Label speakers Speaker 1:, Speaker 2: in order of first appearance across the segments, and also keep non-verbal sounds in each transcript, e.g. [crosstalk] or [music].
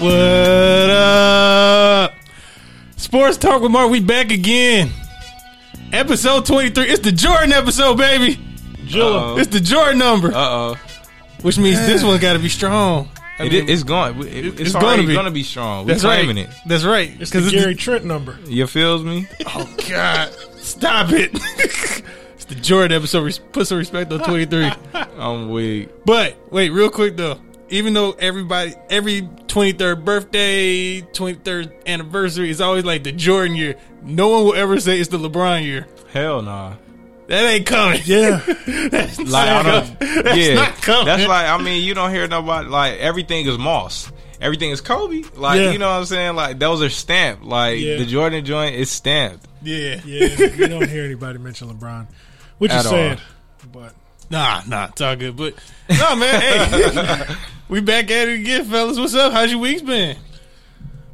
Speaker 1: What up? Sports Talk with Mark, we back again. Episode 23. It's the Jordan episode, baby.
Speaker 2: Uh-oh.
Speaker 1: It's the Jordan number,
Speaker 2: Uh oh.
Speaker 1: which means this one's got to be strong. I
Speaker 2: It,
Speaker 1: mean,
Speaker 2: it's going. It, it's
Speaker 1: it's gonna
Speaker 2: already
Speaker 1: be.
Speaker 2: gonna be. strong. We're
Speaker 1: right.
Speaker 2: claiming it.
Speaker 1: That's right.
Speaker 3: It's the
Speaker 1: 'Cause
Speaker 3: Gary Trent number.
Speaker 2: You feels me?
Speaker 1: oh, God. Stop it. [laughs] it's the Jordan episode. Res- Put some respect on
Speaker 2: [laughs]
Speaker 1: 23.
Speaker 2: I'm weak.
Speaker 1: But wait, real quick though. Even though everybody, every 23rd birthday, 23rd anniversary is always like the Jordan year, no one will ever say it's the LeBron year.
Speaker 2: Hell nah.
Speaker 1: That ain't coming.
Speaker 3: Yeah.
Speaker 1: [laughs] that's
Speaker 2: Like I
Speaker 1: not
Speaker 2: don't.
Speaker 1: coming. That's
Speaker 2: yeah.
Speaker 1: not coming.
Speaker 2: That's like I mean you don't hear nobody like everything is Moss. Everything is Kobe. Like
Speaker 3: Yeah.
Speaker 2: you know what I'm saying. Like those are stamped. Like
Speaker 3: Yeah.
Speaker 2: the Jordan joint is stamped.
Speaker 1: yeah. yeah.
Speaker 3: [laughs] Yeah. you don't hear anybody mention LeBron, which
Speaker 2: At
Speaker 3: is
Speaker 2: all.
Speaker 3: sad. But
Speaker 1: Nah, nah, it's all good. But no, man. Hey, [laughs] we back at it again, fellas. What's up? How's your week's been?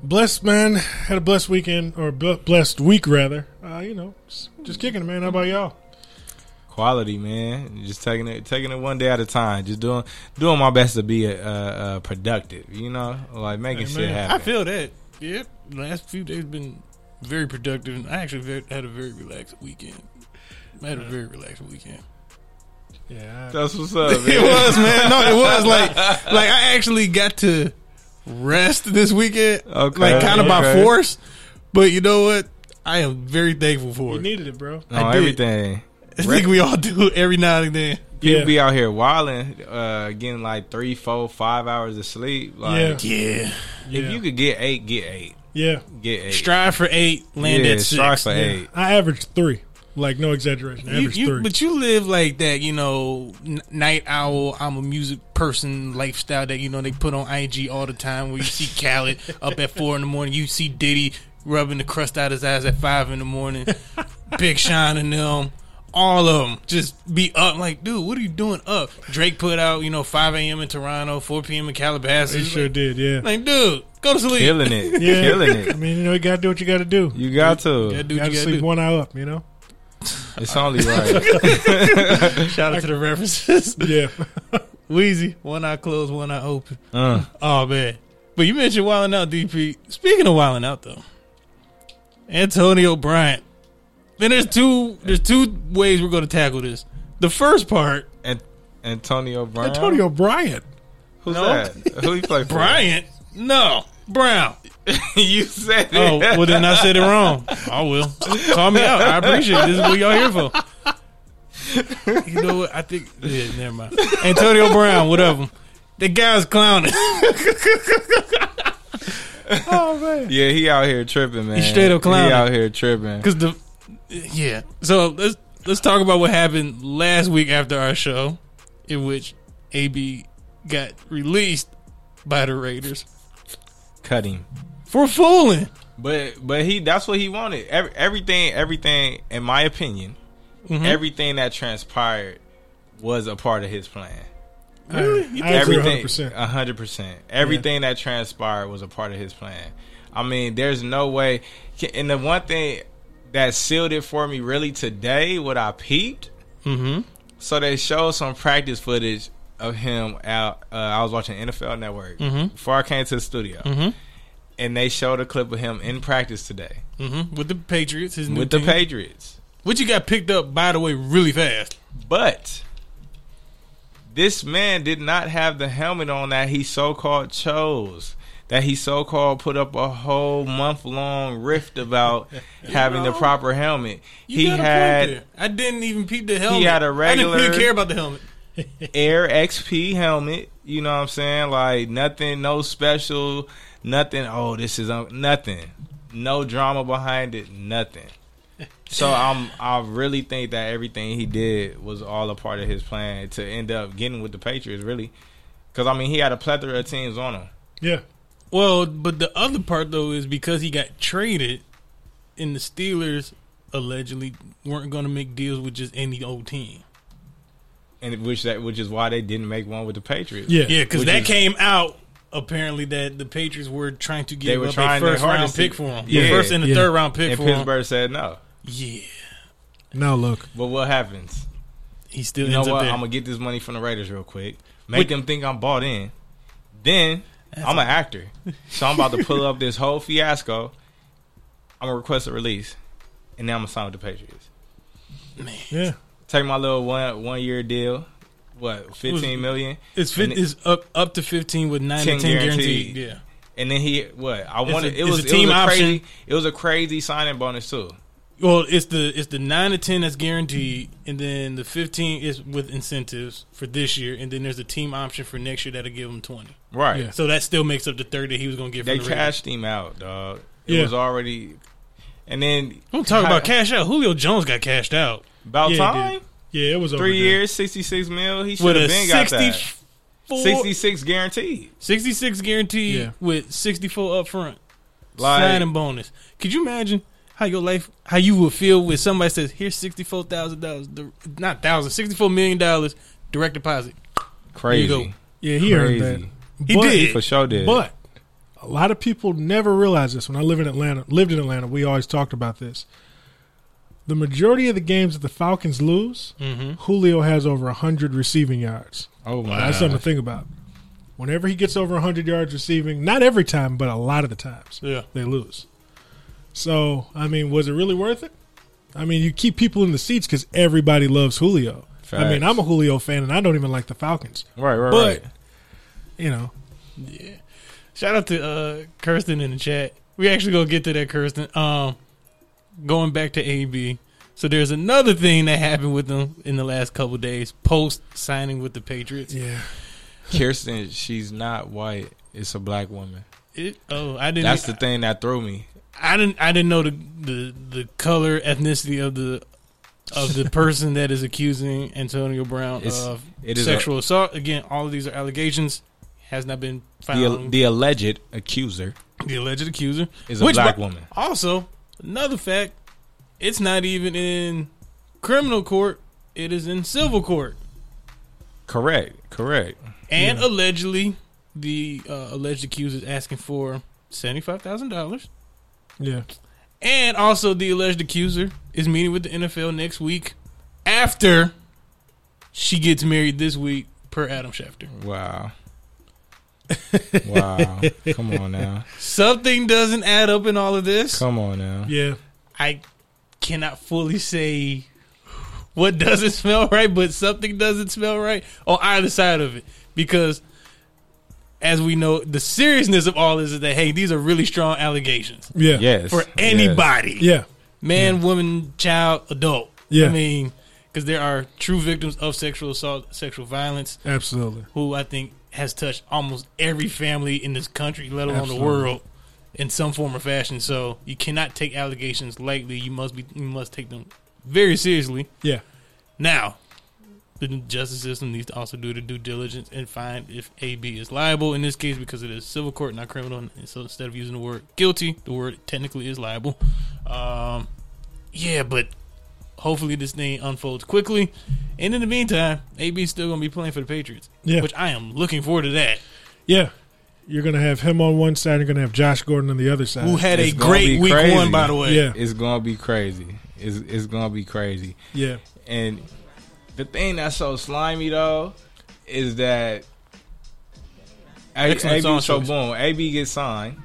Speaker 3: blessed, man. Had a blessed weekend, or bl- blessed week, rather. Uh, you know, just, just kicking it, man. How about y'all?
Speaker 2: Quality man, just taking it taking it one day at a time. Just doing doing my best to be uh, uh, productive. You know, like making shit
Speaker 3: Amen.
Speaker 2: happen.
Speaker 1: I feel that. Yep. Last few days been very productive, and I actually very, had a very relaxed weekend. I had a very relaxed weekend.
Speaker 3: Yeah. I-
Speaker 2: That's what's up.
Speaker 1: [laughs] It
Speaker 2: man.
Speaker 1: was, man. No, it was like like I actually got to rest this weekend.
Speaker 2: Okay,
Speaker 1: Like kind of by
Speaker 2: okay.
Speaker 1: force. But you know what? I am very thankful for
Speaker 3: you
Speaker 1: it.
Speaker 3: needed it, bro.
Speaker 2: No,
Speaker 1: I did.
Speaker 2: everything.
Speaker 1: I think we all do it every now and then.
Speaker 2: People
Speaker 3: Yeah.
Speaker 2: be out here wilding, uh, getting like three, four, five hours of sleep. Like,
Speaker 1: Yeah.
Speaker 2: if
Speaker 3: Yeah.
Speaker 2: you could get eight, get eight,
Speaker 3: Yeah.
Speaker 2: get eight.
Speaker 1: Strive for eight, land
Speaker 2: yeah,
Speaker 1: at six.
Speaker 2: strive for
Speaker 3: Yeah.
Speaker 2: eight.
Speaker 3: I averaged three. Like, no exaggeration. I
Speaker 1: You,
Speaker 3: averaged
Speaker 1: you-
Speaker 3: three.
Speaker 1: but you live like that, you know, n- night owl. I'm a music person lifestyle that you know they put on IG all the time. Where you
Speaker 3: [laughs]
Speaker 1: see Khaled up at four in the morning, you see Diddy rubbing the crust out his eyes at five in the
Speaker 3: [laughs]
Speaker 1: morning. Big Sean and them, all of them, just be up. Like, dude, what are you doing up? Drake put out, you know, five a.m. in Toronto, four p.m. in Calabasas.
Speaker 3: They sure
Speaker 1: like,
Speaker 3: did, yeah.
Speaker 1: like, dude, go to sleep. [laughs]
Speaker 2: Killing it.
Speaker 3: yeah.
Speaker 2: Killing
Speaker 3: I
Speaker 2: it.
Speaker 3: mean, you know, you got to do what you got to do.
Speaker 2: You got
Speaker 1: Yeah,
Speaker 2: to.
Speaker 1: dude,
Speaker 3: You got
Speaker 1: you
Speaker 3: to
Speaker 1: gotta
Speaker 3: sleep
Speaker 1: do.
Speaker 3: one eye up, you know?
Speaker 2: It's
Speaker 1: [laughs]
Speaker 2: only right.
Speaker 1: Shout out to the references. [laughs]
Speaker 3: Yeah.
Speaker 1: Wheezy, one eye closed, one eye open.
Speaker 2: Uh,
Speaker 1: Oh man! But you mentioned wilding out, DP. Speaking of wilding out, though, Antonio Bryant. Then there's two. There's two ways we're going to tackle this. The first part,
Speaker 2: An- Antonio Brown.
Speaker 3: Antonio Bryant.
Speaker 2: Who's
Speaker 1: No.
Speaker 2: that? Who he play for?
Speaker 1: Bryant. No, Brown.
Speaker 2: [laughs] you said it.
Speaker 1: Oh, well then I said it wrong. I will call me out. I appreciate it. This is what y'all here for. You know what? I think. Yeah, never mind. Antonio Brown, whatever. The guy's clowning.
Speaker 3: Oh, man.
Speaker 2: Yeah, he out here tripping, man.
Speaker 1: straight up clowning.
Speaker 2: He out here tripping.
Speaker 1: Because the yeah. So let's let's talk about what happened last week after our show, in which AB got released by the Raiders
Speaker 2: Cut him.
Speaker 1: for fooling.
Speaker 2: But but he that's what he wanted. Every, everything everything in my opinion,
Speaker 1: Mm-hmm.
Speaker 2: everything that transpired was a part of his plan.
Speaker 3: Really? I agree
Speaker 2: Everything
Speaker 3: 100%.
Speaker 2: hundred percent. Everything that transpired was a part of his plan. I mean, there's no way. And the one thing that sealed it for me really today, what I peeped.
Speaker 1: Mm-hmm.
Speaker 2: So they showed some practice footage of him out. Uh, I was watching NFL Network before I came to the studio, and they showed a clip of him in practice today
Speaker 1: Mm-hmm. With the Patriots, his new
Speaker 2: with the
Speaker 1: team.
Speaker 2: Patriots.
Speaker 1: which he got picked up by the way really fast.
Speaker 2: But this man did not have the helmet on that he so called chose. That he so called put up a whole month long rift
Speaker 1: [laughs]
Speaker 2: about having the
Speaker 1: know,
Speaker 2: proper helmet.
Speaker 1: You
Speaker 2: He
Speaker 1: got a point
Speaker 2: had
Speaker 1: there. I didn't even peep the helmet.
Speaker 2: had a
Speaker 1: I didn't
Speaker 2: regular-
Speaker 1: really care about the helmet.
Speaker 2: Air XP helmet. You know what I'm saying? Like nothing, no special, nothing. Oh, this is um, nothing. No drama behind it. Nothing. So I'm. I really think that everything he did was all a part of his plan to end up getting with the Patriots. Really, because I mean he had a plethora of teams on him.
Speaker 3: Yeah.
Speaker 1: Well, but the other part though is because he got traded, and the Steelers allegedly weren't going to make deals with just any old team.
Speaker 2: And which that which is why they didn't make one with the Patriots.
Speaker 3: Yeah.
Speaker 1: Yeah, because
Speaker 2: Which
Speaker 1: that
Speaker 2: is-
Speaker 1: came out apparently that the Patriots were trying to
Speaker 2: They
Speaker 1: give
Speaker 2: were
Speaker 1: up a
Speaker 2: trying their
Speaker 1: first round
Speaker 2: hardest to-
Speaker 1: pick for him.
Speaker 2: Yeah.
Speaker 1: the first and the
Speaker 3: Yeah.
Speaker 1: third round pick
Speaker 2: And
Speaker 1: for him.
Speaker 2: Pittsburgh said no.
Speaker 1: Yeah,
Speaker 3: Now look.
Speaker 2: But what happens?
Speaker 1: he still
Speaker 2: You know
Speaker 1: ends up
Speaker 2: what?
Speaker 1: there.
Speaker 2: I'm gonna get this money from the Raiders real quick. Make them think I'm bought in. Then I'm an actor, so I'm about to pull up this whole fiasco. I'm gonna request a release, and now I'm gonna sign with the Patriots.
Speaker 3: Yeah,
Speaker 2: Take my little one one year deal. What fifteen million?
Speaker 1: It's fif-
Speaker 2: And it-
Speaker 1: it's up up to fifteen with nine
Speaker 2: 10
Speaker 1: to ten guaranteed.
Speaker 2: guaranteed.
Speaker 1: Yeah,
Speaker 2: And then he what? I wanted
Speaker 1: a-
Speaker 2: it
Speaker 1: it's
Speaker 2: was
Speaker 1: a
Speaker 2: it
Speaker 1: team
Speaker 2: was a
Speaker 1: option.
Speaker 2: crazy it was a crazy signing bonus too.
Speaker 1: well, it's the it's the nine to ten that's guaranteed, and then the fifteen is with incentives for this year, and then there's a team option for next year that'll give him twenty.
Speaker 2: Right.
Speaker 3: Yeah.
Speaker 1: So that still makes up the thirty that he was going to get.
Speaker 2: They
Speaker 1: from the Raiders.
Speaker 2: cashed him out, dog. It
Speaker 3: Yeah.
Speaker 2: was already, and then
Speaker 1: Don't talk about
Speaker 2: How-
Speaker 1: cash out. Julio Jones got cashed out
Speaker 2: about
Speaker 3: Yeah, he
Speaker 2: time
Speaker 3: did. yeah, it was
Speaker 2: three
Speaker 3: overdue.
Speaker 2: years, sixty six mil. He should
Speaker 1: with
Speaker 2: have
Speaker 1: a
Speaker 2: been got that.
Speaker 1: 64,
Speaker 2: Sixty six guaranteed.
Speaker 1: 66 guaranteed
Speaker 3: Yeah.
Speaker 1: with sixty four up front.
Speaker 2: Like-
Speaker 1: signing bonus. Could you imagine how your life, how you would feel when somebody says, "Here's sixty four thousand dollars, not thousand, sixty four million dollars direct deposit."
Speaker 2: Crazy.
Speaker 1: There you go.
Speaker 3: Yeah, he earned that.
Speaker 2: Crazy.
Speaker 1: He
Speaker 3: But-
Speaker 1: did.
Speaker 2: For sure did.
Speaker 3: But a lot of people never realize this. When I live in Atlanta, lived in Atlanta, we always talked about this. The majority of the games that the Falcons lose,
Speaker 1: Mm-hmm.
Speaker 3: Julio has over 100 receiving yards.
Speaker 2: oh my,
Speaker 3: That's something to think about. Whenever he gets over 100 yards receiving, not every time, but a lot of the times,
Speaker 1: Yeah.
Speaker 3: they lose. So, I mean, was it really worth it? I mean, you keep people in the seats because everybody loves Julio. I mean,
Speaker 2: Facts.
Speaker 3: I'm a Julio fan, and I don't even like the Falcons.
Speaker 2: right, right,
Speaker 3: but-
Speaker 2: right.
Speaker 3: You know,
Speaker 1: Yeah. Shout out to uh, Kirsten in the chat. We actually gonna get to that, Kirsten. Um, going back to AB. So there's another thing that happened with them in the last couple days post signing with the Patriots.
Speaker 3: yeah.
Speaker 2: Kirsten, she's not white. It's a black woman.
Speaker 1: It, oh, I didn't.
Speaker 2: That's the thing that threw me.
Speaker 1: I didn't. I didn't know the the, the color ethnicity of the of
Speaker 2: [laughs]
Speaker 1: the person that is accusing Antonio Brown
Speaker 2: It's-
Speaker 1: of
Speaker 2: It is a-
Speaker 1: sexual assault. Again, all of these are allegations. Has not been
Speaker 2: the,
Speaker 1: found. The,
Speaker 2: the alleged accuser
Speaker 1: alleged accuser
Speaker 2: is a
Speaker 1: Which
Speaker 2: black
Speaker 1: bu-
Speaker 2: woman.
Speaker 1: Also, another fact: it's not even in criminal court. It is in civil court,
Speaker 2: Correct, correct.
Speaker 1: and
Speaker 3: Yeah.
Speaker 1: allegedly, the uh, alleged accuser is asking for seventy five thousand dollars.
Speaker 3: Yeah.
Speaker 1: And also, the alleged accuser is meeting with the NFL next week after she gets married this week, per Adam Schefter. [laughs]
Speaker 2: Wow. wow. Come on now.
Speaker 1: Something doesn't add up in all of this.
Speaker 2: Come on now.
Speaker 3: Yeah.
Speaker 1: I cannot fully say what doesn't smell right, but something doesn't smell right on either side of it. Because, as we know, the seriousness of all this is that, hey, these are really strong allegations
Speaker 3: Yeah.
Speaker 2: Yes.
Speaker 1: for
Speaker 2: yes.
Speaker 1: anybody.
Speaker 3: Yeah.
Speaker 1: man, woman, child, adult.
Speaker 3: Yeah.
Speaker 1: I mean, because there are true victims of sexual assault, sexual violence,
Speaker 3: Absolutely.
Speaker 1: who I think has touched almost every family in this country, let alone
Speaker 3: Absolutely.
Speaker 1: the world, in some form or fashion. So you cannot take allegations lightly. You must be, you must take them very seriously.
Speaker 3: Yeah.
Speaker 1: Now, the justice system needs to also do the due diligence and find if AB is liable in this case because it is civil court, not criminal. And so instead of using the word guilty, the word technically is liable. Um, yeah, but hopefully this thing unfolds quickly. And in the meantime, AB is still going to be playing for the Patriots,
Speaker 3: Yeah.
Speaker 1: which I am looking forward to that.
Speaker 3: Yeah. You're going to have him on one side. You're going to have Josh Gordon on the other side.
Speaker 1: Who had a
Speaker 2: Uh, It's gonna be
Speaker 1: great week
Speaker 2: crazy.
Speaker 1: one, by the way.
Speaker 3: Yeah.
Speaker 2: It's gonna be crazy. It's it's gonna be crazy.
Speaker 3: yeah.
Speaker 2: And the thing that's so slimy though is that A-
Speaker 1: Excellent
Speaker 2: AB
Speaker 1: song
Speaker 2: so
Speaker 1: choice.
Speaker 2: boom, AB gets signed.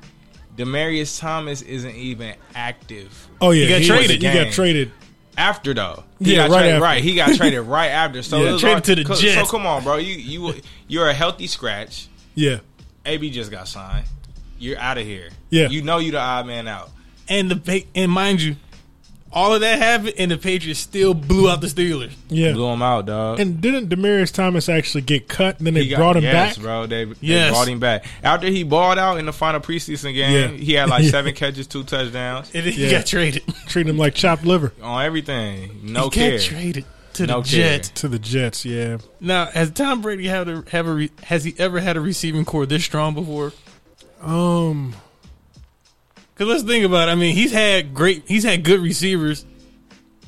Speaker 2: Demarius Thomas isn't even active
Speaker 3: Oh, yeah.
Speaker 1: He got traded.
Speaker 3: You
Speaker 2: Gang.
Speaker 3: got traded.
Speaker 2: after though.
Speaker 3: Yeah,
Speaker 2: got
Speaker 3: right
Speaker 2: traded,
Speaker 3: after.
Speaker 2: right. He got traded right after. So
Speaker 1: Yeah,
Speaker 2: it was
Speaker 1: traded
Speaker 2: all-
Speaker 1: to the
Speaker 2: co- So
Speaker 1: Jets.
Speaker 2: come on, bro. You you you're a healthy scratch.
Speaker 3: Yeah.
Speaker 2: AB just got signed. You're out of here.
Speaker 3: Yeah.
Speaker 2: you know you the odd man out.
Speaker 1: And the Pa- and mind you, all of that happened, and the Patriots still blew out the Steelers.
Speaker 3: Yeah.
Speaker 2: Blew him out, dog.
Speaker 3: And didn't Demarius Thomas actually get cut? And then they
Speaker 2: He got-
Speaker 3: brought him
Speaker 2: yes,
Speaker 3: back.
Speaker 2: bro. They, they
Speaker 1: Yes.
Speaker 2: brought him back after he balled out in the final preseason game.
Speaker 3: Yeah.
Speaker 2: He had like
Speaker 3: [laughs] Yeah.
Speaker 2: seven catches, two touchdowns
Speaker 1: And then he
Speaker 3: Yeah.
Speaker 1: got traded.
Speaker 3: Treating him like chopped liver
Speaker 2: on everything. No
Speaker 1: he
Speaker 2: care.
Speaker 1: got traded to the
Speaker 2: No care.
Speaker 1: Jets.
Speaker 3: to the Jets. Yeah.
Speaker 1: Now, has Tom Brady had a have a re, has he ever had a receiving core this strong before?
Speaker 3: Um.
Speaker 1: Because let's think about. it. I mean, he's had great. He's had good receivers.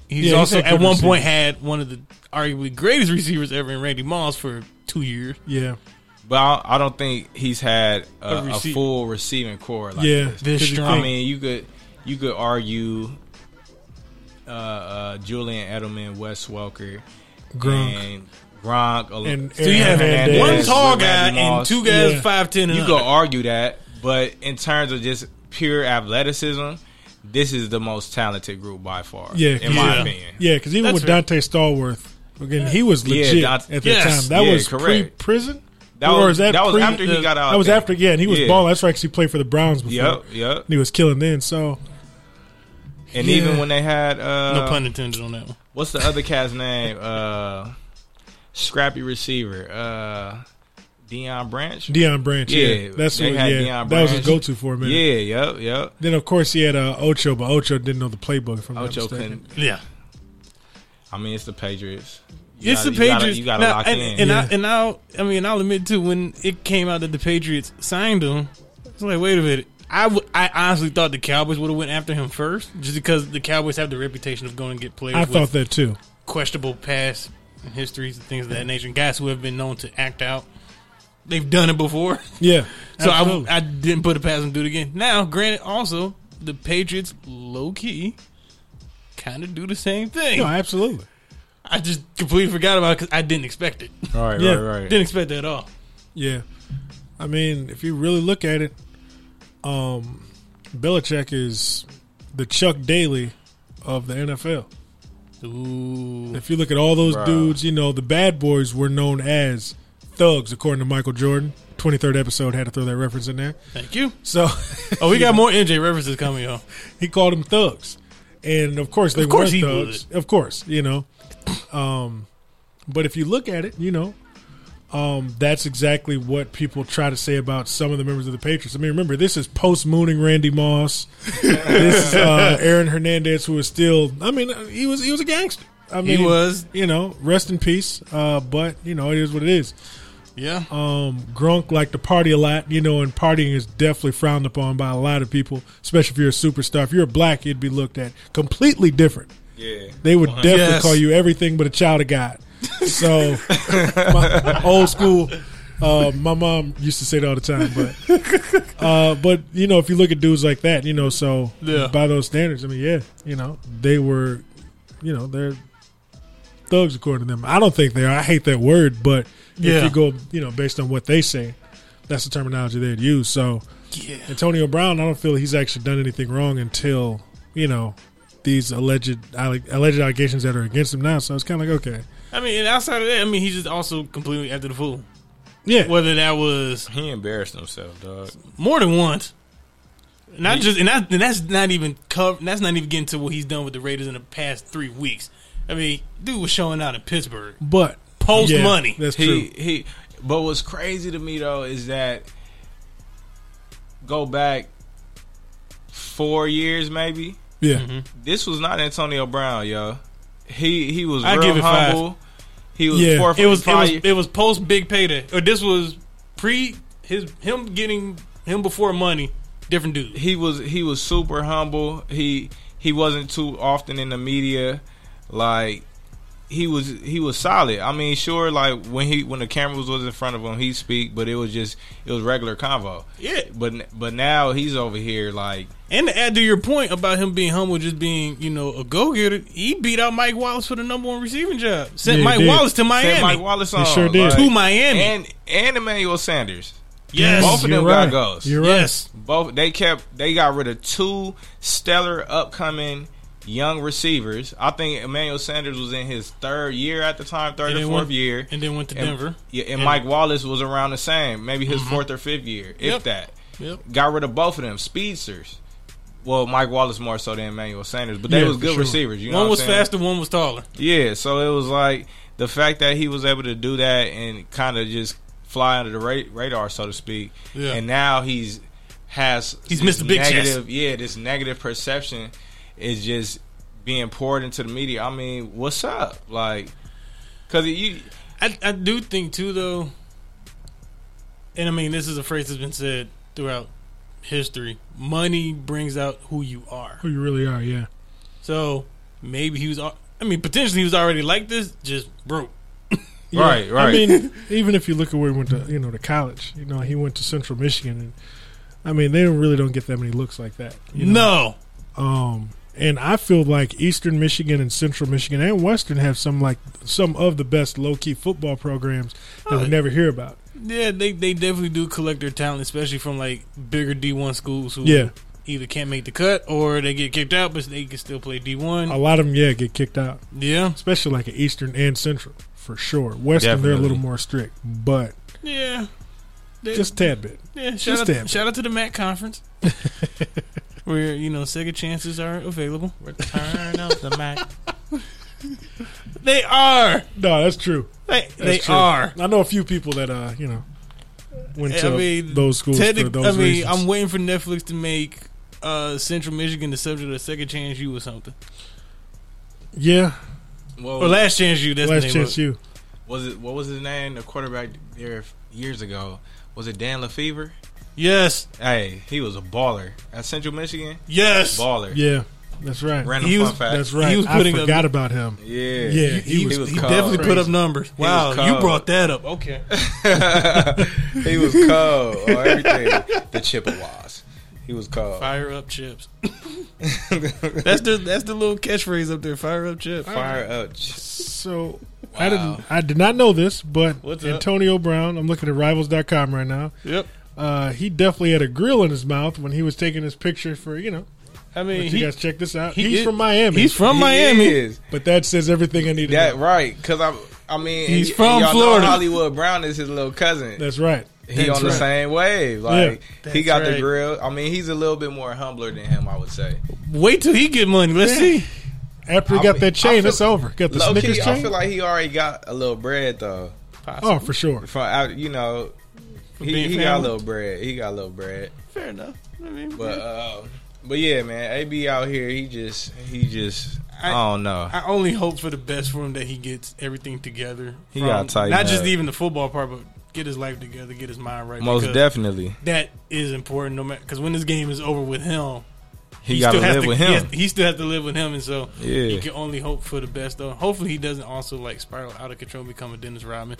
Speaker 1: He's
Speaker 3: Yeah, he's
Speaker 1: also
Speaker 3: had
Speaker 1: at
Speaker 3: good
Speaker 1: one point
Speaker 3: receivers.
Speaker 1: had one of the arguably greatest receivers ever in Randy Moss for two years.
Speaker 3: Yeah.
Speaker 2: But I, I don't think he's had a,
Speaker 1: A
Speaker 2: a,
Speaker 1: receiver.
Speaker 2: full receiving core. Like
Speaker 3: yeah.
Speaker 2: this.
Speaker 1: This
Speaker 3: 'Cause you
Speaker 1: strong.
Speaker 2: I
Speaker 3: think-
Speaker 2: mean, you could you could argue uh, uh, Julian Edelman, Wes Welker,
Speaker 3: Gronk.
Speaker 2: and Gronk, Al-
Speaker 3: And-
Speaker 1: So you
Speaker 3: Aaron
Speaker 1: have
Speaker 3: Hernandez,
Speaker 1: one tall
Speaker 2: Randy
Speaker 1: guy and
Speaker 2: Moss.
Speaker 1: two guys
Speaker 3: Yeah.
Speaker 1: five ten.
Speaker 2: You could argue that, but in terms of just pure athleticism, this is the most talented group by far.
Speaker 3: Yeah,
Speaker 2: in my
Speaker 1: yeah.
Speaker 2: opinion.
Speaker 3: Yeah, because even
Speaker 1: That's
Speaker 3: with
Speaker 1: fair.
Speaker 3: Dante Stallworth, again, he was
Speaker 2: Yeah,
Speaker 3: legit
Speaker 2: Dante-
Speaker 3: at the
Speaker 1: yes,
Speaker 3: time. That
Speaker 2: yeah,
Speaker 3: was
Speaker 2: correct.
Speaker 3: pre-prison.
Speaker 2: That
Speaker 3: Or
Speaker 2: was
Speaker 3: is that
Speaker 2: that, was
Speaker 3: pre-
Speaker 2: after he got out.
Speaker 3: that was
Speaker 2: there.
Speaker 3: after, yeah, and he was
Speaker 2: Yeah.
Speaker 3: balling. That's right, 'cause he played for the Browns before.
Speaker 2: Yep, yep.
Speaker 3: And he was killing then. So
Speaker 2: And
Speaker 3: Yeah.
Speaker 2: even when they had uh,
Speaker 1: No pun intended on that one.
Speaker 2: what's the other cat's name? Uh, scrappy receiver, uh, Deion Branch.
Speaker 3: Deion Branch, yeah,
Speaker 2: Yeah,
Speaker 3: that's
Speaker 2: they
Speaker 3: what,
Speaker 2: had
Speaker 3: yeah,
Speaker 2: Deion
Speaker 3: that was his
Speaker 2: Branch.
Speaker 3: go-to for him.
Speaker 2: yeah, yep, yep.
Speaker 3: Then of course he had uh, Ocho, but Ocho didn't know the playbook. If I'm not
Speaker 2: Ocho
Speaker 3: mistaken.
Speaker 2: couldn't.
Speaker 1: Yeah.
Speaker 2: I mean, it's the Patriots. You
Speaker 1: It's
Speaker 2: gotta-
Speaker 1: the
Speaker 2: you gotta-
Speaker 1: Patriots.
Speaker 2: You gotta,
Speaker 1: Now,
Speaker 2: lock
Speaker 1: and,
Speaker 2: in.
Speaker 1: And,
Speaker 3: Yeah.
Speaker 1: I, and I'll, I mean, I'll admit too, when it came out that the Patriots signed him, it's like, wait a minute. I, w- I honestly thought the Cowboys would have went after him first, just because the Cowboys have the reputation of going to get players
Speaker 3: I
Speaker 1: with
Speaker 3: thought that too.
Speaker 1: questionable past and histories and things of that nature, and guys who have been known to act out. They've done it before, [laughs]
Speaker 3: Yeah,
Speaker 1: so I,
Speaker 3: absolutely.
Speaker 1: I didn't put it past them to do it again. Now, granted, also the Patriots low key kind of do the same thing.
Speaker 3: no, absolutely.
Speaker 1: I just completely forgot about it because I didn't expect it.
Speaker 2: right,
Speaker 3: yeah.
Speaker 2: right, right.
Speaker 1: Didn't expect that at all.
Speaker 3: Yeah, I mean, if you really look at it, um, Belichick is the Chuck Daly of the NFL.
Speaker 1: Ooh.
Speaker 3: If you look at all those
Speaker 2: Bruh.
Speaker 3: dudes, you know the bad boys were known as thugs, according to Michael Jordan. Twenty third episode had to throw that reference in there.
Speaker 1: [laughs] Thank you.
Speaker 3: So
Speaker 1: Oh, we
Speaker 3: [laughs]
Speaker 1: got more NJ references coming, y'all.
Speaker 3: he called them thugs, and of course they
Speaker 1: Of course
Speaker 3: were
Speaker 1: he
Speaker 3: thugs. Of course, you know. Um, but if you look at it, you know, um, that's exactly what people try to say about some of the members of the Patriots. I mean, remember this is post mooning Randy Moss. this
Speaker 1: [laughs]
Speaker 3: is uh, Aaron Hernandez, who is still. I mean, uh, he was he was a gangster. I
Speaker 1: He
Speaker 3: mean,
Speaker 1: was.
Speaker 3: you know, rest in peace. Uh, but you know, it is what it is.
Speaker 1: [laughs] Yeah.
Speaker 3: Um, Grunk liked to party a lot, you know, and partying is definitely frowned upon by a lot of people, especially if you're a superstar. If you're black, you'd be looked at completely different.
Speaker 2: Yeah.
Speaker 3: They would definitely
Speaker 1: Yes.
Speaker 3: call you everything but a child of God. So, [laughs] my, old school. Uh, my mom used to say it all the time, but
Speaker 1: [laughs]
Speaker 3: uh, but you know, if you look at dudes like that, you know, so
Speaker 1: Yeah.
Speaker 3: by those standards, I mean, yeah, you know, they were, you know, they're thugs according to them. I don't think they are. I hate that word, but if
Speaker 1: Yeah.
Speaker 3: you go, you know, based on what they say, that's the terminology they'd use. So
Speaker 1: Yeah.
Speaker 3: Antonio Brown, I don't feel he's actually done anything wrong until you know these alleged alle- alleged allegations that are against him now. So it's kind of like okay,
Speaker 1: I mean, and outside of that, I mean, he's just also completely after the fool.
Speaker 3: yeah,
Speaker 1: Whether that was
Speaker 2: He embarrassed himself, dog.
Speaker 1: more than once. Not just, and, that, and that's not even cover. That's not even getting to what he's done with the Raiders in the past three weeks. I mean, dude was showing out in Pittsburgh.
Speaker 3: but
Speaker 1: Post
Speaker 3: yeah,
Speaker 1: money.
Speaker 3: That's
Speaker 2: he
Speaker 3: true.
Speaker 2: he. But what's crazy to me though is that go back four years maybe.
Speaker 3: Yeah,
Speaker 2: This was not Antonio Brown, yo. He he was
Speaker 1: I
Speaker 2: real
Speaker 1: give it five.
Speaker 2: humble. He was
Speaker 3: Yeah.
Speaker 2: four for
Speaker 1: It was, it was
Speaker 2: probably-
Speaker 1: it was post big payday, or this was pre his him getting him before money. Different dude.
Speaker 2: he was he was super humble. He he wasn't too often in the media. Like he was he was solid. I mean, sure, like when he when the cameras was in front of him, he speak, but it was just it was regular convo.
Speaker 1: Yeah,
Speaker 2: But but now he's over here like
Speaker 1: And to add to your point about him being humble, just being you know a go getter, he beat out Mike Wallace for the number one receiving job.
Speaker 3: Yeah,
Speaker 1: Sent
Speaker 3: he
Speaker 1: Mike
Speaker 3: did.
Speaker 1: Wallace to Miami,
Speaker 2: sent Mike Wallace on
Speaker 3: sure did.
Speaker 2: like-
Speaker 1: to Miami.
Speaker 2: and and Emmanuel Sanders.
Speaker 1: yes,
Speaker 2: Both of
Speaker 3: You're
Speaker 2: them
Speaker 3: right.
Speaker 2: got goals.
Speaker 3: You're right.
Speaker 1: yes,
Speaker 2: Both they kept they got rid of two stellar upcoming young receivers. I think Emmanuel Sanders was in his third year at the time, third
Speaker 1: And
Speaker 2: or
Speaker 1: then
Speaker 2: fourth
Speaker 1: went-
Speaker 2: year.
Speaker 1: and then went to
Speaker 2: And-
Speaker 1: Denver.
Speaker 2: Yeah, and,
Speaker 1: And- Mm-hmm.
Speaker 2: Mike Wallace was around the same, maybe his fourth or fifth year, if
Speaker 1: Yep.
Speaker 2: that.
Speaker 1: Yep.
Speaker 2: Got rid of both of them speedsters. Well, Mike Wallace more so than Emmanuel Sanders, but they
Speaker 3: Yeah,
Speaker 2: was
Speaker 3: for
Speaker 2: good
Speaker 3: sure.
Speaker 2: receivers. You know,
Speaker 1: one
Speaker 2: what
Speaker 1: was
Speaker 2: I'm saying?
Speaker 1: faster, one was taller.
Speaker 2: Yeah, so it was like the fact that he was able to do that and kind of just fly under the ra- radar, so to speak.
Speaker 1: Yeah.
Speaker 2: And now he's has
Speaker 1: He's
Speaker 2: this
Speaker 1: Mr. Big Chest.
Speaker 2: negative. Yeah, this negative perception is just being poured into the media. I mean, what's up? Like, because you
Speaker 1: I, I do think too though, and I mean this is a phrase that's been said throughout history. Money brings out who you are.
Speaker 3: Who Oh, you really are, yeah. [laughs]
Speaker 1: So maybe he was. al- I mean, potentially he was already like this, just broke.
Speaker 3: Yeah,
Speaker 2: Right,
Speaker 3: I
Speaker 2: right.
Speaker 3: mean, even if you look at where he went to, you know, to college. You know, he went to Central Michigan, and I mean, they don't really don't get that many looks like that. You know?
Speaker 1: No,
Speaker 3: Um, And I feel like Eastern Michigan and Central Michigan and Western have some like some of the best low key football programs that we
Speaker 1: Oh.
Speaker 3: never hear about.
Speaker 1: Yeah, they they definitely do collect their talent, especially from like bigger D one schools who
Speaker 3: Yeah,
Speaker 1: either can't make the cut or they get kicked out, but they can still play D
Speaker 3: a
Speaker 1: one.
Speaker 3: lot of them yeah get kicked out,
Speaker 1: Yeah,
Speaker 3: especially like at Eastern and Central for sure. Western they're a
Speaker 2: Definitely.
Speaker 3: little more strict, but
Speaker 1: yeah. They-
Speaker 3: just tad bit.
Speaker 1: yeah,
Speaker 3: just
Speaker 1: shout
Speaker 3: them.
Speaker 1: out, shout out to the MAC
Speaker 3: [laughs]
Speaker 1: conference, where you know second chances are available.
Speaker 2: Return of the Mac.
Speaker 1: [laughs] They are.
Speaker 3: No, that's true.
Speaker 1: They, they
Speaker 3: That's true.
Speaker 1: are.
Speaker 3: I know a few people that uh you know went
Speaker 1: I
Speaker 3: to
Speaker 1: mean,
Speaker 3: those schools for
Speaker 1: Technic-
Speaker 3: those
Speaker 1: I mean,
Speaker 3: reasons.
Speaker 1: I'm waiting for Netflix to make uh, Central Michigan the subject of Second Chance U or something,
Speaker 3: yeah,
Speaker 1: or
Speaker 2: Well,
Speaker 1: Last Chance U. That's the
Speaker 3: Oh. last
Speaker 1: name
Speaker 3: chance
Speaker 1: of it.
Speaker 3: you.
Speaker 2: was it what was his name? The quarterback there years ago was it Dan Lefevre?
Speaker 1: Yes,
Speaker 2: Hey, he was a baller at Central Michigan.
Speaker 1: yes.
Speaker 2: Baller.
Speaker 3: Yeah, that's right.
Speaker 2: Random
Speaker 1: He
Speaker 2: fun
Speaker 1: was-
Speaker 2: fact.
Speaker 3: That's right.
Speaker 1: was
Speaker 3: I
Speaker 1: putting up-
Speaker 3: forgot about him.
Speaker 2: yeah.
Speaker 3: Yeah,
Speaker 1: He, he was, he
Speaker 2: cold.
Speaker 1: definitely put up numbers.
Speaker 2: was
Speaker 1: Wow, you
Speaker 2: cold.
Speaker 1: brought that up. Okay.
Speaker 2: [laughs] he was cold or everything. The Chippewas. He was cold. Fire,
Speaker 1: Fire up chips.
Speaker 2: [laughs]
Speaker 1: that's the that's the little catchphrase up there. Fire up chips.
Speaker 2: up. Ch-
Speaker 3: So
Speaker 2: Wow.
Speaker 3: I didn't. I did not know this, but
Speaker 1: What's up?
Speaker 3: Antonio Brown. I'm looking at Rivals.com right now.
Speaker 1: Yep.
Speaker 3: Uh, he definitely had a grill in his mouth when he was taking his picture for you know.
Speaker 1: I
Speaker 3: But
Speaker 1: mean,
Speaker 3: you
Speaker 1: he-
Speaker 3: guys check this out.
Speaker 1: he
Speaker 3: he's
Speaker 1: is-
Speaker 3: from Miami.
Speaker 1: he's from
Speaker 2: He
Speaker 1: Miami.
Speaker 2: is.
Speaker 3: but that says everything I need to
Speaker 2: That
Speaker 3: know.
Speaker 2: right? Because I, I mean,
Speaker 1: He's
Speaker 2: y-
Speaker 1: from
Speaker 2: y'all know
Speaker 1: Florida.
Speaker 2: Hollywood Brown is his little cousin.
Speaker 3: That's right.
Speaker 2: he
Speaker 3: That's
Speaker 2: on the
Speaker 3: right.
Speaker 2: same wave. Like he
Speaker 1: That's
Speaker 2: got
Speaker 1: right.
Speaker 2: the grill. I mean, he's a little bit more humbler than him. I would say.
Speaker 1: Wait till he get money. Let's see.
Speaker 3: After he
Speaker 2: I
Speaker 3: got
Speaker 2: mean,
Speaker 3: that
Speaker 2: I
Speaker 3: chain,
Speaker 2: feel-
Speaker 3: it's over. Got the
Speaker 2: Low
Speaker 3: Snickers
Speaker 2: key, I
Speaker 3: chain.
Speaker 2: feel like he already got a little bread though.
Speaker 3: oh, for sure.
Speaker 2: From out, you know, he,
Speaker 1: being
Speaker 2: he got a
Speaker 1: family.
Speaker 2: little bread. He got a little bread.
Speaker 1: Fair enough. I mean,
Speaker 2: But uh, but yeah, man, AB out here. He just he just I,
Speaker 1: I-
Speaker 2: don't know.
Speaker 1: I only hope for the best for him that he gets everything together.
Speaker 2: He
Speaker 1: from-
Speaker 2: gotta tighten
Speaker 1: Not just
Speaker 2: up.
Speaker 1: even the football part, but get his life together, get his mind right.
Speaker 2: Most
Speaker 1: because
Speaker 2: definitely,
Speaker 1: That is important. No matter because when this game is over with him,
Speaker 2: he, got to
Speaker 1: still has
Speaker 2: live with
Speaker 1: He,
Speaker 2: him.
Speaker 1: has- he still has to live with him, and so
Speaker 2: Yeah.
Speaker 1: you can only hope for the best. Though, hopefully, he doesn't also like spiral out of control and become a Dennis Rodman.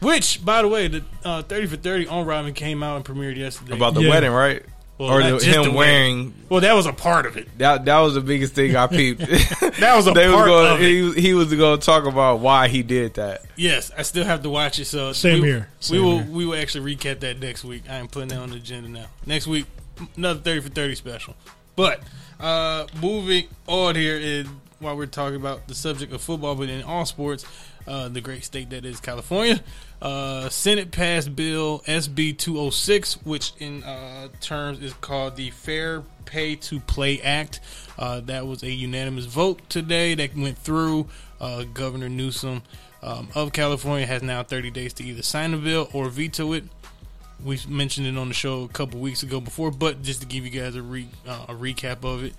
Speaker 1: Which, by the way, the uh, thirty for thirty on Rodman came out and premiered yesterday.
Speaker 2: About the
Speaker 3: Yeah.
Speaker 2: wedding, right?
Speaker 1: Well,
Speaker 2: or
Speaker 1: not
Speaker 2: the,
Speaker 1: just
Speaker 2: him
Speaker 1: the wedding.
Speaker 2: wearing
Speaker 1: well, that was a part of it.
Speaker 2: That that was the biggest thing
Speaker 1: [laughs]
Speaker 2: I peeped. that
Speaker 1: was a part
Speaker 2: going,
Speaker 1: of it.
Speaker 2: He, was- he was going to talk about why he did that.
Speaker 1: Yes, I still have to watch it. So
Speaker 3: Same
Speaker 1: we,
Speaker 3: here.
Speaker 1: we
Speaker 3: Same
Speaker 1: will
Speaker 3: here.
Speaker 1: we will actually recap that next week. I am putting that on the agenda now. Next week, another thirty for thirty special. But uh moving on here is while we're talking about the subject of football, but in all sports, uh, the great state that is California, uh, Senate passed Bill SB two hundred six, which in uh, terms is called the Fair Pay to Play Act. Uh, that was a unanimous vote today that went through. Uh, Governor Newsom um, of California has now 30 days to either sign the bill or veto it. We mentioned it on the show a couple weeks ago before, but just to give you guys a, re, uh, a recap of it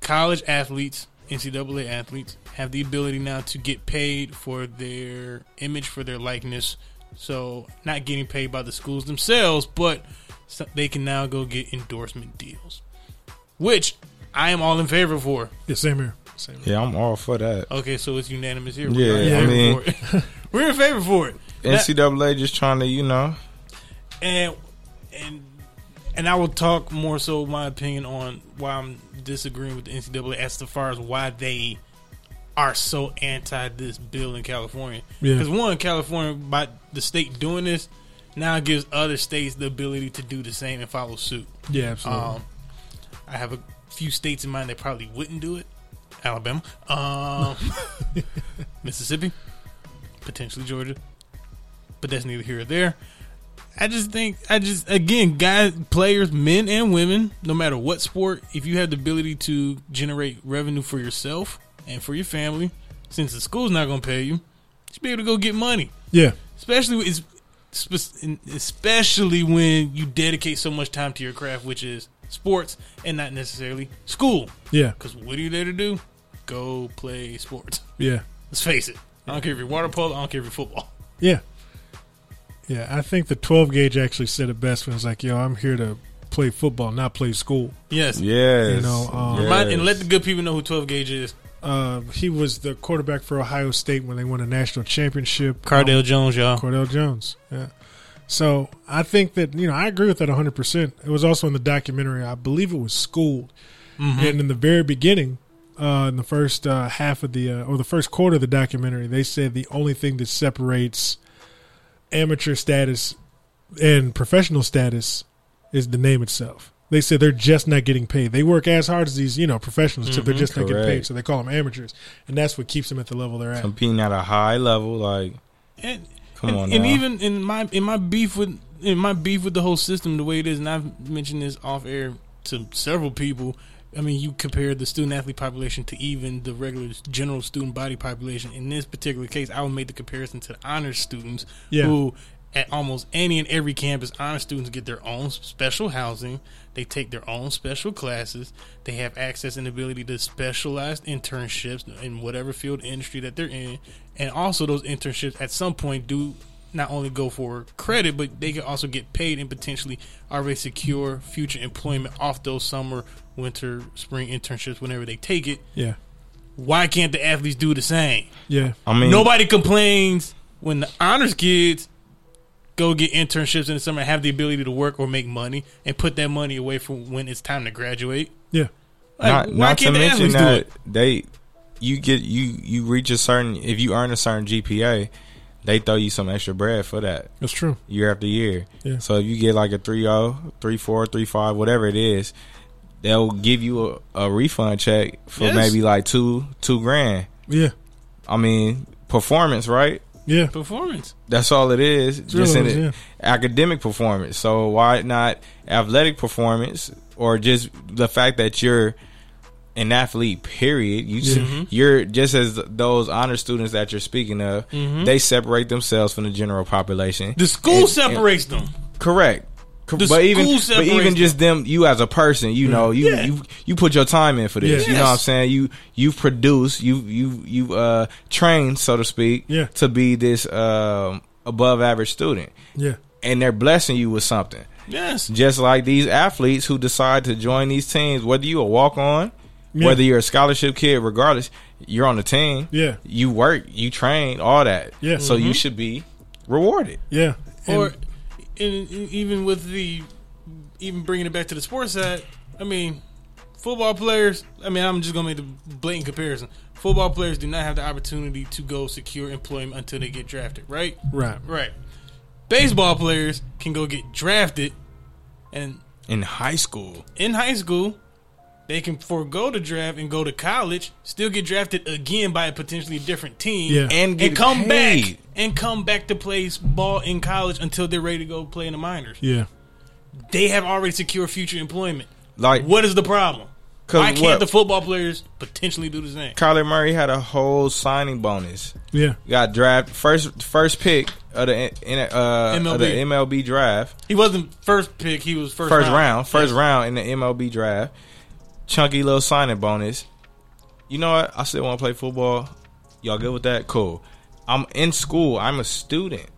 Speaker 1: college athletes, NCAA athletes, have the ability now to get paid for their image, for their likeness. So, not getting paid by the schools themselves, but so- they can now go get endorsement deals, which I am all in favor for.
Speaker 3: Yeah, same here. Same here.
Speaker 2: Yeah, I'm all for that.
Speaker 1: Okay, so it's unanimous here.
Speaker 2: Yeah,
Speaker 1: We're in favor
Speaker 3: I
Speaker 2: mean-
Speaker 1: for it. [laughs] we're in favor for it. That-
Speaker 2: NCAA just trying to, you know,
Speaker 1: and and and I will talk more so my opinion on why I'm disagreeing with the NCAA as to far as why they are so anti this bill in California.
Speaker 3: Yeah.
Speaker 1: Because one, California by the state doing this now gives other states the ability to do the same and follow suit.
Speaker 3: Yeah, absolutely.
Speaker 1: Um, I have a few states in mind that probably wouldn't do it. Alabama, um, Mississippi, potentially Georgia, but that's neither here or there. I just think I just again, guys, players, men and women, no matter what sport, if you have the ability to generate revenue for yourself and for your family, since the school's not going to pay you, you should be able to go get money
Speaker 3: yeah,
Speaker 1: especially when- it's spe- especially when you dedicate so much time to your craft, which is sports and not necessarily school.
Speaker 3: yeah,
Speaker 1: Because what are you there to do? Go play sports.
Speaker 3: yeah.
Speaker 1: Let's face it. I don't care if you're water polo. I don't care if you're football.
Speaker 3: Yeah. Yeah, I think the 12 gauge actually said it best when it's like, yo, I'm here to play football, not play school.
Speaker 1: Yes.
Speaker 2: yes,
Speaker 3: You know, um,
Speaker 1: Remind, and let the good people know who 12 gauge is.
Speaker 3: Uh, he was the quarterback for Ohio State when they won a national championship.
Speaker 1: Cardell Jones, y'all.
Speaker 3: Cordell Jones. Yeah. So I think that, you know, I agree with that 100%. It was also in the documentary. I believe it was Schooled. And in the very beginning, uh, in the first uh, half of the uh, or the first quarter of the documentary, they said the only thing that separates amateur status and professional status is the name itself. They said they're just not getting paid. They work as hard as these, you know, professionals, except they're just not getting paid.
Speaker 2: correct.
Speaker 3: So they call them amateurs, and that's what keeps them at the level they're at.
Speaker 2: competing at a high level. Like,
Speaker 1: And,
Speaker 2: Come
Speaker 1: and,
Speaker 2: on
Speaker 1: and
Speaker 2: now.
Speaker 1: even in my in my beef with in my beef with the whole system the way it is, and I've mentioned this off air to several people. I mean, you compare the student athlete population to even the regular general student body population. In this particular case, I would make the comparison to the honors students,
Speaker 3: Yeah.
Speaker 1: who at almost any and every campus, honors students get their own special housing. They take their own special classes. They have access and ability to specialized internships in whatever field industry that they're in. And also, those internships at some point do not only go for credit, but they can also get paid and potentially already secure future employment off those summer, winter, spring internships whenever they take it.
Speaker 3: Yeah,
Speaker 1: Why can't the athletes do the same?
Speaker 3: yeah,
Speaker 2: I mean,
Speaker 1: Nobody complains when the honors kids go get internships in the summer and have the ability to work or make money and put that money away for when it's time to graduate.
Speaker 3: yeah,
Speaker 1: Like,
Speaker 2: not,
Speaker 1: why
Speaker 2: not to
Speaker 1: can't the athletes
Speaker 2: mention
Speaker 1: do
Speaker 2: that
Speaker 1: it?
Speaker 2: they you get you you reach a certain if you earn a certain GPA, they throw you some extra bread for that
Speaker 3: that's true.
Speaker 2: year after year.
Speaker 3: Yeah.
Speaker 2: So if you get like a oh, 3.0, 3.4, 3.5, whatever it is, they'll give you a, a refund check for
Speaker 1: Yes.
Speaker 2: maybe like two two grand.
Speaker 3: Yeah,
Speaker 2: I mean performance, right?
Speaker 3: yeah,
Speaker 1: Performance.
Speaker 2: That's all it is. just in
Speaker 3: really,
Speaker 2: it-
Speaker 3: yeah.
Speaker 2: academic performance. So why not athletic performance or just the fact that you're an athlete period you just- you're just as those honor students that you're speaking of they separate themselves from the general population
Speaker 1: The school
Speaker 2: And-
Speaker 1: separates them.
Speaker 2: correct Co-
Speaker 1: The
Speaker 2: but even
Speaker 1: school
Speaker 2: but even
Speaker 1: separates
Speaker 2: just them you as a person you know you
Speaker 1: Yeah.
Speaker 2: you you put your time in for this
Speaker 3: Yeah.
Speaker 2: you know what I'm
Speaker 1: Yes.
Speaker 2: saying you you've produced you you you uh trained so to speak
Speaker 3: Yeah.
Speaker 2: to be this um above average student
Speaker 3: yeah,
Speaker 2: and they're blessing you with something
Speaker 1: Yes.
Speaker 2: just like these athletes who decide to join these teams, whether you a walk on,
Speaker 3: Yeah.
Speaker 2: whether you're a scholarship kid, regardless, you're on the team.
Speaker 3: Yeah.
Speaker 2: You work, you train, all that.
Speaker 3: Yeah.
Speaker 2: So
Speaker 1: Mm-hmm.
Speaker 2: you should be rewarded.
Speaker 3: yeah. And-
Speaker 1: or in, in- even with the even bringing it back to the sports side, I mean, football players. I mean, I'm just gonna make the blatant comparison. Football players do not have the opportunity to go secure employment until they get drafted, right?
Speaker 3: right,
Speaker 1: Right. Baseball players can go get drafted, and
Speaker 2: In high school.
Speaker 1: in high school, they can forego the draft and go to college, still get drafted again by a potentially different team,
Speaker 3: Yeah.
Speaker 2: And get
Speaker 1: come
Speaker 2: paid.
Speaker 1: back and come back to play ball in college until they're ready to go play in the minors.
Speaker 3: yeah,
Speaker 1: They have already secured future employment.
Speaker 2: Like
Speaker 1: What is the problem?
Speaker 2: 'Cause
Speaker 1: Why can't
Speaker 2: what-
Speaker 1: the football players potentially do the same?
Speaker 2: Kyler Murray had a whole signing bonus.
Speaker 3: yeah,
Speaker 2: Got draft first first pick of the in, uh, Of the
Speaker 1: MLB.
Speaker 2: MLB draft.
Speaker 1: He wasn't first pick; he was first,
Speaker 2: first round, first
Speaker 1: Yes.
Speaker 2: round in the MLB draft. Chunky little signing bonus. You know what? I still want to play football. Y'all good with that? Cool. I'm in school. I'm a student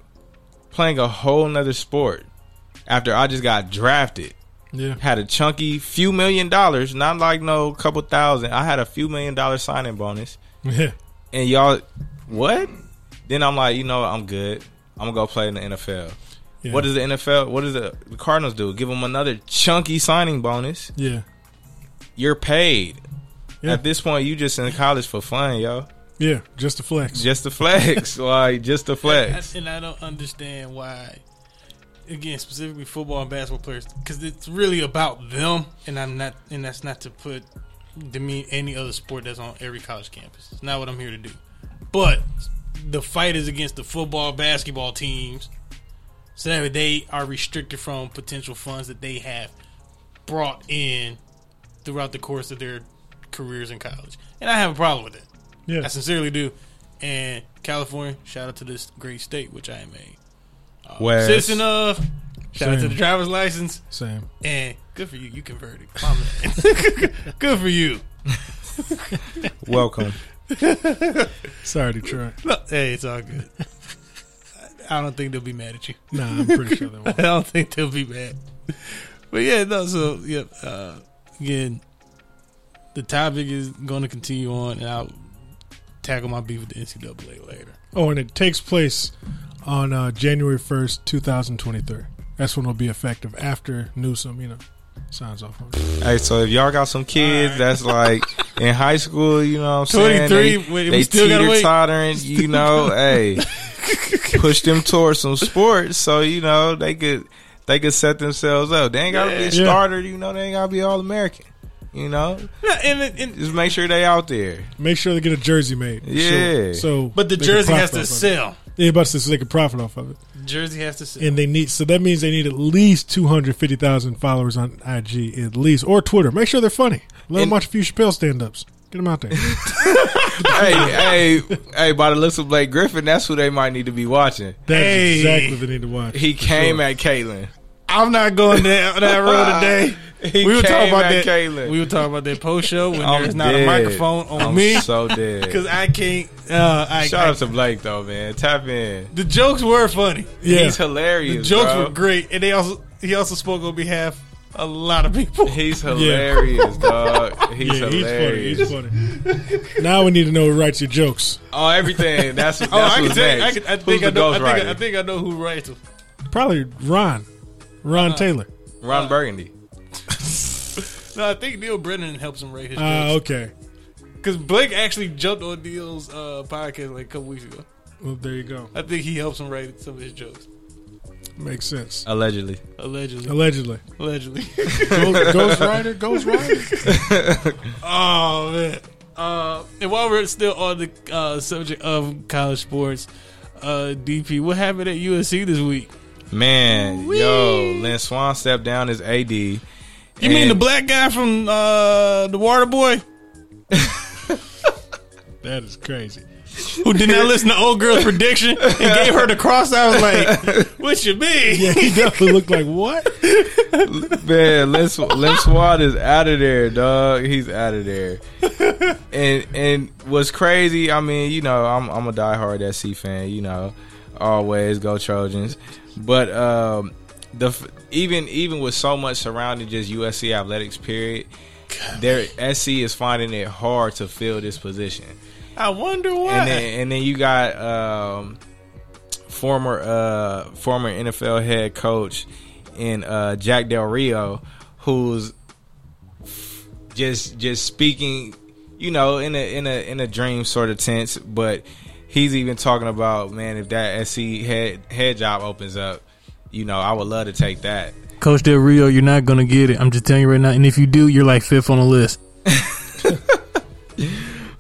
Speaker 2: playing a whole nother sport. After I just got drafted,
Speaker 3: yeah,
Speaker 2: had a chunky few million dollars, not like no couple thousand. I had a few million dollar signing bonus,
Speaker 3: yeah.
Speaker 2: and y'all, what? Then I'm like, you know, what? I'm good. I'm gonna go play in the NFL.
Speaker 3: Yeah.
Speaker 2: What does the NFL? What does the, the Cardinals do? Give them another chunky signing bonus.
Speaker 3: Yeah,
Speaker 2: You're paid.
Speaker 3: Yeah.
Speaker 2: At this point, you just in college for fun, yo.
Speaker 3: yeah. Just a flex.
Speaker 2: Just the flex, [laughs] like just the
Speaker 1: I,
Speaker 2: flex.
Speaker 1: and I don't understand why. Again, specifically football and basketball players, because it's really about them. And I'm not, and that's not to put demean any other sport that's on every college campus. It's not what I'm here to do. But the fight is against the football, basketball teams, so that they are restricted from potential funds that they have brought in throughout the course of their careers in college. And I have a problem with it.
Speaker 3: Yeah,
Speaker 1: I sincerely do. And California, shout out to this great state which I am a
Speaker 2: Whereas-
Speaker 1: citizen of. Shout out to
Speaker 3: Same.
Speaker 1: the driver's license.
Speaker 3: same.
Speaker 1: And good for you, you converted. My man. [laughs] good for you.
Speaker 2: welcome.
Speaker 3: Sorry, Detroit.
Speaker 1: No, hey, it's all good. I don't think they'll be mad at you. [laughs]
Speaker 3: Nah, I'm pretty sure they won't.
Speaker 1: I don't think they'll be mad. But yeah, no. So yeah, uh, again, the topic is going to continue on, and I'll tackle my beef with the NCAA later.
Speaker 3: Oh, and it takes place on uh, January 1st, 2023. That's when it'll be effective after Newsom, you know. Signs off on
Speaker 2: Hey, so if y'all got some kids that's like
Speaker 1: [laughs]
Speaker 2: in high school, you know what I'm saying?
Speaker 1: 23,
Speaker 2: they,
Speaker 1: we- we
Speaker 2: they
Speaker 1: still gotta
Speaker 2: teeter
Speaker 1: wait.
Speaker 2: tottering,
Speaker 1: [laughs]
Speaker 2: you know, hey. Push them towards some sports so you know they could they could set themselves up. They ain't gotta be a
Speaker 3: Yeah.
Speaker 2: starter, you know, they ain't gotta be all American. You know?
Speaker 1: No, and, it- and-
Speaker 2: Just make sure they out
Speaker 1: [laughs]
Speaker 2: there.
Speaker 3: Make sure they get a jersey made.
Speaker 2: Yeah.
Speaker 3: So, so
Speaker 1: but the
Speaker 3: they can
Speaker 1: jersey
Speaker 3: profit
Speaker 1: has
Speaker 3: off
Speaker 1: to
Speaker 3: of it.
Speaker 1: sell.
Speaker 3: Yeah, about to say so they can profit off of it,
Speaker 1: Jersey has to sell.
Speaker 3: and they need so that means they need at least two hundred fifty thousand followers on IG at least or Twitter. Make sure they're funny. Let them
Speaker 2: And-
Speaker 3: watch a few Chappelle stand ups. Get them out
Speaker 2: [laughs]
Speaker 3: there.
Speaker 2: hey, hey, hey, by the looks of Blake Griffin, that's who they might need to be watching.
Speaker 3: That's
Speaker 1: Hey.
Speaker 3: exactly what they need to watch.
Speaker 2: He came at Caitlin.
Speaker 1: I'm not going down
Speaker 2: [laughs]
Speaker 1: that road today.
Speaker 2: He
Speaker 1: we were talking
Speaker 2: came
Speaker 1: about that.
Speaker 2: at Caitlyn.
Speaker 1: We were talking about that post show when
Speaker 2: I'm
Speaker 1: there's not
Speaker 2: dead.
Speaker 1: a microphone on
Speaker 2: I'm
Speaker 1: me [laughs]
Speaker 2: So dead.
Speaker 1: because I can't. Uh, I,
Speaker 2: Shout
Speaker 1: I-
Speaker 2: out to Blake though, man. Tap in.
Speaker 1: the jokes were funny.
Speaker 3: yeah.
Speaker 2: He's hilarious.
Speaker 1: The jokes
Speaker 2: bro.
Speaker 1: were great, and they also he also spoke on behalf of a lot of people.
Speaker 2: He's hilarious, dog. He's
Speaker 3: yeah,
Speaker 2: hilarious.
Speaker 3: he's funny. He's funny. now we need to know who writes your jokes.
Speaker 2: oh,
Speaker 1: [laughs]
Speaker 2: everything. That's
Speaker 1: [laughs]
Speaker 2: that's
Speaker 1: Oh, I can
Speaker 2: what's
Speaker 1: tell you. I,
Speaker 2: next.
Speaker 1: can, I
Speaker 2: Who's
Speaker 1: think
Speaker 2: the
Speaker 1: I know. I think I, I
Speaker 2: ghostwriter?
Speaker 1: think I know who writes them.
Speaker 3: Probably Ron, Ron
Speaker 2: Uh-huh.
Speaker 3: Taylor.
Speaker 2: Ron Burgundy.
Speaker 1: No, I think Neil Brennan helps him write his
Speaker 3: Ah,
Speaker 1: jokes
Speaker 3: okay.
Speaker 1: because Uh, Blake actually jumped on Neil's uh, podcast like a couple weeks ago.
Speaker 3: Well, there you go.
Speaker 1: I think he helps him write some of his jokes.
Speaker 3: Makes sense.
Speaker 2: Allegedly.
Speaker 1: Allegedly,
Speaker 3: Allegedly,
Speaker 1: allegedly.
Speaker 3: Ghost, Ghost Rider, Ghost Rider.
Speaker 1: Oh man! Uh, and while we're still on the uh, subject of college sports, uh, DP, what happened at USC this week?
Speaker 2: Man, yo, Lynn Swan stepped down as AD. You
Speaker 1: You mean the black guy from uh, the Water Boy
Speaker 3: That is crazy.
Speaker 1: who did not listen to old girl's prediction and gave her the cross? I was
Speaker 2: [laughs]
Speaker 1: like, "What you mean?"
Speaker 3: Yeah, he definitely looked like what?
Speaker 2: [laughs] Man, Lin, Sw- Lin Swan is out of there, dog. He's out of there. and and what's crazy? I mean, you know, I'm I'm a diehard SC fan. You know, always go Trojans. But um, the f- even even with so much surrounding just USC athletics, period, their SC is finding it hard to fill this position.
Speaker 1: I wonder why.
Speaker 2: And then and then you got um, former uh, former NFL head coach in uh, Jack Del Rio, who's just just speaking, you know, in a in a in a dream sort of tense, but he's even talking about, man, if that SC head head job opens up, you know, I would love to take that.
Speaker 1: Coach Del Rio, you're not gonna get it. I'm just telling you right now. And if you do, you're like fifth on the list.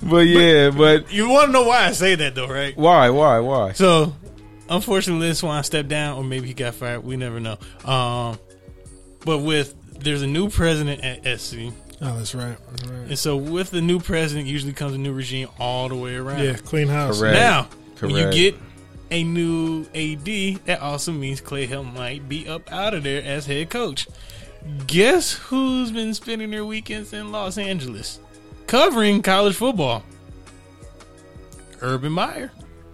Speaker 2: But yeah, but
Speaker 1: You want to know why I say that though, right?
Speaker 2: why, why, why?
Speaker 1: So, unfortunately, Lin Swan stepped down, or maybe he got fired. We never know. Um, but with there's a new president at SC,
Speaker 3: Oh, that's right. That's right.
Speaker 1: and so with the new president usually comes a new regime all the way around.
Speaker 3: Yeah, clean house.
Speaker 2: Correct.
Speaker 1: Now, when you
Speaker 2: Correct.
Speaker 1: get a new AD, that also means Clay Hill might be up out of there as head coach. Guess who's been spending their weekends in Los Angeles covering college football? Urban Meyer.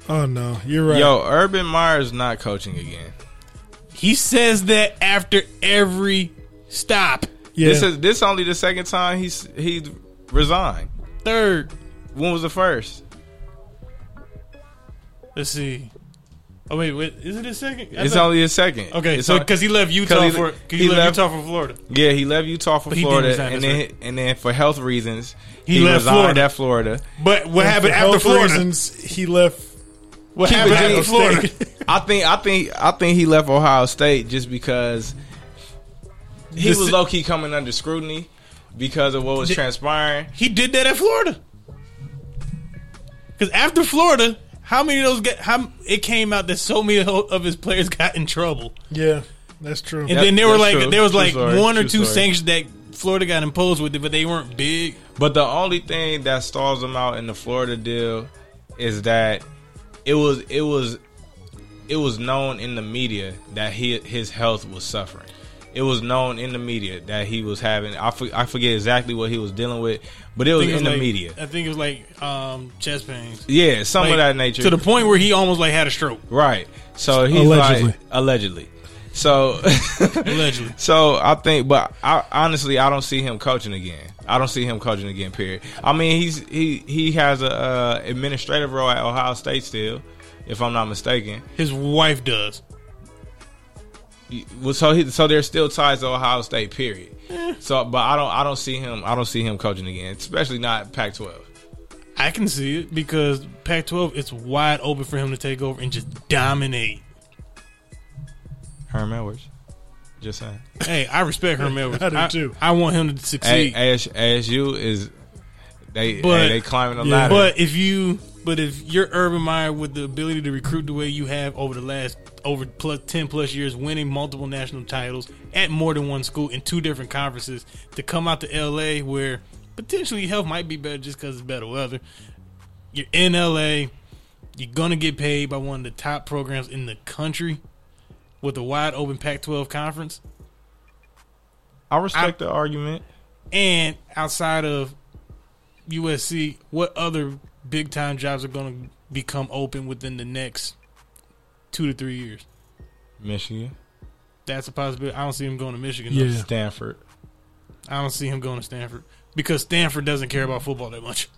Speaker 3: Oh no, you're right.
Speaker 2: Yo, Urban Meyer's not coaching again.
Speaker 1: He says that after every stop.
Speaker 3: yeah,
Speaker 2: This is this only the second time he's he's resigned.
Speaker 1: Third,
Speaker 2: When was the first?
Speaker 1: let's see. Oh wait, wait is it his second? I
Speaker 2: it's
Speaker 1: thought-
Speaker 2: only his second.
Speaker 1: okay.
Speaker 2: It's
Speaker 1: So
Speaker 2: on-
Speaker 1: because he left Utah
Speaker 2: 'cause he-
Speaker 1: for 'cause he,
Speaker 2: he
Speaker 1: left,
Speaker 2: left-
Speaker 1: Utah for Florida.
Speaker 2: yeah, he left Utah for
Speaker 1: But he didn't
Speaker 2: Florida,
Speaker 1: resign,
Speaker 2: and
Speaker 1: that's
Speaker 2: then
Speaker 1: right.
Speaker 2: and then for health reasons
Speaker 1: He left
Speaker 2: resigned
Speaker 1: Florida.
Speaker 2: at Florida.
Speaker 1: But what
Speaker 3: And for
Speaker 1: happened after
Speaker 3: health
Speaker 1: Florida?
Speaker 3: Reasons, he left.
Speaker 1: What
Speaker 2: Keep
Speaker 1: happened
Speaker 2: it
Speaker 1: after
Speaker 2: G. [laughs]
Speaker 1: Florida?
Speaker 2: I think I think I think he left Ohio State just because he
Speaker 1: This-
Speaker 2: was low key coming under scrutiny because of what was
Speaker 1: Th-
Speaker 2: transpiring.
Speaker 1: He did that at Florida. Because after Florida, how many of those get? How it came out that so many ho- of his players [laughs] got in trouble,
Speaker 3: Yeah, that's true.
Speaker 1: and
Speaker 2: Yep,
Speaker 1: then there were
Speaker 2: that's
Speaker 1: like
Speaker 2: true.
Speaker 1: there was
Speaker 2: True
Speaker 1: like
Speaker 2: story,
Speaker 1: one or
Speaker 2: true
Speaker 1: two
Speaker 2: story.
Speaker 1: sanctions that Florida got imposed with it, but they weren't big.
Speaker 2: But the only thing that stalls him out in the Florida deal is that it was it was it was known in the media that he his health was suffering. It was known in the media that he was having. I, for, I forget exactly what he was dealing with, but it was
Speaker 1: think
Speaker 2: in
Speaker 1: it was
Speaker 2: the
Speaker 1: like-
Speaker 2: media.
Speaker 1: I think it was like um, chest pains.
Speaker 2: Yeah, some of
Speaker 1: Like,
Speaker 2: that nature.
Speaker 1: To the point where he almost like had a stroke,
Speaker 2: right. So he's
Speaker 3: Allegedly.
Speaker 2: like allegedly. So [laughs]
Speaker 1: allegedly.
Speaker 2: So I think, but I honestly I don't see him coaching again. I don't see him coaching again. Period. I mean, he's he he has a uh, administrative role at Ohio State still, if I'm not mistaken.
Speaker 1: His wife does.
Speaker 2: Well, so he, so there's still ties to Ohio State. Period. So, but I don't I don't see him I don't see him coaching again, especially not Pac-12.
Speaker 1: I can see it because Pac-12 it's wide open for him to take over and just dominate.
Speaker 2: Herm Edwards, just saying.
Speaker 1: Hey, I respect Herm Edwards.
Speaker 3: [laughs] I do
Speaker 1: I,
Speaker 3: too.
Speaker 1: I want him to succeed.
Speaker 2: A- AS, ASU is they
Speaker 1: But-
Speaker 2: hey, they climbing the
Speaker 3: yeah.
Speaker 2: ladder.
Speaker 1: But if you, but if you're Urban Meyer with the ability to recruit the way you have over the last over plus ten plus years, winning multiple national titles at more than one school in two different conferences, to come out to L.A. where potentially health might be better just because it's better weather. You're in L.A. You're gonna get paid by one of the top programs in the country with a wide open Pac-12 conference.
Speaker 2: I respect the argument.
Speaker 1: And outside of USC, what other big time jobs are going to become open within the next two to three years?
Speaker 2: Michigan,
Speaker 1: That's a possibility. I don't see him going to Michigan. though.
Speaker 3: Yeah.
Speaker 2: Stanford.
Speaker 1: I don't see him going to Stanford because Stanford doesn't care about football that much.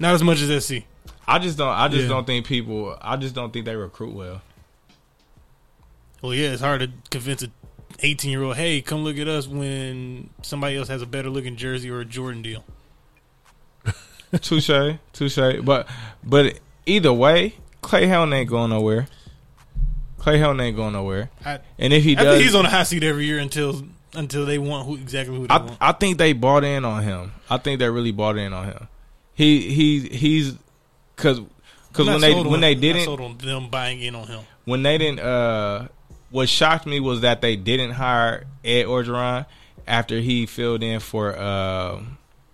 Speaker 1: Not as much as SC.
Speaker 2: I just don't. I just
Speaker 3: Yeah.
Speaker 2: don't think people. I just don't think they recruit well.
Speaker 1: Well, yeah, it's hard to convince a 18 year old, hey, come look at us when somebody else has a better looking jersey or a Jordan deal.
Speaker 2: Touche, [laughs] touche. But but either way, Clay Helton ain't going nowhere. Clay Helton ain't going nowhere.
Speaker 1: I,
Speaker 2: And if he
Speaker 1: I
Speaker 2: does,
Speaker 1: think he's on the hot seat every year until until they want who exactly who they
Speaker 2: I
Speaker 1: want.
Speaker 2: I think they bought in on him. I think they really bought in on him. He he he's because because
Speaker 1: I'm
Speaker 2: when
Speaker 1: not
Speaker 2: they
Speaker 1: sold on-
Speaker 2: when they
Speaker 1: I'm not
Speaker 2: didn't
Speaker 1: sold on them buying in on him.
Speaker 2: when they didn't uh what shocked me was that they didn't hire Ed Orgeron after he filled in for uh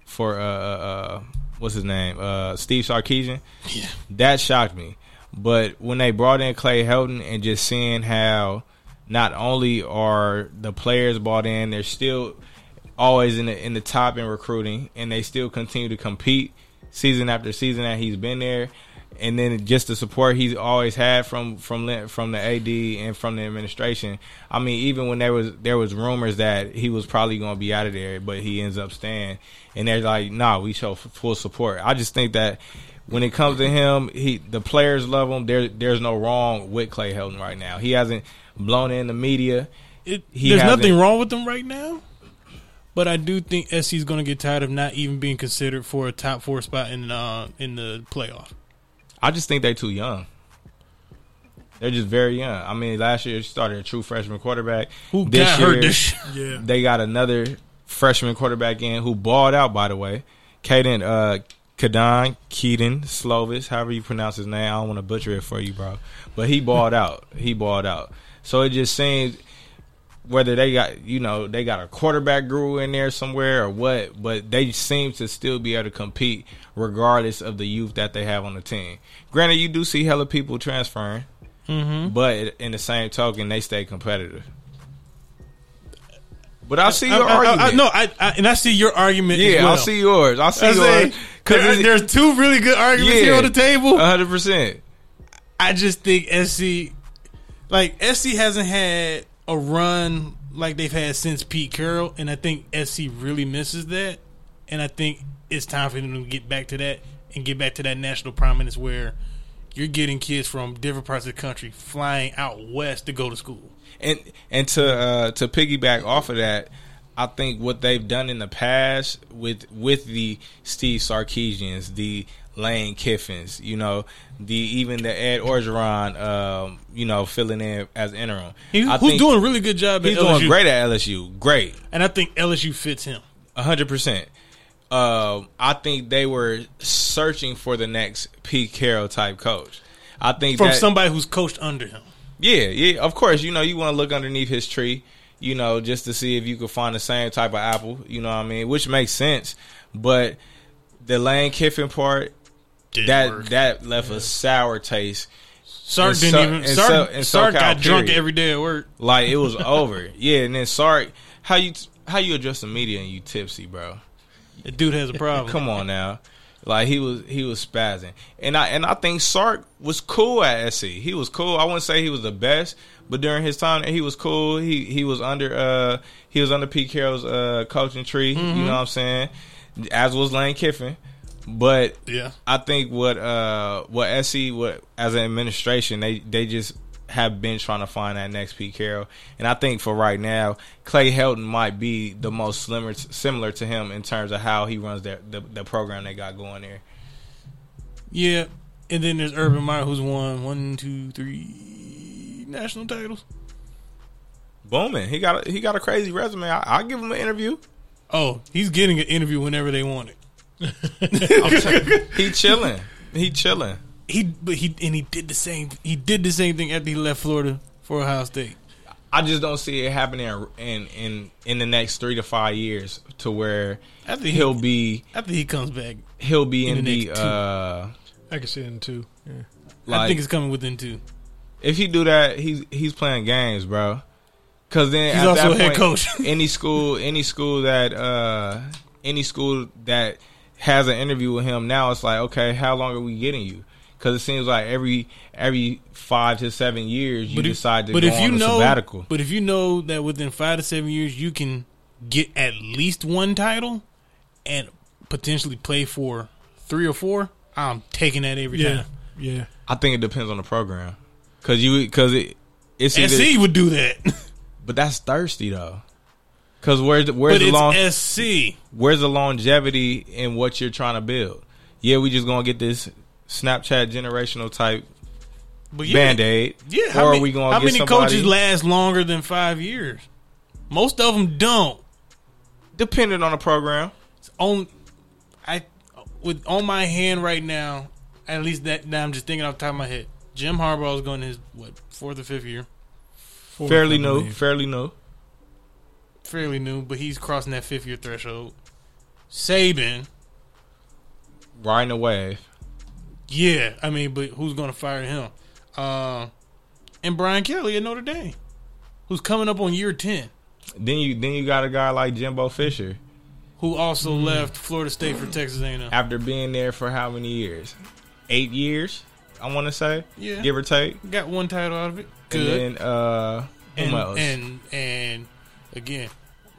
Speaker 2: for uh, uh uh, what's his name uh Steve Sarkeesian
Speaker 1: Yeah.
Speaker 2: that shocked me but when they brought in Clay Helton and just seeing how not only are the players bought in they're still always in the in the top in recruiting and they still continue to compete season after season that he's been there and then just the support he's always had from from the- from the AD and from the administration. I mean, even when there was there was rumors that he was probably going to be out of there, but he ends up staying. And they're like, "Nah, we show f- full support." I just think that when it comes to him, he the players love him. There there's no wrong with Clay Helton right now. He hasn't blown in the media.
Speaker 1: It,
Speaker 2: He
Speaker 1: there's
Speaker 2: hasn't-
Speaker 1: nothing wrong with them right now, but I do think SC is going to get tired of not even being considered for a top four spot in uh, in the playoff.
Speaker 2: I just think they're too young. They're just very young. I mean, last year started a true freshman quarterback.
Speaker 1: Who
Speaker 2: This
Speaker 1: got
Speaker 2: year-
Speaker 1: hurt this year?
Speaker 3: Yeah.
Speaker 2: They got another freshman quarterback in who balled out, by the way. Kaden, uh, Kadan, Keaton, Slovis, however you pronounce his name. I don't want to butcher it for you, bro. But he balled out. He balled out. So it just seems whether they got, you know, they got a quarterback guru in there somewhere or what, but they seem to still be able to compete regardless of the youth that they have on the team. Granted, you do see hella people transferring,
Speaker 1: Mm-hmm.
Speaker 2: but in the same token, they stay competitive. But I see
Speaker 1: I,
Speaker 2: your
Speaker 1: I-
Speaker 2: argument.
Speaker 1: I- no, I, I and I see your argument.
Speaker 2: yeah,
Speaker 1: as well.
Speaker 2: I see yours. I see
Speaker 1: I say,
Speaker 2: yours.
Speaker 1: there-
Speaker 2: Because
Speaker 1: there's two really good arguments
Speaker 2: Yeah. Uh,
Speaker 1: here on the table.
Speaker 2: hundred percent.
Speaker 1: I just think SC, like SC, hasn't had a run like they've had since Pete Carroll, and I think SC really misses that. And I think it's time for them to get back to that and get back to that national prominence where you're getting kids from different parts of the country flying out west to go to school.
Speaker 2: And and to uh, to piggyback off of that, I think what they've done in the past with with the Steve Sarkeesians, the Lane Kiffins, you know, the even the Ed Orgeron, um, you know, filling in as interim.
Speaker 1: He,
Speaker 2: I
Speaker 1: who's
Speaker 2: think
Speaker 1: doing a really good job at
Speaker 2: He's
Speaker 1: LSU,
Speaker 2: doing great at LSU. Great.
Speaker 1: and I think LSU fits him.
Speaker 2: A hundred percent. Um, I think they were searching for the next Pete Carroll type coach. I think
Speaker 1: From
Speaker 2: that,
Speaker 1: somebody who's coached under him.
Speaker 2: yeah, yeah, of course. You know, you want to look underneath his tree, you know, just to see if you could find the same type of apple. You know what I mean? Which makes sense, but the Lane Kiffin part
Speaker 1: Didn't
Speaker 2: that
Speaker 1: work.
Speaker 2: that left a sour taste.
Speaker 1: Sark
Speaker 2: and
Speaker 1: didn't
Speaker 2: so-
Speaker 1: even.
Speaker 2: and
Speaker 1: Sark,
Speaker 2: so- and
Speaker 1: Sark
Speaker 2: SoCal,
Speaker 1: got drunk
Speaker 2: period.
Speaker 1: every day at work.
Speaker 2: Like it was
Speaker 1: [laughs]
Speaker 2: over. Yeah, and then sorry, how you how you address the media and you tipsy, bro?
Speaker 1: The dude has a problem.
Speaker 2: [laughs] Come on now. Like he was he was spazzing. And I and I think Sark was cool at SC. He was cool. I wouldn't say he was the best, but during his time he was cool. He he was under uh he was under Pete Carroll's uh coaching tree, you know what I'm saying? As was Lane Kiffin. But
Speaker 1: Yeah.
Speaker 2: E, I think what uh what SC what as an administration they they just have been trying to find that next Pete Carroll, and I think for right now, Clay Helton might be the most slimmer, similar to him in terms of how he runs their, the the program they got going there.
Speaker 1: Yeah, and then there's Urban Meyer, who's won one, two, three national titles.
Speaker 2: Booming, he got a, he got a crazy resume. I, I'll give him an interview.
Speaker 1: Oh, he's getting an interview whenever they want it.
Speaker 2: [laughs]
Speaker 1: [laughs]
Speaker 2: I'm t- he chilling. He chilling.
Speaker 1: He, but he, and he did the same. He did the same thing after he left Florida for Ohio State.
Speaker 2: I just don't see it happening in in in the next three to five years to where
Speaker 1: I think
Speaker 2: he'll be
Speaker 1: After he comes back,
Speaker 2: he'll be in,
Speaker 1: In the
Speaker 2: the
Speaker 1: next two.
Speaker 2: uh
Speaker 3: I can see it in two. Yeah.
Speaker 1: I
Speaker 2: like
Speaker 1: think it's coming within two.
Speaker 2: if he do that he's he's playing games, bro. Because then
Speaker 1: He's
Speaker 2: at
Speaker 1: also
Speaker 2: that
Speaker 1: a head
Speaker 2: point,
Speaker 1: coach.
Speaker 2: [laughs]
Speaker 1: [laughs]
Speaker 2: any school any school that uh any school that has an interview with him now it's like okay how long are we getting you because it seems like every every five to seven years you
Speaker 1: if-
Speaker 2: decide to
Speaker 1: but
Speaker 2: go
Speaker 1: if you
Speaker 2: on a
Speaker 1: know,
Speaker 2: sabbatical
Speaker 1: But if you know that within five to seven years you can get at least one title and potentially play for three or four, I'm taking that every
Speaker 3: Yeah.
Speaker 1: time.
Speaker 3: Yeah.
Speaker 2: I think it depends on the program because you because it it's either,
Speaker 1: SC would do that, [laughs]
Speaker 2: but that's thirsty though. Because where's the, where's
Speaker 1: but
Speaker 2: the
Speaker 1: it's
Speaker 2: long
Speaker 1: SC.
Speaker 2: where's the longevity in what you're trying to build? Yeah, we just gonna get this Snapchat generational type
Speaker 1: But yeah,
Speaker 2: band aid.
Speaker 1: Yeah,
Speaker 2: or
Speaker 1: how many,
Speaker 2: are we gonna
Speaker 1: how
Speaker 2: get
Speaker 1: many
Speaker 2: somebody?
Speaker 1: coaches last longer than five years? Most of them don't.
Speaker 2: dependent on the program.
Speaker 1: on I with on my hand right now, at least that now I'm just thinking off the top of my head. Jim Harbaugh is going his what fourth or fifth year,
Speaker 3: Fourth,
Speaker 2: fairly
Speaker 3: I
Speaker 2: new,
Speaker 3: believe.
Speaker 2: fairly new.
Speaker 1: fairly new, but he's crossing that fifth year threshold. Saban,
Speaker 2: Riding the wave.
Speaker 1: yeah, I mean, but who's going to fire him? Uh, and Brian Kelly at Notre Dame, who's coming up on year ten,
Speaker 2: Then you then you got a guy like Jimbo Fisher
Speaker 1: who also
Speaker 2: Mm.
Speaker 1: left Florida State for Texas A&M.
Speaker 2: after being there for how many years? Eight years, I want to say,
Speaker 1: Yeah,
Speaker 2: give or take.
Speaker 1: got one title out of it. Good.
Speaker 2: And then uh, who
Speaker 1: and,
Speaker 2: else?
Speaker 1: and and again,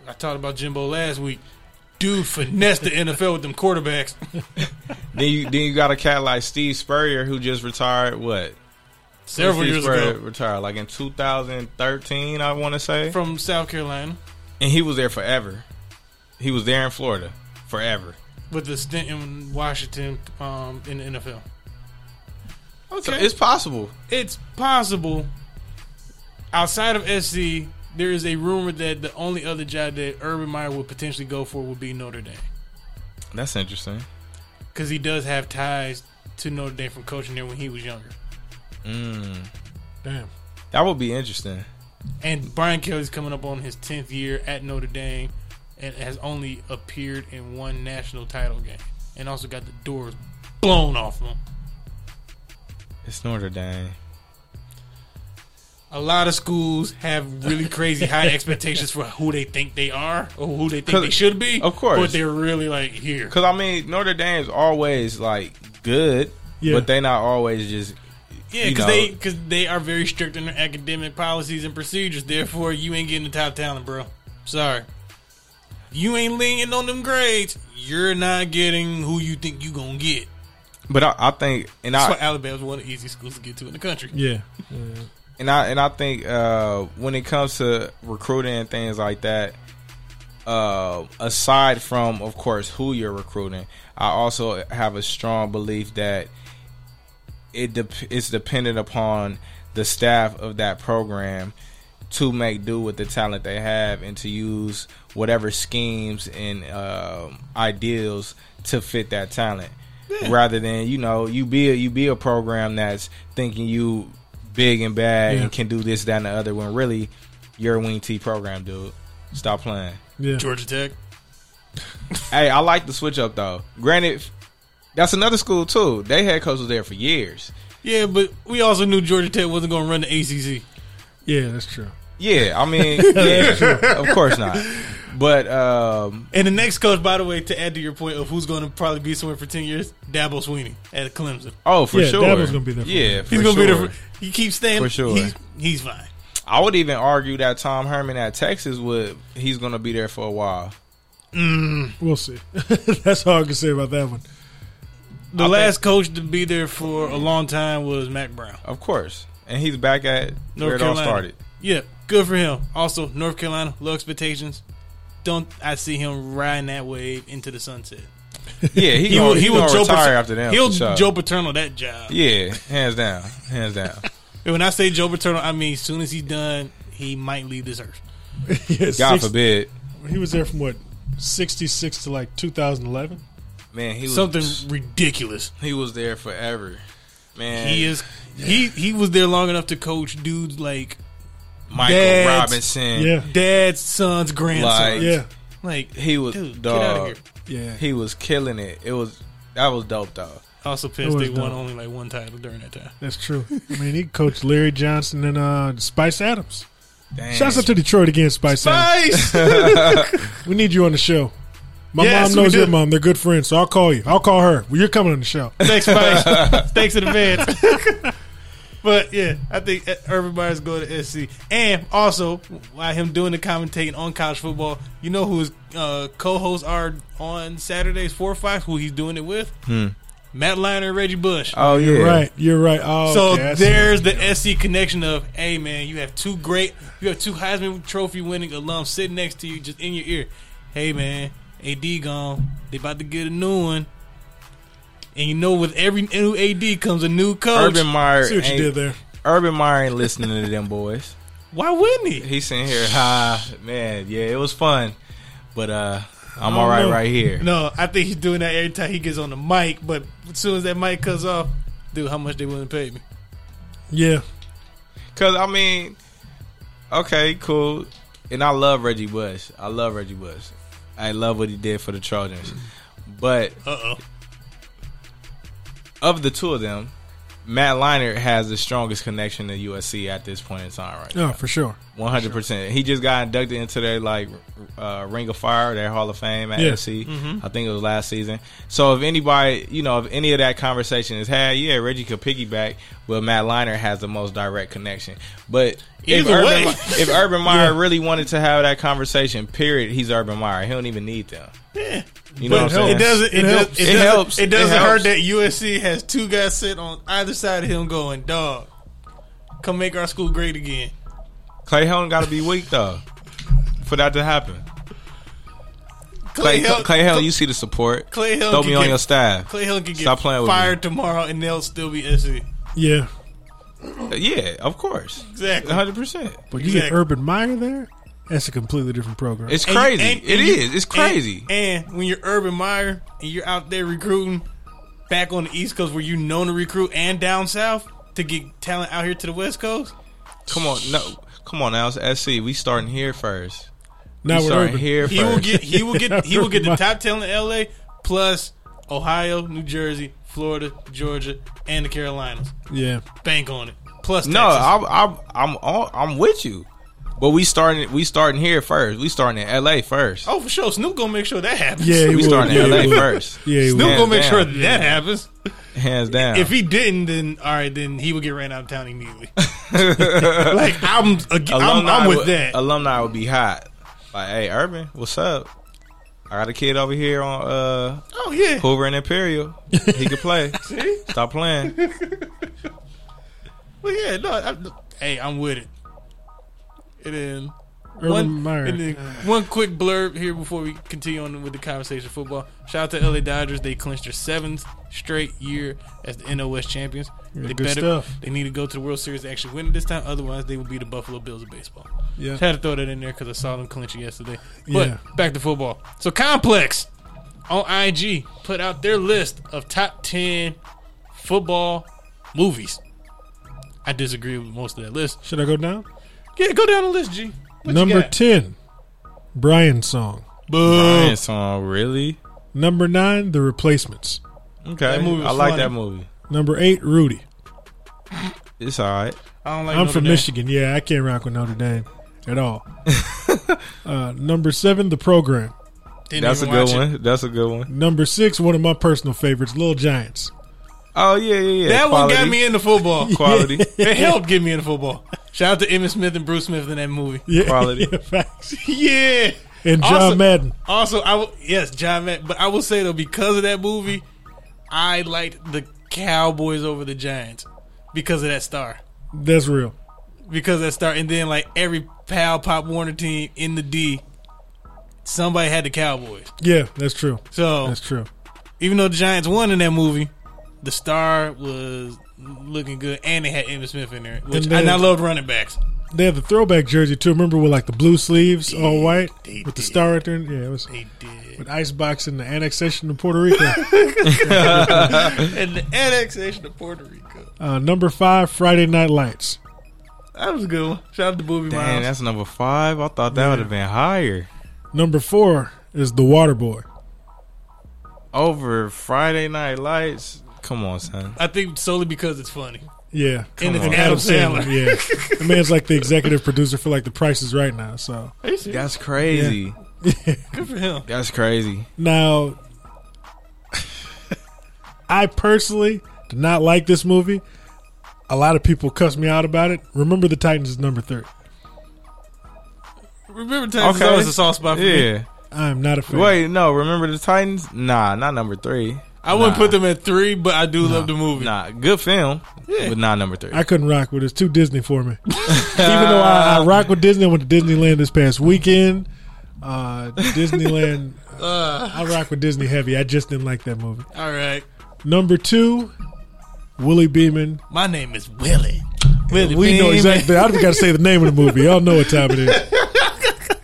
Speaker 1: I talked about Jimbo last week. Dude finessed the NFL with them
Speaker 2: [laughs]
Speaker 1: quarterbacks.
Speaker 2: then you then you got a cat like Steve Spurrier who just retired. What
Speaker 1: Several
Speaker 2: Steve
Speaker 1: years
Speaker 2: Spurrier
Speaker 1: ago.
Speaker 2: Retired like in 2013, I want to say,
Speaker 1: from South Carolina
Speaker 2: and he was there forever. He was there in Florida forever.
Speaker 1: with the stint in Washington um, in the NFL. Okay,
Speaker 2: So it's
Speaker 1: it's,
Speaker 2: possible.
Speaker 1: possible. Outside of SC, there is a rumor that the only other job that Urban Meyer would potentially go for would be Notre Dame
Speaker 2: That's interesting.
Speaker 1: because he does have ties to Notre Dame from coaching there when he was younger.
Speaker 2: Mm.
Speaker 3: Damn.
Speaker 2: That would be interesting.
Speaker 1: And Brian Kelly's coming up on his 10th year at Notre Dame and has only appeared in one national title game and also got the doors blown off him.
Speaker 2: It's Notre Dame.
Speaker 1: A lot of schools have really crazy
Speaker 2: [laughs]
Speaker 1: high expectations for who they think they are or who they think they should be.
Speaker 2: Of course.
Speaker 1: But they're really like here.
Speaker 2: Because I mean, Notre Dame's always like good,
Speaker 3: Yeah.
Speaker 2: but they not always just
Speaker 1: Yeah,
Speaker 2: you
Speaker 1: because
Speaker 2: know.
Speaker 1: they, cause they are very strict in their academic policies and procedures. Therefore, you ain't getting the top talent, bro. Sorry. You ain't leaning on them grades. You're not getting who you think you going to get.
Speaker 2: But I, I think, and I
Speaker 1: That's why Alabama's one of the easiest schools to get to in the country.
Speaker 3: Yeah. yeah.
Speaker 2: and I and I think uh, when it comes to recruiting and things like that, uh, aside from of course who you're recruiting, I also have a strong belief that it dep it's dependent upon the staff of that program to make do with the talent they have and to use whatever schemes and um, ideals to fit that talent rather than you know you be a, you be a program that's thinking you big and bad
Speaker 3: Yeah.
Speaker 2: and can do this that and the other when really you're a wing T program dude stop playing
Speaker 3: Yeah.
Speaker 1: Georgia Tech.
Speaker 2: hey I like the switch up though granted that's another school too they head coach was there for years
Speaker 1: Yeah, but we also knew Georgia Tech wasn't going to run the ACC.
Speaker 3: Yeah, that's true.
Speaker 2: Yeah, I mean, yeah, of course not. But um,
Speaker 1: And the next coach, by the way, to add to your point of who's going to probably be somewhere for 10 years, Dabo Sweeney at Clemson.
Speaker 2: oh, for
Speaker 3: Yeah,
Speaker 2: sure,
Speaker 3: Dabo's gonna be there for
Speaker 2: yeah,
Speaker 3: him.
Speaker 1: He's
Speaker 2: going to
Speaker 1: be there for, he keeps staying.
Speaker 2: For sure.
Speaker 1: He's, he's fine.
Speaker 2: I would even argue that Tom Herman at Texas would he's going to be there for a while.
Speaker 3: We'll see. [laughs] that's all I can say about
Speaker 1: [laughs]
Speaker 3: that one.
Speaker 1: The
Speaker 2: I
Speaker 1: last coach to be there for a long time was Mac Brown.
Speaker 2: Of course, and he's back at where it all started.
Speaker 1: Yeah, good for him. Also, North Carolina, low expectations. Don't I see him riding that wave into the sunset? [laughs]
Speaker 2: Yeah, he,
Speaker 1: will-
Speaker 2: gonna, he,
Speaker 1: will
Speaker 2: gonna
Speaker 1: Joe
Speaker 2: retire
Speaker 1: Pater-
Speaker 2: after them.
Speaker 1: He'll
Speaker 2: for sure.
Speaker 1: Joe Paterno that job.
Speaker 2: Yeah, hands down, hands down.
Speaker 1: And when I say Joe Paterno, I mean as soon as he's done, he might leave this earth.
Speaker 3: Yeah,
Speaker 2: God
Speaker 3: six-
Speaker 2: forbid,
Speaker 3: He was there from what sixty six to like two thousand eleven.
Speaker 2: man. He was
Speaker 1: Something ridiculous.
Speaker 2: He was there forever, man.
Speaker 1: He is. He he was there long enough to coach dudes like
Speaker 2: Michael
Speaker 1: Dads.
Speaker 2: Robinson.
Speaker 3: Yeah.
Speaker 1: dad's son's grandson.
Speaker 2: Like-
Speaker 3: Yeah,
Speaker 1: Like
Speaker 2: he was
Speaker 1: dude, get out of
Speaker 2: dog.
Speaker 1: here.
Speaker 3: yeah.
Speaker 2: He was killing it. It was that was dope though.
Speaker 1: Also
Speaker 3: It
Speaker 1: pissed
Speaker 3: was
Speaker 1: they won
Speaker 3: dope.
Speaker 1: only like one title during that time.
Speaker 3: That's true. I mean, he coached Larry Johnson and uh, Spice Adams.
Speaker 2: Damn.
Speaker 3: Shouts
Speaker 2: [laughs]
Speaker 3: out to Detroit again, Spice, Adams. [laughs]
Speaker 1: Nice.
Speaker 2: Oh,
Speaker 3: We need you on the show. My
Speaker 1: Yes,
Speaker 3: mom
Speaker 1: we
Speaker 3: knows
Speaker 1: do.
Speaker 3: your mom. They're good friends, so I'll call you. I'll call her. Well, you're coming on the show.
Speaker 1: [laughs] Thanks, Spice. Thanks in advance. [laughs] but yeah, I think Urban Meyer's going to SC. And also, while him doing the commentating on college football, you know who his uh, co-hosts are on Saturdays four or five? Who he's doing it with? Matt Liner and Reggie Bush.
Speaker 2: Oh yeah,
Speaker 3: Right, you're right. Oh,
Speaker 1: so
Speaker 3: okay, I see.
Speaker 1: there's the SC connection of, hey man, you have two great, you have two Heisman Trophy winning alums sitting next to you, just in your ear. Hey man, AD gone. They about to get a new one. And you know, with every new AD comes a new coach.
Speaker 2: Urban Meyer.
Speaker 3: See what you
Speaker 2: ain't-
Speaker 3: did there.
Speaker 2: Urban Meyer ain't listening to them boys.
Speaker 1: Why wouldn't he?
Speaker 2: He's sitting here, ha man. Yeah, it was fun, but uh, I'm all
Speaker 3: don't
Speaker 2: right
Speaker 3: know.
Speaker 2: right here.
Speaker 1: No, I think he's doing that every time he gets on the mic. But as soon as that mic cuts off, dude, how much they willing to pay me?
Speaker 3: Yeah,
Speaker 2: Cause I mean, okay, cool. And I love Reggie Bush. I love Reggie Bush. I love what he did for the Trojans. But
Speaker 1: Uh oh.
Speaker 2: of the two of them, Matt Leinart has the strongest connection to USC at this point in time, right?
Speaker 3: no, for sure.
Speaker 2: One hundred percent. He just got inducted into their like uh, Ring of Fire, their Hall of Fame at
Speaker 3: Yeah.
Speaker 2: USC. I think it was last season. So if anybody, you know, if any of that conversation is had, yeah, Reggie could piggyback. Well, Matt Liner has the most direct connection. But if
Speaker 1: Either
Speaker 2: Urban,
Speaker 1: way.
Speaker 2: [laughs] if Urban Meyer really wanted to have that conversation, period, he's Urban Meyer. He don't even need them. You know
Speaker 3: But
Speaker 2: what I'm saying?
Speaker 1: It doesn't. It,
Speaker 3: It
Speaker 1: does,
Speaker 3: helps.
Speaker 1: It,
Speaker 2: It
Speaker 1: doesn't,
Speaker 2: helps.
Speaker 1: It doesn't
Speaker 2: It
Speaker 1: hurt
Speaker 2: helps.
Speaker 1: that USC has two guys sitting on either side of him going, "Dog, come make our school great again."
Speaker 2: Clay Helton got to be weak though for that to happen. Clay, Clay,
Speaker 1: Hel-
Speaker 2: Helton, you see the support.
Speaker 1: Clay Helton
Speaker 2: throw
Speaker 1: can
Speaker 2: me on
Speaker 1: get-
Speaker 2: your staff.
Speaker 1: Clay Hill can get
Speaker 2: Stop playing with me.
Speaker 1: fired tomorrow, and they'll still be SC.
Speaker 3: Yeah,
Speaker 2: Yeah, of course,
Speaker 1: Exactly.
Speaker 2: one hundred percent.
Speaker 3: but you get
Speaker 1: Exactly.
Speaker 3: Urban Meyer there. That's a completely different program.
Speaker 2: It's
Speaker 1: And you-
Speaker 2: crazy.
Speaker 1: and-
Speaker 2: it
Speaker 1: and you-
Speaker 2: is. It's crazy.
Speaker 1: And, and when you're Urban Meyer and you're out there recruiting back on the East Coast, where you known to recruit, and down south to get talent out here to the West Coast,
Speaker 2: come on, no, come on now. It's SC. We starting here first. We
Speaker 3: Not with
Speaker 2: starting
Speaker 3: Urban.
Speaker 2: here
Speaker 1: he
Speaker 2: first.
Speaker 1: will get. He will get. He will get
Speaker 3: [laughs]
Speaker 1: the
Speaker 3: Urban
Speaker 1: top talent in LA plus Ohio, New Jersey, Florida, Georgia, and the Carolinas.
Speaker 3: Yeah,
Speaker 1: bank on it. Plus,
Speaker 2: no,
Speaker 1: Texas.
Speaker 2: I'm, I'm, I'm, all, I'm with you. But we starting, we starting here first. We starting in LA first.
Speaker 1: oh for sure, Snoop gonna make sure that happens.
Speaker 3: yeah. He
Speaker 2: we
Speaker 3: would.
Speaker 2: starting
Speaker 3: yeah,
Speaker 2: in
Speaker 3: he
Speaker 2: LA
Speaker 3: would.
Speaker 2: first.
Speaker 3: Yeah, he
Speaker 1: Snoop
Speaker 3: would.
Speaker 2: Hands
Speaker 1: gonna make
Speaker 2: down.
Speaker 1: sure that, happens.
Speaker 2: Hands down.
Speaker 1: If he didn't, then all right, then he would get ran out of town
Speaker 2: [laughs]
Speaker 1: immediately. like I'm, ag- I'm,
Speaker 2: Alumni
Speaker 1: I'm with
Speaker 2: would-
Speaker 1: that.
Speaker 2: Alumni would be hot. Like, hey, Urban, what's up? I got a kid over here on uh,
Speaker 1: oh yeah,
Speaker 2: Hoover and Imperial. He could play.
Speaker 1: [laughs] see, [laughs]
Speaker 2: Stop playing.
Speaker 1: well yeah, no, I, hey, I'm with it. And then
Speaker 3: Urban
Speaker 1: one,
Speaker 3: Meyer.
Speaker 1: and then one quick blurb here before we continue on with the conversation of football. Shout out to LA Dodgers. They clinched their seventh straight year as the NOS champions. they
Speaker 3: good stuff.
Speaker 1: They need to go to the World Series to actually win it this time. Otherwise, they will be the Buffalo Bills of baseball.
Speaker 3: Yeah.
Speaker 1: Just had to throw that in there because I saw them clinch it yesterday. But
Speaker 3: Yeah.
Speaker 1: back to football. So Complex on IG put out their list of top ten football movies. I disagree with most of that list.
Speaker 3: Should I go down?
Speaker 1: Yeah, go down the list, G. What you
Speaker 3: Number
Speaker 1: got?
Speaker 3: ten, Brian song.
Speaker 1: Boo.
Speaker 2: Brian song, really?
Speaker 3: Number nine, The Replacements.
Speaker 2: Okay,
Speaker 1: That movie
Speaker 2: I
Speaker 1: was
Speaker 2: like
Speaker 1: funny.
Speaker 2: that movie.
Speaker 3: Number eight, Rudy.
Speaker 2: It's all right.
Speaker 1: I don't like
Speaker 3: I'm
Speaker 1: Notre
Speaker 3: from
Speaker 1: Dame.
Speaker 3: Michigan. Yeah, I can't rock with Notre Dame
Speaker 1: [laughs]
Speaker 3: at all. uh, number seven, The Program.
Speaker 1: Didn't
Speaker 2: That's a
Speaker 1: even
Speaker 2: good
Speaker 1: watch it.
Speaker 2: one. That's a good one.
Speaker 3: Number six, one of my personal favorites, Little Giants.
Speaker 2: Oh yeah, yeah, yeah.
Speaker 1: That
Speaker 2: Quality.
Speaker 1: one got me into football.
Speaker 2: [laughs]
Speaker 1: [laughs]
Speaker 2: Quality.
Speaker 1: it helped get me into football. Shout out to Emmitt Smith and Bruce Smith in that movie. [laughs]
Speaker 3: Yeah,
Speaker 2: Quality.
Speaker 3: [laughs] yeah, facts.
Speaker 1: yeah.
Speaker 3: And John
Speaker 1: Also-
Speaker 3: Madden.
Speaker 1: Also, I will, yes, John Madden. But I will say though, because of that movie, I liked the Cowboys over the Giants because of that star.
Speaker 3: That's real.
Speaker 1: because that start and then like every pal pop Warner team in the D, somebody had the Cowboys.
Speaker 3: Yeah, that's true.
Speaker 1: So
Speaker 3: That's true.
Speaker 1: even though the Giants won in that movie, the star was looking good, and they had Emmitt Smith in there, which
Speaker 3: And then-
Speaker 1: and I loved running backs.
Speaker 3: They had the throwback jersey too. Remember with like the blue sleeves, all white,
Speaker 1: they
Speaker 3: with the
Speaker 1: did.
Speaker 3: star at the end. Yeah, it was
Speaker 1: They did,
Speaker 3: with icebox in the annexation of Puerto Rico.
Speaker 1: [laughs] and the annexation of Puerto Rico.
Speaker 3: uh, number five, Friday Night Lights.
Speaker 1: That was a good one. Shout out to Booby
Speaker 2: Damn,
Speaker 1: Miles.
Speaker 2: that's number five. I thought that would have been higher.
Speaker 3: Number four is The Waterboy.
Speaker 2: Over Friday Night Lights. Come on, son.
Speaker 1: I think solely because it's funny.
Speaker 3: Yeah,
Speaker 1: and
Speaker 2: Come
Speaker 1: it's
Speaker 2: on.
Speaker 1: Adam Sandler.
Speaker 3: Yeah, the man's like the executive producer for like The Price is Right now. So
Speaker 2: That's crazy.
Speaker 1: Good for him.
Speaker 2: That's crazy.
Speaker 3: now, I personally did not like this movie. A lot of people cuss me out about it. Remember the Titans is number three.
Speaker 1: Remember, Texas
Speaker 2: Okay.
Speaker 1: okay. always a soft spot for me.
Speaker 2: Yeah.
Speaker 3: I'm not a fan.
Speaker 2: Wait, no. Remember the Titans? Nah, not number three.
Speaker 1: I wouldn't
Speaker 2: Nah.
Speaker 1: put them at three, but I do love the movie.
Speaker 2: Nah, good film,
Speaker 1: Yeah.
Speaker 2: but not number three.
Speaker 3: I couldn't rock with it. It's too Disney for me. [laughs] Even though I, I rock with Disney, I went to Disneyland this past weekend. Uh, Disneyland,
Speaker 1: Uh,
Speaker 3: I rock with Disney heavy. I just didn't like that movie.
Speaker 1: all right.
Speaker 3: Number two, Willie Beeman.
Speaker 1: My name is Willie. Willie,
Speaker 3: We know
Speaker 1: Beeman.
Speaker 3: exactly. I just got to say the name of the movie. Y'all know what time it is.
Speaker 2: hey,
Speaker 1: Shout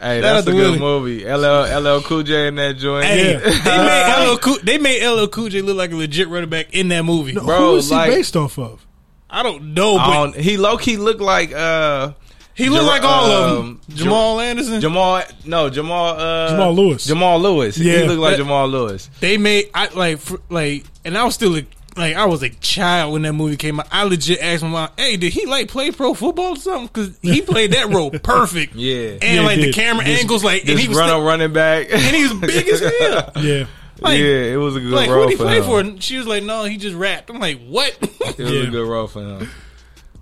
Speaker 2: that's
Speaker 1: out to
Speaker 2: a good movie. LL LL Cool J in that joint.
Speaker 1: Hey,
Speaker 3: Yeah.
Speaker 1: they made LL Cool. They made LL Cool J look like a legit running back in that movie.
Speaker 2: Bro,
Speaker 3: Who is he
Speaker 2: like-
Speaker 3: based off of?
Speaker 1: I don't know, but
Speaker 2: On- he low key looked like uh
Speaker 1: he looked
Speaker 2: Jer-
Speaker 1: like all of them.
Speaker 2: um, Jer-
Speaker 1: Jamal Anderson.
Speaker 2: Jamal. No, Jamal. Uh,
Speaker 3: Jamal Lewis.
Speaker 2: Jamal Lewis.
Speaker 3: Yeah.
Speaker 2: he looked like
Speaker 1: That-
Speaker 2: Jamal Lewis.
Speaker 1: they made I like fr- like, and I was still a, like I was a child when that movie came out. I legit asked my mom, "Hey, did he like play pro football or something?" Because he played that
Speaker 2: [laughs]
Speaker 1: role perfect.
Speaker 2: Yeah.
Speaker 1: and
Speaker 3: Yeah,
Speaker 1: like
Speaker 3: he
Speaker 1: the
Speaker 3: did.
Speaker 1: camera
Speaker 3: This-
Speaker 1: angles, like and
Speaker 2: This
Speaker 1: he was
Speaker 2: run
Speaker 1: still-
Speaker 2: on running back.
Speaker 1: [laughs] and
Speaker 2: [laughs]
Speaker 1: he was big as hell.
Speaker 3: Yeah.
Speaker 1: Like,
Speaker 2: yeah, it was a good
Speaker 1: like
Speaker 2: role
Speaker 1: who did he
Speaker 2: for
Speaker 1: play
Speaker 2: him.
Speaker 1: for? And she was like, "No, he just rapped." I'm like, "What?" [laughs]
Speaker 2: It was
Speaker 3: Yeah.
Speaker 2: a good role for him.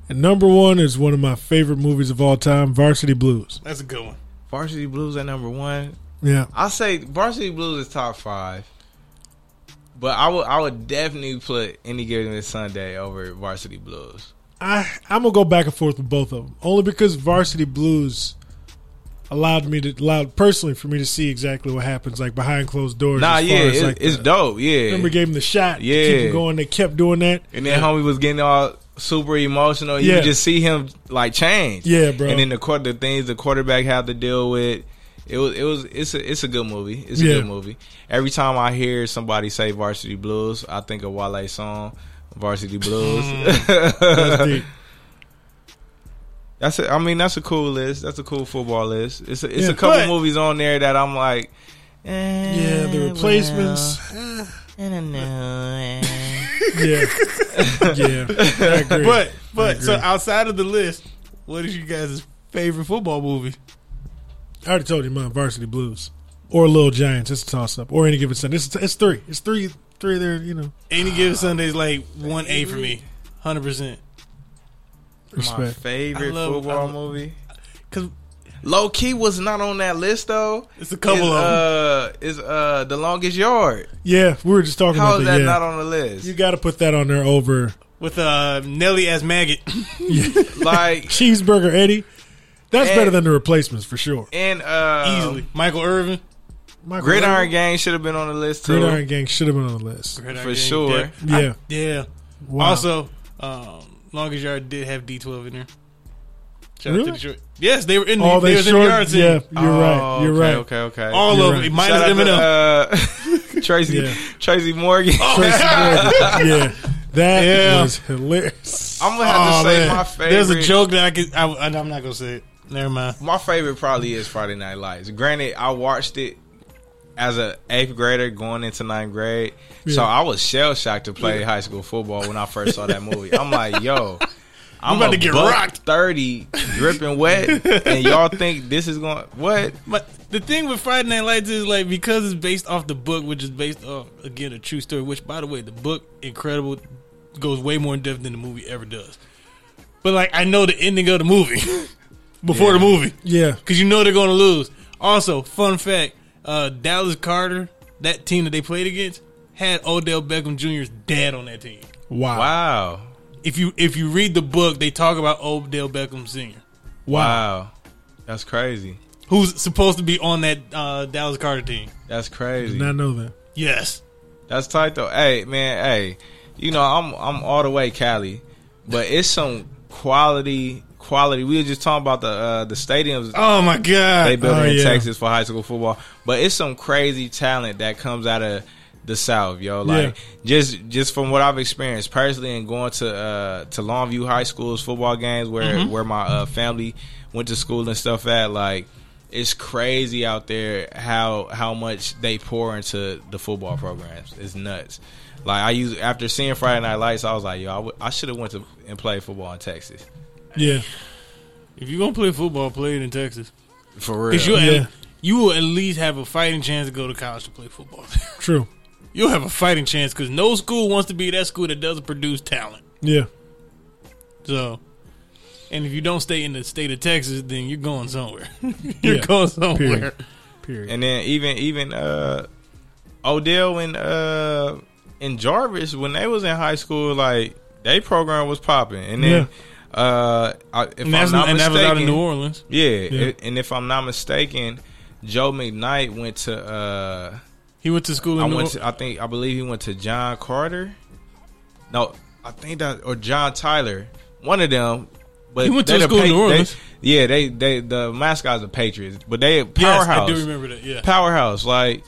Speaker 3: And number one is one of my favorite movies of all time, Varsity Blues.
Speaker 1: That's a good one.
Speaker 2: Varsity Blues at number one.
Speaker 3: Yeah.
Speaker 2: I say Varsity Blues is top five, but I would I would definitely put Any Given Sunday over Varsity Blues.
Speaker 3: I I'm gonna go back and forth with both of them, only because Varsity Blues allowed me to allowed personally for me to see exactly what happens like behind closed doors.
Speaker 2: Nah,
Speaker 3: as
Speaker 2: yeah,
Speaker 3: far as,
Speaker 2: it-
Speaker 3: like,
Speaker 2: it's
Speaker 3: the-
Speaker 2: dope. Yeah,
Speaker 3: Remember, gave him the shot. to keep
Speaker 2: Yeah.
Speaker 3: it going. They kept doing that.
Speaker 2: and then homie was getting all super emotional. You
Speaker 3: Yeah.
Speaker 2: could just see him like change.
Speaker 3: Yeah, bro.
Speaker 2: And then the quarter the things the quarterback had to deal with. It was it was it's a it's a good movie. It's a
Speaker 3: Yeah.
Speaker 2: good movie. Every time I hear somebody say Varsity Blues, I think of Wale's song Varsity Blues.
Speaker 3: [laughs] Mm. [laughs] That's deep.
Speaker 2: That's a, I mean that's a cool list. That's a cool football list. It's a, it's
Speaker 3: Yeah.
Speaker 2: a couple
Speaker 1: But-
Speaker 2: movies on there that I'm like, eh,
Speaker 3: Yeah, the
Speaker 2: well,
Speaker 3: replacements.
Speaker 2: I don't know. eh. [laughs]
Speaker 3: Yeah, yeah, [laughs] I agree.
Speaker 1: But but so
Speaker 3: agree.
Speaker 1: outside of the list, what is you guys' favorite football movie?
Speaker 3: I already told you mine. Varsity Blues or Little Giants. It's a toss up. Or any given Sunday. It's, it's three. It's three. Three there. You know,
Speaker 1: Any given Sunday's like one A for me, hundred percent.
Speaker 2: My
Speaker 3: respect.
Speaker 2: favorite
Speaker 1: I love- I
Speaker 2: football
Speaker 1: love-
Speaker 2: movie.
Speaker 1: Cause
Speaker 2: Low key was not on that list though.
Speaker 1: it's a couple
Speaker 2: is,
Speaker 1: of them.
Speaker 2: uh, is uh the longest yard.
Speaker 3: Yeah, we were just talking
Speaker 2: How
Speaker 3: about
Speaker 2: is that
Speaker 3: yeah.
Speaker 2: not on the list?
Speaker 3: you got to put that on there over [laughs]
Speaker 1: with uh, Nelly as maggot.
Speaker 2: like
Speaker 3: Cheeseburger Eddie. That's
Speaker 2: And-
Speaker 3: better than the replacements for sure.
Speaker 2: and uh,
Speaker 1: Easily, Michael Irvin.
Speaker 3: Michael
Speaker 2: Gridiron
Speaker 3: Irvin?
Speaker 2: Gang should have been on the list too.
Speaker 3: Gridiron Gang should have been on the list.
Speaker 2: For sure.
Speaker 1: I-
Speaker 3: Yeah.
Speaker 1: yeah.
Speaker 3: Wow.
Speaker 1: Also, um, Longest Yard did have D twelve in there. Shout out to
Speaker 3: Really?
Speaker 1: the short. Yes, they were in the,
Speaker 3: all
Speaker 1: they
Speaker 3: they
Speaker 1: was in the
Speaker 3: short.
Speaker 1: yard team.
Speaker 3: yeah, you're
Speaker 2: Oh,
Speaker 3: right. You're
Speaker 2: okay,
Speaker 3: right.
Speaker 2: Okay, okay.
Speaker 1: All
Speaker 3: You're
Speaker 1: of
Speaker 3: right.
Speaker 1: them,
Speaker 2: Shout out
Speaker 1: minus Eminem.
Speaker 2: to, uh, [laughs] Tracy
Speaker 3: Yeah.
Speaker 2: Tracy Morgan.
Speaker 1: Oh,
Speaker 3: Tracy Morgan. Yeah, that
Speaker 1: Yeah.
Speaker 3: was
Speaker 2: [laughs]
Speaker 3: hilarious.
Speaker 2: I'm gonna have to
Speaker 1: Oh,
Speaker 2: say
Speaker 1: man.
Speaker 2: my favorite.
Speaker 1: There's a joke that I could. I, am not gonna say it. Never mind.
Speaker 2: My favorite probably is Friday Night Lights. Granted, I watched it as a eighth grader going into ninth grade, so
Speaker 3: Yeah.
Speaker 2: I was shell shocked to play high school football when I first saw that movie. I'm like,
Speaker 1: [laughs]
Speaker 2: yo. I'm
Speaker 1: about
Speaker 2: a
Speaker 1: to get
Speaker 2: buck
Speaker 1: rocked.
Speaker 2: Thirty, dripping wet, and y'all think this is going what?
Speaker 1: But the thing with Friday Night Lights is like because it's based off the book, which is based off again a true story. Which, by the way, the book incredible goes way more in depth than the movie ever does. But like I know the ending of the movie [laughs] before the movie
Speaker 3: Yeah,
Speaker 1: because you know they're going to lose. Also, fun fact: uh, Dallas Carter, that team that they played against, had Odell Beckham Jr.'s dad on that team.
Speaker 3: wow.
Speaker 2: Wow,
Speaker 1: If you if you read the book, they talk about Odell Beckham Sr.,
Speaker 2: Wow, that's crazy.
Speaker 1: who's supposed to be on that uh, Dallas Carter team.
Speaker 2: That's
Speaker 3: Did
Speaker 2: crazy.
Speaker 3: not know that.
Speaker 1: Yes,
Speaker 2: That's tight though. Hey man, hey, you know I'm I'm all the way Cali, but it's some quality quality. We were just talking about the uh, the stadiums
Speaker 1: Oh my god!
Speaker 2: they built
Speaker 3: Oh,
Speaker 2: in
Speaker 3: yeah.
Speaker 2: Texas for high school football, but it's some crazy talent that comes out of the South, yo. Like
Speaker 3: Yeah.
Speaker 2: just just from what I've experienced personally and going to uh, to Longview High School's football games where where my uh, family went to school and stuff at, like. It's crazy out there how how much they pour into the football programs. It's nuts. Like I use after seeing Friday Night Lights, I was like, yo, I should have went to and played football in Texas
Speaker 3: Yeah,
Speaker 1: if you're gonna play football, play it in Texas.
Speaker 2: for real.
Speaker 1: Because you
Speaker 3: Yeah.
Speaker 1: you will at least have a fighting chance to go to college to play football. [laughs]
Speaker 3: true.
Speaker 1: You'll have a fighting chance because no school wants to be that school that doesn't produce talent.
Speaker 3: Yeah,
Speaker 1: So, and if you don't stay in the state of Texas, then you're going somewhere. [laughs] you're
Speaker 3: Yeah.
Speaker 1: going somewhere.
Speaker 3: Period. period.
Speaker 2: And then even even uh Odell and uh and Jarvis when they was in high school, like they program was popping. And then uh I, if
Speaker 1: And, that's,
Speaker 2: I'm not
Speaker 1: and that
Speaker 2: mistaken,
Speaker 1: was out in New Orleans.
Speaker 2: yeah,
Speaker 3: Yeah.
Speaker 2: i- and if I'm not mistaken, Joe McKnight went to uh
Speaker 1: He went to school in
Speaker 2: I
Speaker 1: New
Speaker 2: went
Speaker 1: Orleans.
Speaker 2: to, I think I believe he went to John Carter. No, I think that or John Tyler, one of them. But
Speaker 1: He went to
Speaker 2: they
Speaker 1: a
Speaker 2: the
Speaker 1: school in
Speaker 2: Pa-
Speaker 1: New
Speaker 2: they-
Speaker 1: Orleans.
Speaker 2: yeah, they they the mascot's the Patriots, but they
Speaker 1: Yes,
Speaker 2: powerhouse
Speaker 1: I do remember that. Yeah,
Speaker 2: powerhouse. Like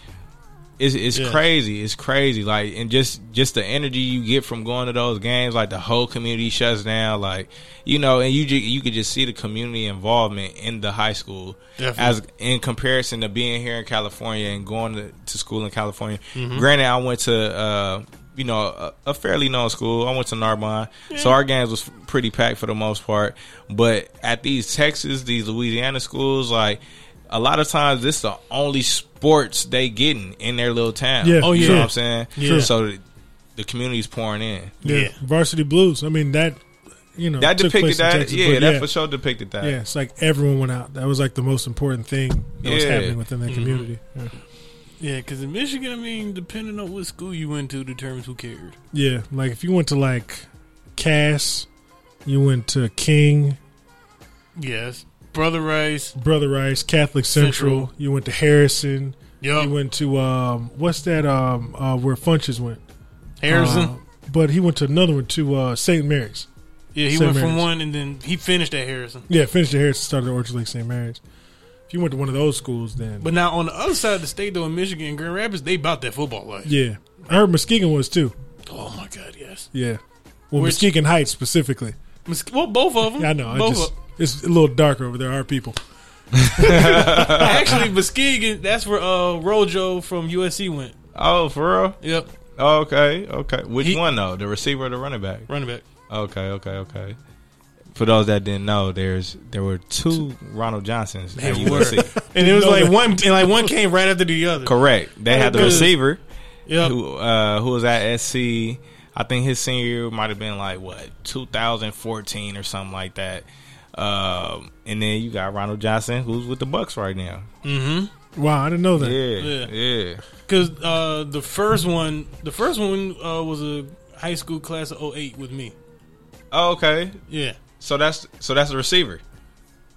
Speaker 2: it's it's
Speaker 1: Yeah.
Speaker 2: crazy. It's crazy. Like and just just the energy you get from going to those games. Like the whole community shuts down. Like you know, and you ju- you could just see the community involvement in the high school
Speaker 1: Definitely.
Speaker 2: as in comparison to being here in California and going to, to school in California.
Speaker 3: Mm-hmm.
Speaker 2: Granted, I went to. uh you know, a, a fairly known school. I went to Narbonne, so our games was pretty packed for the most part. But at these Texas, these Louisiana schools, like a lot of times this the only sports they getting in their little town.
Speaker 3: Yeah.
Speaker 1: Oh,
Speaker 2: You
Speaker 1: yeah.
Speaker 2: know what I'm saying?
Speaker 1: Yeah.
Speaker 2: So the, the community's pouring in.
Speaker 3: yeah.
Speaker 1: yeah.
Speaker 3: Varsity Blues. I mean that. You know
Speaker 2: That
Speaker 3: took
Speaker 2: depicted
Speaker 3: place in
Speaker 2: that.
Speaker 3: Texas,
Speaker 2: yeah,
Speaker 3: but
Speaker 2: that for sure depicted that.
Speaker 3: Yeah, it's like everyone went out. That was like the most important thing that was
Speaker 2: Yeah. Mm-hmm.
Speaker 3: happening within that community. Yeah.
Speaker 1: yeah. Because in Michigan, I mean, depending on what school you went to, determines who cared.
Speaker 3: Yeah, like if you went to like Cass, you went to King,
Speaker 1: Yes, Brother Rice.
Speaker 3: Brother Rice, Catholic Central,
Speaker 1: Central. Oh.
Speaker 3: you went to Harrison, you
Speaker 1: Yup.
Speaker 3: went to um what's that um uh where Funches went?
Speaker 1: Harrison.
Speaker 3: Uh, but he went to another one to uh St. Mary's.
Speaker 1: yeah, he
Speaker 3: St.
Speaker 1: went from
Speaker 3: Mary's.
Speaker 1: one and then he finished at Harrison.
Speaker 3: Yeah, finished at Harrison, started at Orchard Lake St. Mary's. If you went to one of those schools then
Speaker 1: But now on the other side of the state, though, in Michigan, and Grand Rapids, they bought that football life.
Speaker 3: Yeah. I heard Muskegon was too.
Speaker 1: Oh my God, yes.
Speaker 3: Yeah. Well,
Speaker 1: Which-
Speaker 3: Muskegon Heights specifically.
Speaker 1: Mus- Well, both of them.
Speaker 3: Yeah, I know. I
Speaker 1: Both
Speaker 3: just,
Speaker 1: of-
Speaker 3: it's a little darker over there. Our people.
Speaker 1: [laughs] actually Muskegon. That's where uh, Rojo from USC went.
Speaker 2: Oh, for real?
Speaker 1: Yep,
Speaker 2: Okay, okay. Which
Speaker 1: He-
Speaker 2: one though? The receiver or the running back?
Speaker 1: running back.
Speaker 2: Okay, okay, okay. For those that didn't know, there's there were two Ronald Johnsons. at
Speaker 1: They were.
Speaker 2: USC.
Speaker 1: And it was
Speaker 3: No,
Speaker 1: like
Speaker 3: that-
Speaker 1: one, and like one came right after the other.
Speaker 2: [laughs] Correct. They had the
Speaker 1: Because-
Speaker 2: receiver
Speaker 1: Yep.
Speaker 2: who uh, who was at SC. I think his senior year might have been like what 2014 or something like that. Um, and then you got Ronald Johnson, who's with the Bucks right now.
Speaker 1: Mm-hmm.
Speaker 3: Wow, I didn't know
Speaker 2: Yeah,
Speaker 3: that.
Speaker 2: yeah.
Speaker 1: Yeah. Because uh, the first one, the first one uh, was a high school class of 08 with me.
Speaker 2: Oh, okay,
Speaker 1: Yeah.
Speaker 2: so that's so that's the receiver.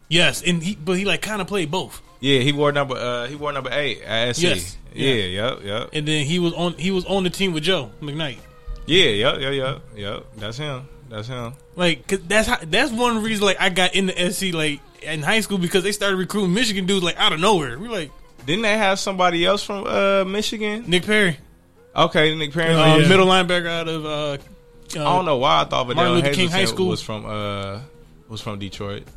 Speaker 1: Yes, and he, but he like kind of played both.
Speaker 2: Yeah, he wore number uh, he wore number eight at SC.
Speaker 1: Yes.
Speaker 2: Yeah, yep, yep,
Speaker 1: And then he was on, he was on the team with Joe McKnight.
Speaker 2: yeah, yep, yep, yep, yep. That's him. That's him.
Speaker 1: Like, 'cause that's how, that's one reason like I got into SC like in high school because they started recruiting Michigan dudes like out of nowhere. We like
Speaker 2: Didn't they have somebody else from uh, Michigan?
Speaker 1: Nick Perry,
Speaker 2: Okay, Nick Perry. um,
Speaker 3: Oh,
Speaker 1: uh,
Speaker 3: yeah.
Speaker 1: middle linebacker out of. Uh, uh,
Speaker 2: I don't know why I thought
Speaker 1: Martin
Speaker 2: Vidal
Speaker 1: Luther King
Speaker 2: Hazleton
Speaker 1: High School.
Speaker 2: was from uh was from Detroit.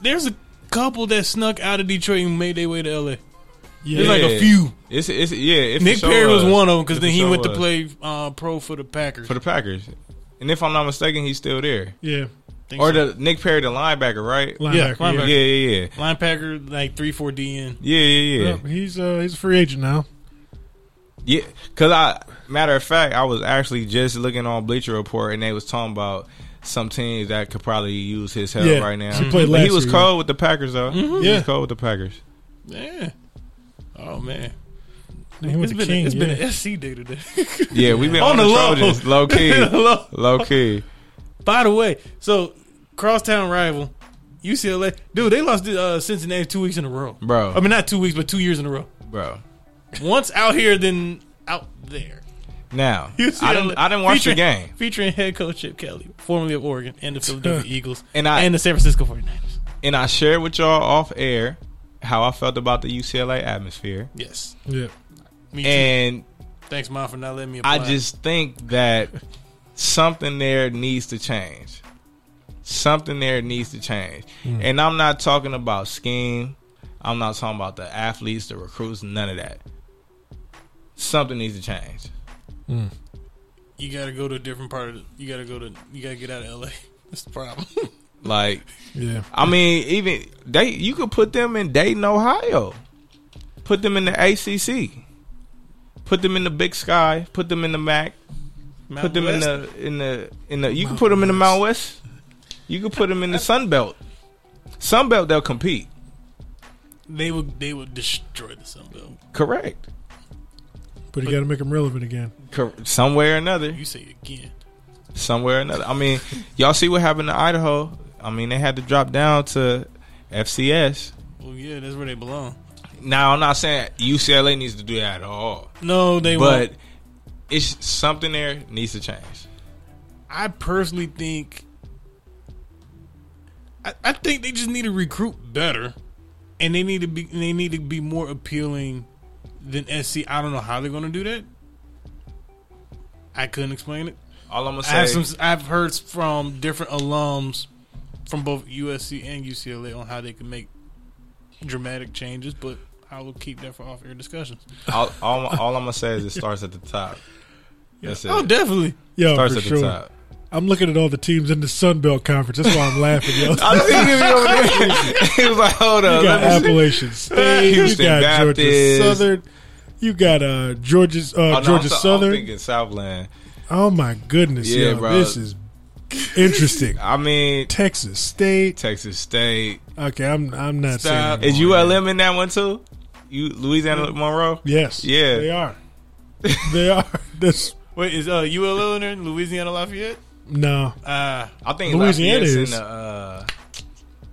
Speaker 1: There's a couple that snuck out of Detroit and made their way to LA.
Speaker 3: Yeah.
Speaker 1: There's like a few.
Speaker 2: It's it's yeah. It for
Speaker 1: Nick
Speaker 2: sure
Speaker 1: Perry was one of them because
Speaker 2: It
Speaker 1: then
Speaker 2: for
Speaker 1: he
Speaker 2: sure
Speaker 1: went to
Speaker 2: was.
Speaker 1: play uh, pro for the Packers.
Speaker 2: for the Packers, and if I'm not mistaken, he's still there.
Speaker 3: yeah.
Speaker 1: Think
Speaker 2: Or
Speaker 1: so.
Speaker 2: the Nick Perry, the linebacker, right?
Speaker 3: Linebacker,
Speaker 1: linebacker.
Speaker 2: Yeah, yeah, yeah,
Speaker 1: linebacker like three four DN.
Speaker 2: yeah, yeah,
Speaker 3: yeah.
Speaker 2: yeah.
Speaker 3: Yep, he's uh, he's a free agent now.
Speaker 2: Yeah, cause I matter of fact, I was actually just looking on Bleacher Report, and they was talking about some teams that could probably use his help
Speaker 3: Yeah,
Speaker 2: right now.
Speaker 3: he played
Speaker 2: But he
Speaker 3: last
Speaker 2: was
Speaker 3: year,
Speaker 2: cold
Speaker 1: Mm-hmm.
Speaker 2: with the Packers, though. He
Speaker 3: Yeah.
Speaker 2: was cold with the Packers.
Speaker 1: Yeah. Oh man.
Speaker 3: He went
Speaker 1: It's
Speaker 3: to
Speaker 1: been,
Speaker 3: King.
Speaker 1: a, it's been
Speaker 3: yeah.
Speaker 1: [laughs] an SC day
Speaker 2: [laughs]
Speaker 1: today.
Speaker 2: Yeah, we've been
Speaker 1: On
Speaker 2: on,
Speaker 1: the
Speaker 2: the,
Speaker 1: low.
Speaker 2: Trojans,
Speaker 1: [laughs]
Speaker 2: low key,
Speaker 1: Hello.
Speaker 2: low key.
Speaker 1: By the way, so crosstown rival UCLA, dude, they lost to uh, Cincinnati two weeks in a row,
Speaker 2: Bro.
Speaker 1: I mean, not two weeks, but two years in a row.
Speaker 2: bro.
Speaker 1: Once out here, then out there.
Speaker 2: Now,
Speaker 1: UCLA,
Speaker 2: I didn't, I didn't watch
Speaker 1: featuring,
Speaker 2: the game.
Speaker 1: Featuring head coach Chip Kelly, formerly of Oregon, and the
Speaker 2: [laughs]
Speaker 1: Philadelphia Eagles,
Speaker 2: And I-
Speaker 1: and the San Francisco 49ers.
Speaker 2: and I shared with y'all off air how I felt about the UCLA atmosphere.
Speaker 1: Yes,
Speaker 3: yeah.
Speaker 1: me too.
Speaker 2: And
Speaker 1: Thanks, mom, for not letting me. Apply.
Speaker 2: I just think that something there needs to change. Something there needs to change.
Speaker 1: Hmm.
Speaker 2: And I'm not talking about scheme. I'm not talking about the athletes, the recruits, none of that. Something needs to change.
Speaker 1: you got to go to a different part of. The, you got to go to. You got to get out of LA. [laughs] That's the problem.
Speaker 2: Like,
Speaker 3: Yeah.
Speaker 2: I mean, even they you could put them in Dayton, Ohio. Put them in the ACC. Put them in the Big Sky. Put them in the MAC.
Speaker 1: Mountain
Speaker 2: put them
Speaker 1: West.
Speaker 2: in the in the in the. You can put them in the Mount West. You can put them in the Sun Belt. Sun Belt, they'll compete.
Speaker 1: They would. They would destroy the Sun Belt.
Speaker 2: Correct.
Speaker 3: But you got to make them relevant again.
Speaker 2: Cor- somewhere or another.
Speaker 1: You say it again.
Speaker 2: Somewhere or another. I mean, y'all see what happened to Idaho. I mean, they had to drop down to FCS.
Speaker 1: Well, yeah, that's where they belong.
Speaker 2: Now, I'm not saying UCLA needs to do that at all,
Speaker 1: No, they
Speaker 2: but
Speaker 1: won't.
Speaker 2: it's something there needs to change.
Speaker 1: I personally think. I, I think they just need to recruit better, and they need to be. They need to be more appealing than SC. I don't know how they're going to do that. I couldn't explain it.
Speaker 2: All I'm gonna
Speaker 1: I
Speaker 2: say,
Speaker 1: have some. I've heard from different alums from both USC and UCLA on how they can make dramatic changes, but I will keep that for off-air discussions.
Speaker 2: [laughs] all, all, all I'm gonna say is it starts at the top. That's it.
Speaker 1: Oh, definitely.
Speaker 3: Yo,
Speaker 2: starts
Speaker 3: for
Speaker 2: at the
Speaker 3: sure.
Speaker 2: top.
Speaker 3: I'm looking at all the teams in the Sun Belt Conference.
Speaker 1: [laughs]
Speaker 3: That's why I'm laughing,
Speaker 2: [laughs]
Speaker 3: yo.
Speaker 2: I was thinking he was
Speaker 3: [laughs]
Speaker 2: over there. He was like, hold
Speaker 3: You
Speaker 2: up.
Speaker 3: got
Speaker 2: Let me see. [laughs]
Speaker 3: Appalachian State. you
Speaker 2: Houston
Speaker 3: got Georgia
Speaker 2: Baptist.
Speaker 3: Southern. You got uh, Georgia's uh,
Speaker 2: Oh, no,
Speaker 3: Georgia
Speaker 2: I'm so-
Speaker 3: Southern.
Speaker 2: I'm thinking Southland.
Speaker 3: oh my goodness,
Speaker 2: Yeah,
Speaker 3: yo,
Speaker 2: bro.
Speaker 3: this is interesting.
Speaker 2: I mean,
Speaker 3: Texas State.
Speaker 2: Texas State.
Speaker 3: Okay, I'm I'm not
Speaker 1: Stop.
Speaker 3: saying
Speaker 2: Is ULM in that one too? You Louisiana Monroe?
Speaker 3: yes.
Speaker 2: Yeah.
Speaker 3: they are. They are. [laughs] That's
Speaker 1: Wait, is uh, ULL in there? Louisiana Lafayette?
Speaker 3: no.
Speaker 1: Ah,
Speaker 2: I think
Speaker 3: Louisiana
Speaker 2: Lafayette's
Speaker 3: is.
Speaker 2: In the, uh,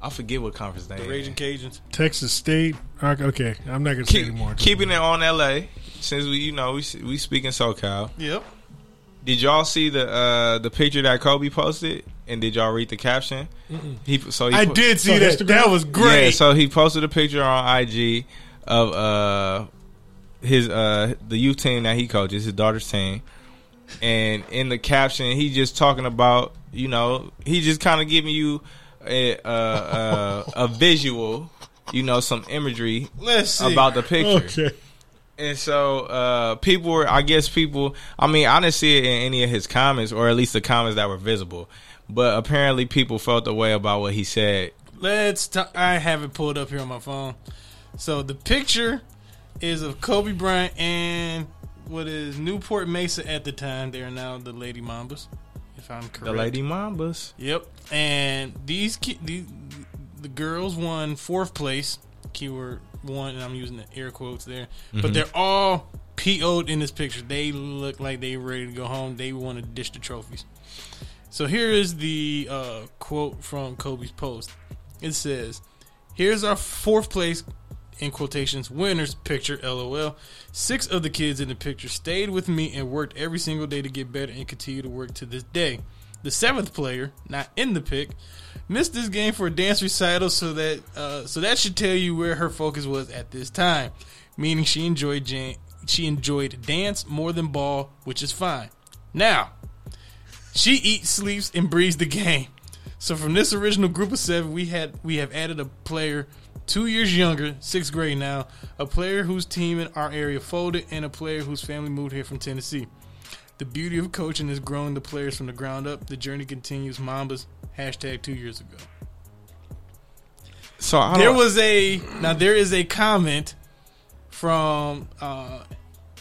Speaker 2: I forget what conference they.
Speaker 1: the Raging Cajuns.
Speaker 3: Texas State. Okay, I'm not gonna say
Speaker 2: Keep,
Speaker 3: anymore.
Speaker 2: keeping it on LA since we you know we we speaking SoCal.
Speaker 1: Yep.
Speaker 2: Did y'all see the uh, the picture that Kobe posted? And did y'all read the caption? He so he
Speaker 1: I
Speaker 2: put-
Speaker 1: did see
Speaker 3: So
Speaker 1: that.
Speaker 3: Instagram?
Speaker 1: That was great.
Speaker 2: Yeah, so he posted a picture on IG of uh his uh the youth team that he coaches, his daughter's team. And in the caption, he just talking about, you know, he just kind of giving you a uh, uh,
Speaker 1: [laughs]
Speaker 2: a visual, you know, some imagery
Speaker 1: Let's see.
Speaker 2: about the picture.
Speaker 3: Okay.
Speaker 2: And so uh people were I guess people I mean I didn't see it in any of his comments or at least the comments that were visible. But apparently people felt the way about what he said.
Speaker 1: Let's. T- I have it pulled up here on my phone. So the picture is of Kobe Bryant and what is Newport Mesa at the time. They are now the Lady Mambas, if I'm correct.
Speaker 2: The Lady Mambas.
Speaker 1: Yep. And these, ki- these the girls won fourth place. Keyword one, and I'm using the air quotes there.
Speaker 2: Mm-hmm.
Speaker 1: But they're all PO'd in this picture. They look like they ready to go home. They want to dish the trophies. So here is the uh, quote from Kobe's post. It says, "Here's our fourth place." In quotations, winners picture LOL. Six of the kids in the picture stayed with me and worked every single day to get better and continue to work to this day. The seventh player, not in the pick, missed this game for a dance recital, so that uh, so that should tell you where her focus was at this time, meaning she enjoyed jan- she enjoyed dance more than ball, which is fine. Now, she eats, sleeps, and breathes the game. So from this original group of seven, we had we have added a player two years younger, sixth grade now, a player whose team in our area folded, and a player whose family moved here from Tennessee. The beauty of coaching is growing the players from the ground up. The journey continues. Mambas hashtag two years ago.
Speaker 2: So I
Speaker 1: There
Speaker 2: don't-
Speaker 1: was a now there is a comment from uh,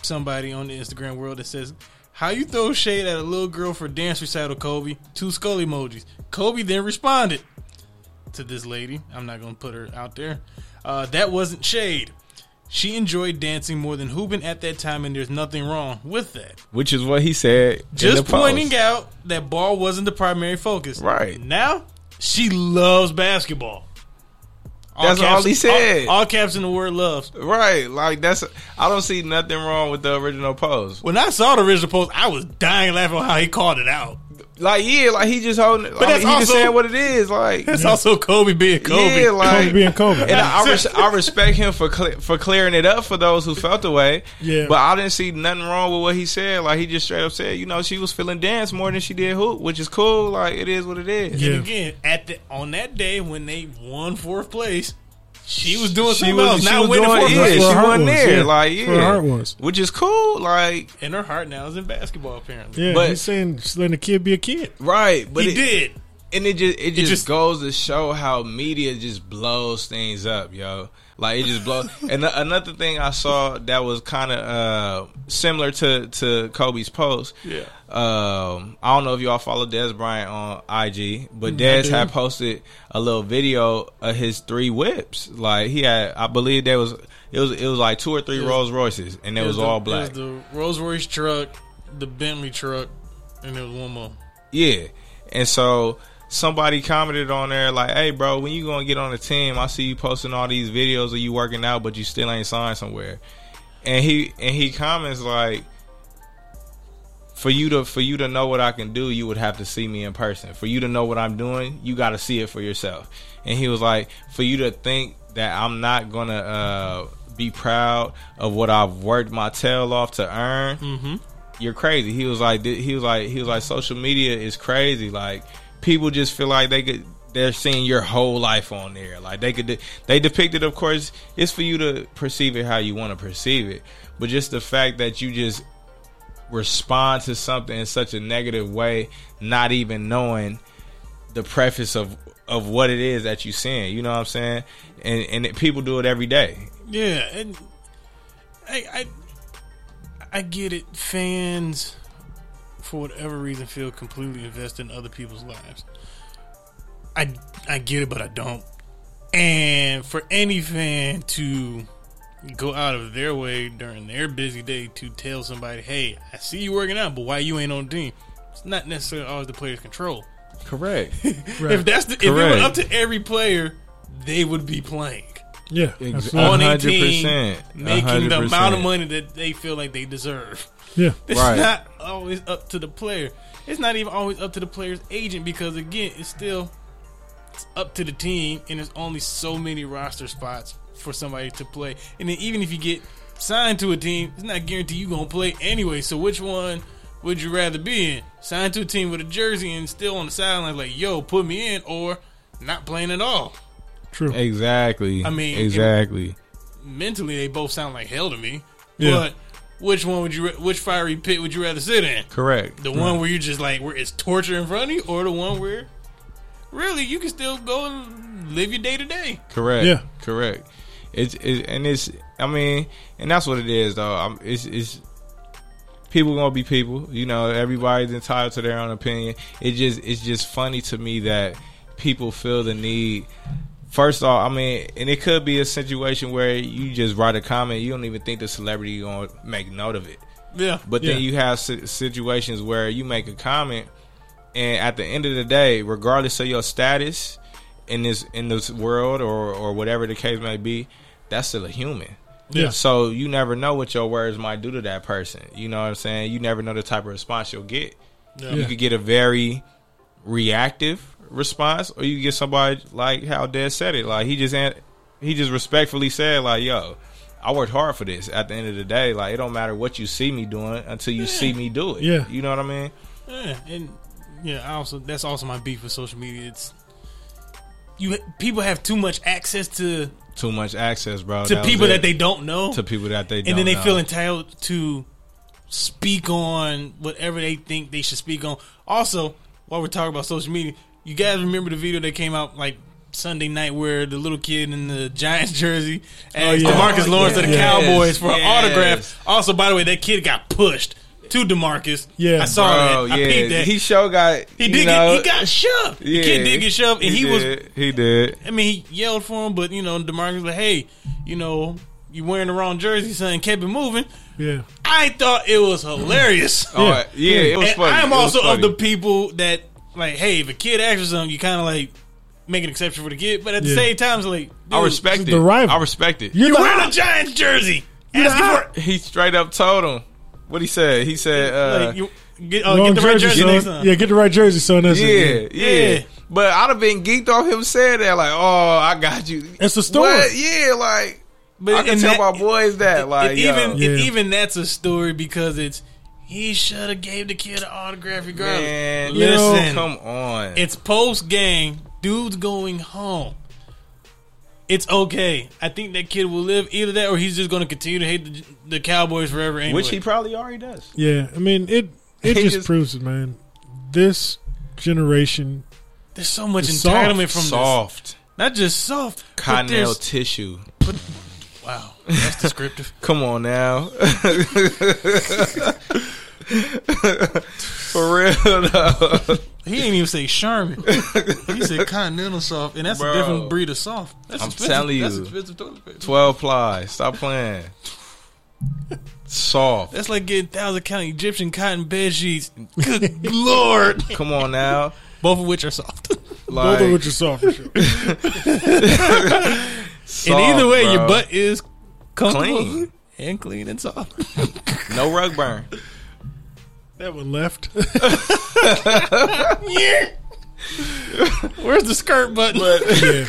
Speaker 1: somebody on the Instagram world that says, "How you throw shade at a little girl for dance recital, Kobe?" Two skull emojis. Kobe then responded to this lady. I'm not gonna put her out there. Uh, that wasn't shade. She enjoyed dancing more than Hubin at that time, and there's nothing wrong with that.
Speaker 2: which is what he said.
Speaker 1: Just pointing
Speaker 2: out.
Speaker 1: out that ball wasn't the primary focus.
Speaker 2: Right.
Speaker 1: Now, she loves basketball.
Speaker 2: That's all he
Speaker 1: uh,
Speaker 2: said.
Speaker 1: All, all caps in the word loves.
Speaker 2: Right, like that's. I don't see nothing wrong with the original post.
Speaker 1: When I saw the original post, I was dying laughing on how he called it out.
Speaker 2: Like yeah, like he just holding. It, but
Speaker 1: that's
Speaker 2: he just
Speaker 1: also-
Speaker 2: saying what it is. Like
Speaker 1: That's also Kobe being Kobe.
Speaker 2: yeah, like
Speaker 3: Kobe being Kobe.
Speaker 2: And I, I, res- I respect him for cle for clearing it up for those who felt the way.
Speaker 3: Yeah.
Speaker 2: but I didn't see nothing wrong with what he said. Like he just straight up said, you know, she was feeling dance more than she did hoop, which is cool. Like it is what it is.
Speaker 3: Yeah.
Speaker 1: And again, at the on that day when they won fourth place, she was doing
Speaker 2: She
Speaker 1: something
Speaker 2: was,
Speaker 1: else,
Speaker 2: she
Speaker 1: not
Speaker 2: was
Speaker 1: winning
Speaker 2: doing,
Speaker 1: fourth
Speaker 2: yeah,
Speaker 1: place.
Speaker 2: she
Speaker 3: That's where her
Speaker 2: wasn't
Speaker 3: heart was,
Speaker 2: there.
Speaker 3: yeah.
Speaker 2: Like yeah,
Speaker 3: That's where her heart was.
Speaker 2: which is cool. Like
Speaker 1: And her heart now is in basketball, apparently.
Speaker 3: Yeah,
Speaker 2: But-
Speaker 3: he's saying just letting a kid be a kid.
Speaker 2: right, but
Speaker 1: he
Speaker 2: it,
Speaker 1: did.
Speaker 2: and it just it just,
Speaker 1: just-
Speaker 2: goes to show how media just blows things up, yo. Like it just blows. and the- another thing I saw that was kind of uh, similar to to Kobe's post.
Speaker 1: Yeah.
Speaker 2: Um, I don't know if y'all follow Des Bryant on IG, but Des
Speaker 3: do.
Speaker 2: had posted a little video of his three whips. Like he had, I believe there was it was it was like two or three
Speaker 1: was-
Speaker 2: Rolls Royces, and it, was,
Speaker 1: the-
Speaker 2: all black.
Speaker 1: It was the Rolls Royce truck, the Bentley truck, and there was one more.
Speaker 2: Yeah. And so somebody commented on there like, "Hey, bro, when you gonna get on the team? I see you posting all these videos of you working out, but you still ain't signed somewhere." And he and he comments like, "For you to for you to know what I can do, you would have to see me in person. For you to know what I'm doing, you got to see it for yourself." And he was like, "For you to think that I'm not gonna uh, be proud of what I've worked my tail off to earn." you're crazy. He was like, th- he was like, he was like, social media is crazy. Like, people just feel like they could, they're seeing your whole life on there. Like, they could, de- they depict it. Of course, it's for you to perceive it how you want to perceive it. But just the fact that you just respond to something in such a negative way, not even knowing the preface of of what it is that you're seeing. You know what I'm saying? And and it- people do it every day.
Speaker 1: Yeah, and I, I I get it. Fans, for whatever reason, feel completely invested in other people's lives. I I get it, but I don't. And for any fan to go out of their way during their busy day to tell somebody, "Hey, I see you working out, but why you ain't on the team?" It's not necessarily always the player's control.
Speaker 2: Correct.
Speaker 1: If that's the, if it were
Speaker 2: Correct.
Speaker 1: up to every player, they would be playing
Speaker 3: Yeah, absolutely.
Speaker 1: on a team
Speaker 2: 100%.
Speaker 1: making the amount of
Speaker 2: 100%.
Speaker 1: money that they feel like they deserve.
Speaker 3: yeah,
Speaker 1: It's
Speaker 2: Right.
Speaker 1: not always up to the player. It's not even always up to the player's agent because again, it's still it's up to the team, and there's only so many roster spots for somebody to play. And then even if you get signed to a team, it's not guaranteed you're gonna play anyway. So which one? Would you rather be in? Signed to a team with a jersey and still on the sideline, like, yo, put me in, or not playing at all.
Speaker 3: true.
Speaker 2: Exactly.
Speaker 1: I mean,
Speaker 2: exactly.
Speaker 1: mentally they both sound like hell to me.
Speaker 3: Yeah.
Speaker 1: But which one would you? ra- Which fiery pit would you rather sit in?
Speaker 2: Correct.
Speaker 1: The one where you're just like where it's torture in front of you, or the one where really you can still go and live your day to day.
Speaker 2: Correct.
Speaker 3: Yeah.
Speaker 2: Correct. It's, it's and it's. I mean, and that's what it is, though. i it's it's people gonna be people. You know, everybody's entitled to their own opinion. It just it's just funny to me that people feel the need. First off, I mean, and it could be a situation where you just write a comment, you don't even think the celebrity gonna make note of it.
Speaker 1: Yeah,
Speaker 2: But then
Speaker 3: Yeah.
Speaker 2: you have si- situations where you make a comment, and at the end of the day, regardless of your status in this in this world or or whatever the case may be, that's still a human.
Speaker 3: Yeah.
Speaker 2: So you never know what your words might do to that person. You know what I'm saying? You never know the type of response you'll get. You
Speaker 3: Yeah.
Speaker 2: could get a very reactive response, or you could get somebody like how Dad said it. Like he just an- he just respectfully said, like, "Yo, I worked hard for this. At the end of the day, like it don't matter what you see me doing until you see me do it.
Speaker 3: Yeah.
Speaker 2: you know what I mean?
Speaker 1: yeah, and yeah. I also that's also my beef with social media. It's you people have too much access to
Speaker 2: Too much access, bro.
Speaker 1: to
Speaker 2: was
Speaker 1: people
Speaker 2: it.
Speaker 1: that they don't know.
Speaker 2: to people that they
Speaker 1: and then
Speaker 2: don't
Speaker 1: they feel
Speaker 2: know.
Speaker 1: entitled to speak on whatever they think they should speak on. Also, while we're talking about social media, you guys remember the video that came out like Sunday night where the little kid in the [laughs] Giants jersey asked
Speaker 3: yeah.
Speaker 1: Demarcus
Speaker 2: Oh,
Speaker 1: Lawrence of the
Speaker 2: yes,
Speaker 1: Cowboys for an
Speaker 2: yes.
Speaker 1: autograph. Also, by the way, that kid got pushed to Demarcus.
Speaker 3: Yeah.
Speaker 1: I saw
Speaker 2: Bro,
Speaker 1: that. I peeped that.
Speaker 2: He
Speaker 1: He,
Speaker 2: sure got. you
Speaker 1: did. get,
Speaker 2: know,
Speaker 1: he got shoved.
Speaker 2: yeah,
Speaker 1: the kid did get shoved, and he was
Speaker 2: did, He did.
Speaker 1: I mean, he yelled for him, but you know, Demarcus was like, "Hey, you know, you wearing the wrong jersey, son, kept it moving.
Speaker 3: Yeah.
Speaker 1: I thought it was hilarious.
Speaker 2: [laughs] Oh, yeah, it was
Speaker 1: And
Speaker 2: funny.
Speaker 1: I'm
Speaker 2: It was
Speaker 1: also of
Speaker 2: funny.
Speaker 1: the people that like, hey, if a kid asks for something, you kind of like make an exception for the kid, but at the
Speaker 3: Yeah.
Speaker 1: same time, it's like
Speaker 2: I
Speaker 1: dude,
Speaker 2: respect it.
Speaker 3: the rival.
Speaker 2: I respect it.
Speaker 3: You're,
Speaker 1: You're
Speaker 3: the
Speaker 1: wearing a Giants jersey. Asking
Speaker 3: hot-
Speaker 1: for
Speaker 2: He straight up told him what he said. He said, uh,
Speaker 1: like, you, get, oh,
Speaker 3: wrong
Speaker 1: get the right jersey, next
Speaker 3: son.
Speaker 1: time.
Speaker 3: Yeah, get the right jersey, son. That's
Speaker 2: yeah,
Speaker 3: it.
Speaker 2: yeah,
Speaker 1: Yeah.
Speaker 2: But I'd have been geeked off him saying that, like, oh, I got you.
Speaker 3: It's a story.
Speaker 2: What? Yeah, like
Speaker 1: But
Speaker 2: I can
Speaker 1: and
Speaker 2: tell
Speaker 1: that-
Speaker 2: my boys that, like,
Speaker 1: and
Speaker 2: yo.
Speaker 1: even
Speaker 3: Yeah.
Speaker 1: and even that's a story because it's he should have gave the kid an autograph regardless.
Speaker 2: Man,
Speaker 3: You know,
Speaker 1: Listen,
Speaker 2: come on.
Speaker 1: it's post game. Dude's going home. It's okay. I think that kid will live either that or he's just going to continue to hate the, the Cowboys forever. Anyway.
Speaker 2: Which he probably already does.
Speaker 3: Yeah, I mean it. It
Speaker 2: He
Speaker 3: just,
Speaker 2: just-
Speaker 3: proves it, man. This generation,
Speaker 1: there's so much
Speaker 3: It's
Speaker 1: entitlement from
Speaker 2: Soft
Speaker 1: this. Not just soft. but
Speaker 2: cottonelle
Speaker 1: there's-
Speaker 2: tissue.
Speaker 1: Wow, that's descriptive.
Speaker 2: Come
Speaker 1: [laughs]
Speaker 2: on now. [laughs] For real though.
Speaker 1: he didn't even say Sherman. he said continental soft, and that's a
Speaker 2: Bro.
Speaker 1: different breed of soft. That's
Speaker 2: I'm
Speaker 1: expensive.
Speaker 2: telling
Speaker 1: that's
Speaker 2: you.
Speaker 1: expensive toilet paper.
Speaker 2: Twelve ply. Stop playing. Soft.
Speaker 1: That's like getting thousand count Egyptian cotton bed sheets. Good [laughs] lord,
Speaker 2: Come on now.
Speaker 1: both of which are soft.
Speaker 2: Like,
Speaker 3: both of which are soft for sure.
Speaker 1: and
Speaker 2: soft,
Speaker 1: either way, your
Speaker 2: bro.
Speaker 1: butt is comfortable
Speaker 2: Clean.
Speaker 1: [laughs] and clean and soft. [laughs]
Speaker 2: no rug burn.
Speaker 3: that one left. [laughs]
Speaker 1: yeah. Where's the skirt button?
Speaker 3: yeah,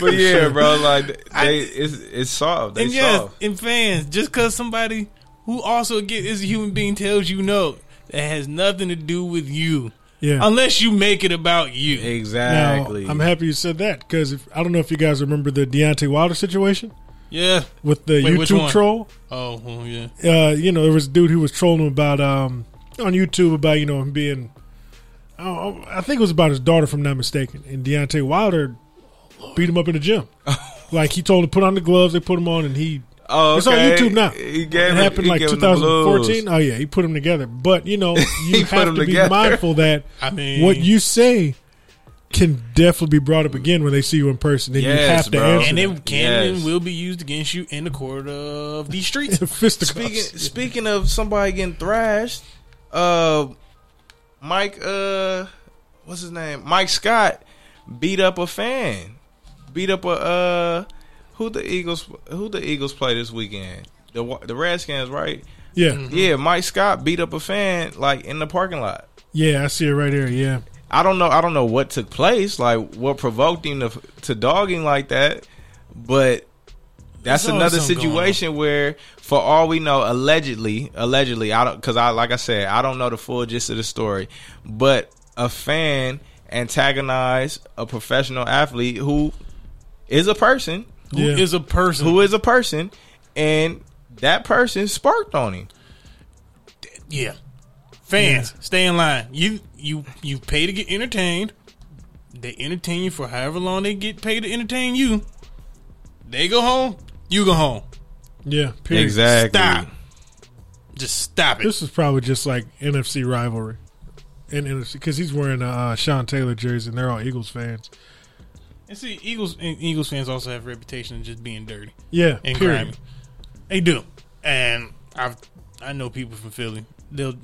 Speaker 2: But
Speaker 3: [laughs]
Speaker 2: yeah, bro, like they it's it's soft. They
Speaker 1: and yes,
Speaker 2: soft.
Speaker 1: and fans, just because somebody who also get, is a human being tells you no, that has nothing to do with you, [laughs]
Speaker 3: yeah.
Speaker 1: unless you make it about you.
Speaker 3: Now,
Speaker 2: Exactly.
Speaker 3: I'm happy you said that because if I don't know if you guys remember the Deontay Wilder situation
Speaker 1: Yeah.
Speaker 3: with the
Speaker 1: Wait, which
Speaker 3: YouTube
Speaker 1: one?
Speaker 3: troll.
Speaker 1: Oh, well, yeah.
Speaker 3: Uh, you know, there was a dude who was trolling him about um, on YouTube about you know him being. I, don't- I think it was about his daughter, if I'm not mistaken. And Deontay Wilder beat him up in the
Speaker 2: [laughs]
Speaker 3: gym. like he told him to put on the gloves. They put him on, and he
Speaker 2: oh,
Speaker 3: It's on
Speaker 2: okay.
Speaker 3: YouTube now.
Speaker 2: He
Speaker 3: it
Speaker 2: gave
Speaker 3: happened
Speaker 2: he
Speaker 3: like
Speaker 2: gave him the blues.
Speaker 3: 2014. Oh yeah, he put them together. But
Speaker 2: [laughs]
Speaker 3: you know, you
Speaker 2: put
Speaker 3: have
Speaker 2: 'em
Speaker 3: to be
Speaker 2: together.
Speaker 3: mindful that
Speaker 1: I mean-
Speaker 3: what you say can definitely be brought up again when they see you in person. Then you
Speaker 2: Yes,
Speaker 3: have to
Speaker 2: bro.
Speaker 3: answer.
Speaker 1: And
Speaker 3: And [laughs]
Speaker 1: it can
Speaker 2: Yes.
Speaker 1: and will be used against you in the court of the streets.
Speaker 2: Speaking speaking of somebody getting thrashed, uh, Mike uh, what's his name? Mike Scott beat up a fan, beat up a uh, who the Eagles who the Eagles play this weekend? The Wa- the Redskins, right?
Speaker 3: yeah,
Speaker 2: Yeah, Mike Scott beat up a fan like in the parking lot.
Speaker 3: yeah, I see it right here. Yeah,
Speaker 2: I don't know. I don't know what took place, like what provoked him to to dogging like that, but. That's
Speaker 1: There's always
Speaker 2: another
Speaker 1: something going on.
Speaker 2: situation where, for all we know, allegedly, allegedly, I don't, because I, like I said, I don't know the full gist of the story, but a fan antagonized a professional athlete who is a person,
Speaker 1: Who is
Speaker 3: [laughs] Yeah.
Speaker 1: a person?
Speaker 2: who is a person, and that person sparked on him.
Speaker 1: Yeah. Fans, stay in line. You you you pay to get entertained. They entertain you for however long they get paid to entertain you. They go home, you go home.
Speaker 3: yeah. Period.
Speaker 1: Stop. Just stop it.
Speaker 3: This is probably just like NFC rivalry, and NFC because he's wearing a uh, Sean Taylor jersey, and they're all Eagles fans.
Speaker 1: And see, Eagles and Eagles fans also have a reputation of just being dirty
Speaker 3: Yeah,
Speaker 1: and
Speaker 3: period.
Speaker 1: grimy. They do. And I've I know people from Philly. They'll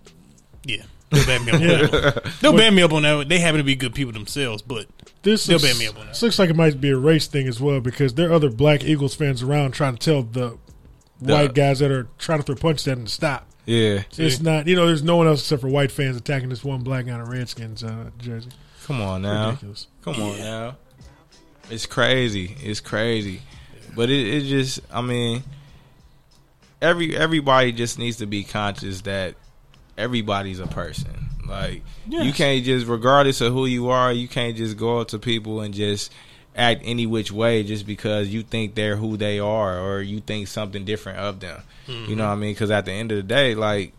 Speaker 1: [laughs] yeah. They'll back me up on that one. They'll back me up on that one. They happen to be good people themselves, but
Speaker 3: This
Speaker 1: They'll
Speaker 3: is-
Speaker 1: ban me up on that.
Speaker 3: this looks like it might be a race thing as well because there are other black Eagles fans around trying to tell the white guys that are trying to throw punches at them to stop.
Speaker 2: Yeah.
Speaker 3: It's not, you know, there's no one else except for white fans attacking this one black guy in a Redskins uh, jersey.
Speaker 2: Come on now.
Speaker 3: Ridiculous.
Speaker 2: Come on now. It's crazy. It's crazy. But it, it just I mean every everybody just needs to be conscious that everybody's a person. Like you
Speaker 1: Yes.
Speaker 2: can't just regardless of who you are, you can't just go up to people and just act any which way just because you think they're who they are or you think something different of them.
Speaker 3: Mm-hmm.
Speaker 2: You know what I mean? Cuz at the end of the day, like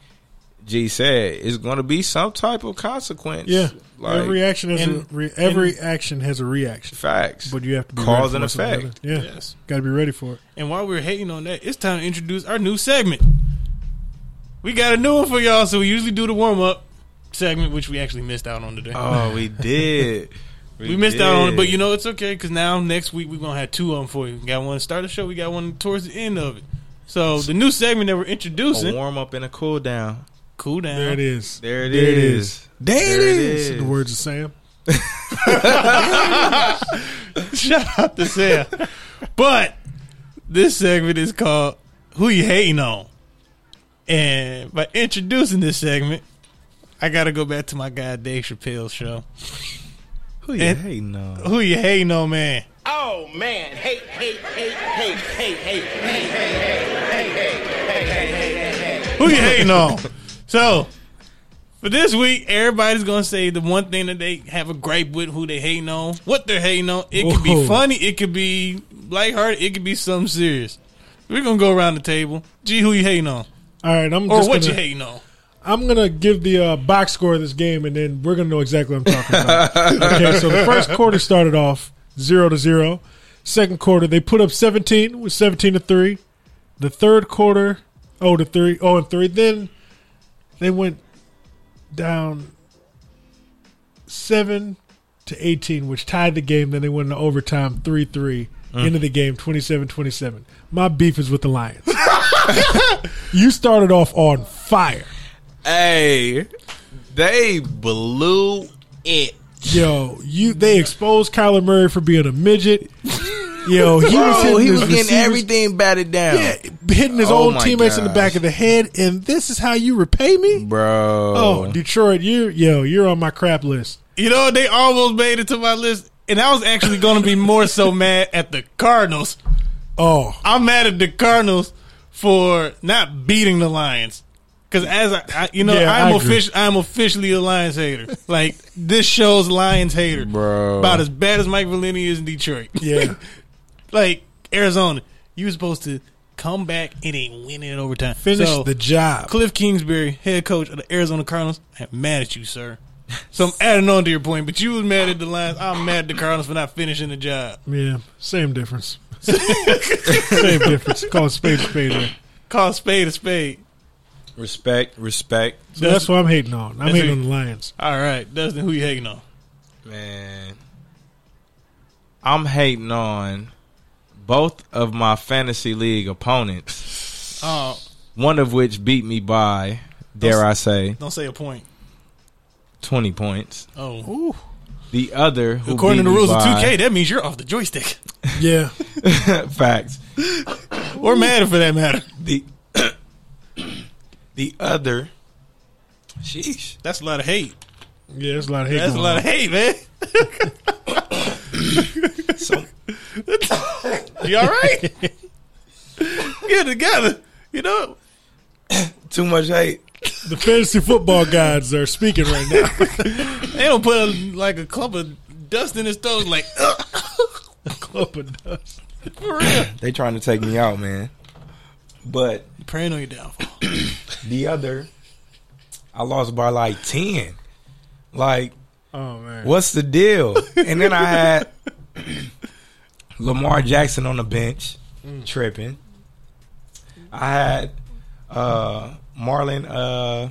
Speaker 2: G said, it's going to be some type of consequence.
Speaker 3: Yeah.
Speaker 2: Like
Speaker 3: every action has
Speaker 1: and-
Speaker 3: a re- every action has a reaction,
Speaker 2: facts.
Speaker 3: but you have to be
Speaker 2: Cause
Speaker 3: ready
Speaker 2: and
Speaker 3: for what's on the
Speaker 2: effect.
Speaker 3: other- Yeah,
Speaker 1: yes.
Speaker 3: got to be ready for it.
Speaker 1: And while we're hating on that, it's time to introduce our new segment. We got a new one for y'all,
Speaker 3: [laughs]
Speaker 1: so we usually do the warm up segment, which we actually missed out on today.
Speaker 2: Oh, we did.
Speaker 1: [laughs] We, missed out on it, but you know it's okay because now next week we're gonna have two of them for you. We got one to start the show. We got one towards the end of it. So the new segment that we're
Speaker 2: a
Speaker 1: introducing,
Speaker 2: warm up and a cool down.
Speaker 1: cool down.
Speaker 3: There it is.
Speaker 2: Oh, There it
Speaker 3: There it
Speaker 2: is.
Speaker 3: is. There,
Speaker 2: There
Speaker 3: it
Speaker 2: it
Speaker 3: is.
Speaker 2: is.
Speaker 3: The words of Sam.
Speaker 1: [laughs] Shout out to Sam. but this segment is called Who You Hating On? And by introducing this segment, I got to go back to my guy Dave Chappelle's show.
Speaker 2: Who you
Speaker 1: And-
Speaker 2: hating on?
Speaker 1: Who You Hating On, man?
Speaker 4: Oh man, hey, hey, hey, hey, hey, hey, hey,
Speaker 1: Who You Hating
Speaker 3: [laughs]
Speaker 1: On? So, for this week, everybody's going to say the one thing that they have a gripe with, who they hating on, what they're hating on. It could be
Speaker 3: Whoa.
Speaker 1: funny, it could be lighthearted, it could be something serious. We're going to go around the table. G, who you hating on?
Speaker 3: All right, I'm
Speaker 1: Or
Speaker 3: just
Speaker 1: what
Speaker 3: gonna,
Speaker 1: you hating on?
Speaker 3: I'm gonna give the uh, box score of this game, and then we're gonna know exactly what I'm talking about. okay, so the first quarter started off zero to zero. Second quarter, they put up 17 with 17 to three. The third quarter, oh to three, oh and three. Then they went down seven to 18, which tied the game. Then they went into overtime, three three. End of the game, 27-27. My beef is with the Lions. [laughs] you started off on fire.
Speaker 2: Hey, they blew it.
Speaker 3: Yo, you they exposed Kyler Murray for being a midget. Yo, he was
Speaker 2: Bro,
Speaker 3: hitting,
Speaker 2: he
Speaker 3: his
Speaker 2: was getting
Speaker 3: receivers-
Speaker 2: everything batted down,
Speaker 3: Yeah, hitting his
Speaker 2: Oh
Speaker 3: own
Speaker 2: my
Speaker 3: teammates in the
Speaker 2: gosh.
Speaker 3: back of the head, and this is how you repay me?
Speaker 2: bro.
Speaker 3: Oh, Detroit, you yo, you're on my crap list.
Speaker 1: You know, they almost made it to my list, and I was actually going to be more so mad at the Cardinals.
Speaker 3: Oh,
Speaker 1: I'm mad at the Cardinals for not beating the Lions. Because as I, I you know,
Speaker 3: Yeah,
Speaker 1: I'm
Speaker 3: I agree.
Speaker 1: officially I'm officially a Lions hater. Like this show's Lions hater,
Speaker 2: Bro.
Speaker 1: About as bad as Mike Valeni is in Detroit. [laughs]
Speaker 2: [laughs]
Speaker 3: yeah.
Speaker 1: like Arizona, you were supposed to come back. It ain't winning in overtime.
Speaker 3: Finish
Speaker 1: So,
Speaker 3: the job.
Speaker 1: Cliff Kingsbury, head coach of the Arizona Cardinals, I'm mad at you, sir. So I'm adding on to your point, but you was mad at the Lions. I'm mad at the Cardinals for not finishing the job.
Speaker 3: yeah, same difference. [laughs] same difference. Call a spade a spade. man.
Speaker 1: Call a spade a spade.
Speaker 2: respect, respect,
Speaker 3: So that's what I'm hating on. I'm
Speaker 1: That's
Speaker 3: hating
Speaker 1: it.
Speaker 3: on the Lions.
Speaker 1: All right, Dustin, who you hating on?
Speaker 2: man. I'm hating on both of my fantasy league opponents.
Speaker 1: Oh,
Speaker 2: One of which beat me by, dare I say,
Speaker 1: don't say a point.
Speaker 2: twenty points.
Speaker 1: Oh,
Speaker 2: The other, who
Speaker 1: according to
Speaker 2: beat
Speaker 1: the
Speaker 2: me
Speaker 1: rules of
Speaker 2: by-
Speaker 1: 2K, that means you're off the joystick
Speaker 2: [laughs]
Speaker 3: Yeah.
Speaker 2: facts.
Speaker 1: or Madden for that matter.
Speaker 2: The the other, sheesh.
Speaker 1: That's a lot of hate.
Speaker 3: Yeah, there's a lot of hate.
Speaker 1: That's a
Speaker 3: going
Speaker 1: lot
Speaker 3: on.
Speaker 1: of hate, man.
Speaker 2: So
Speaker 1: [coughs] You all right? Get it together. You know,
Speaker 2: too much hate.
Speaker 3: the fantasy football gods are speaking right now.
Speaker 1: they don't put like a clump of dust in his toes. Like, [coughs] ugh,
Speaker 3: Clump of dust.
Speaker 1: for real.
Speaker 2: They trying to take me out, man. But
Speaker 1: Praying on your downfall.
Speaker 2: the other, I lost by like ten. Like,
Speaker 3: Oh man.
Speaker 2: what's the deal? And then I had [clears throat] Lamar Jackson on the bench, tripping. I had uh, Marlon uh,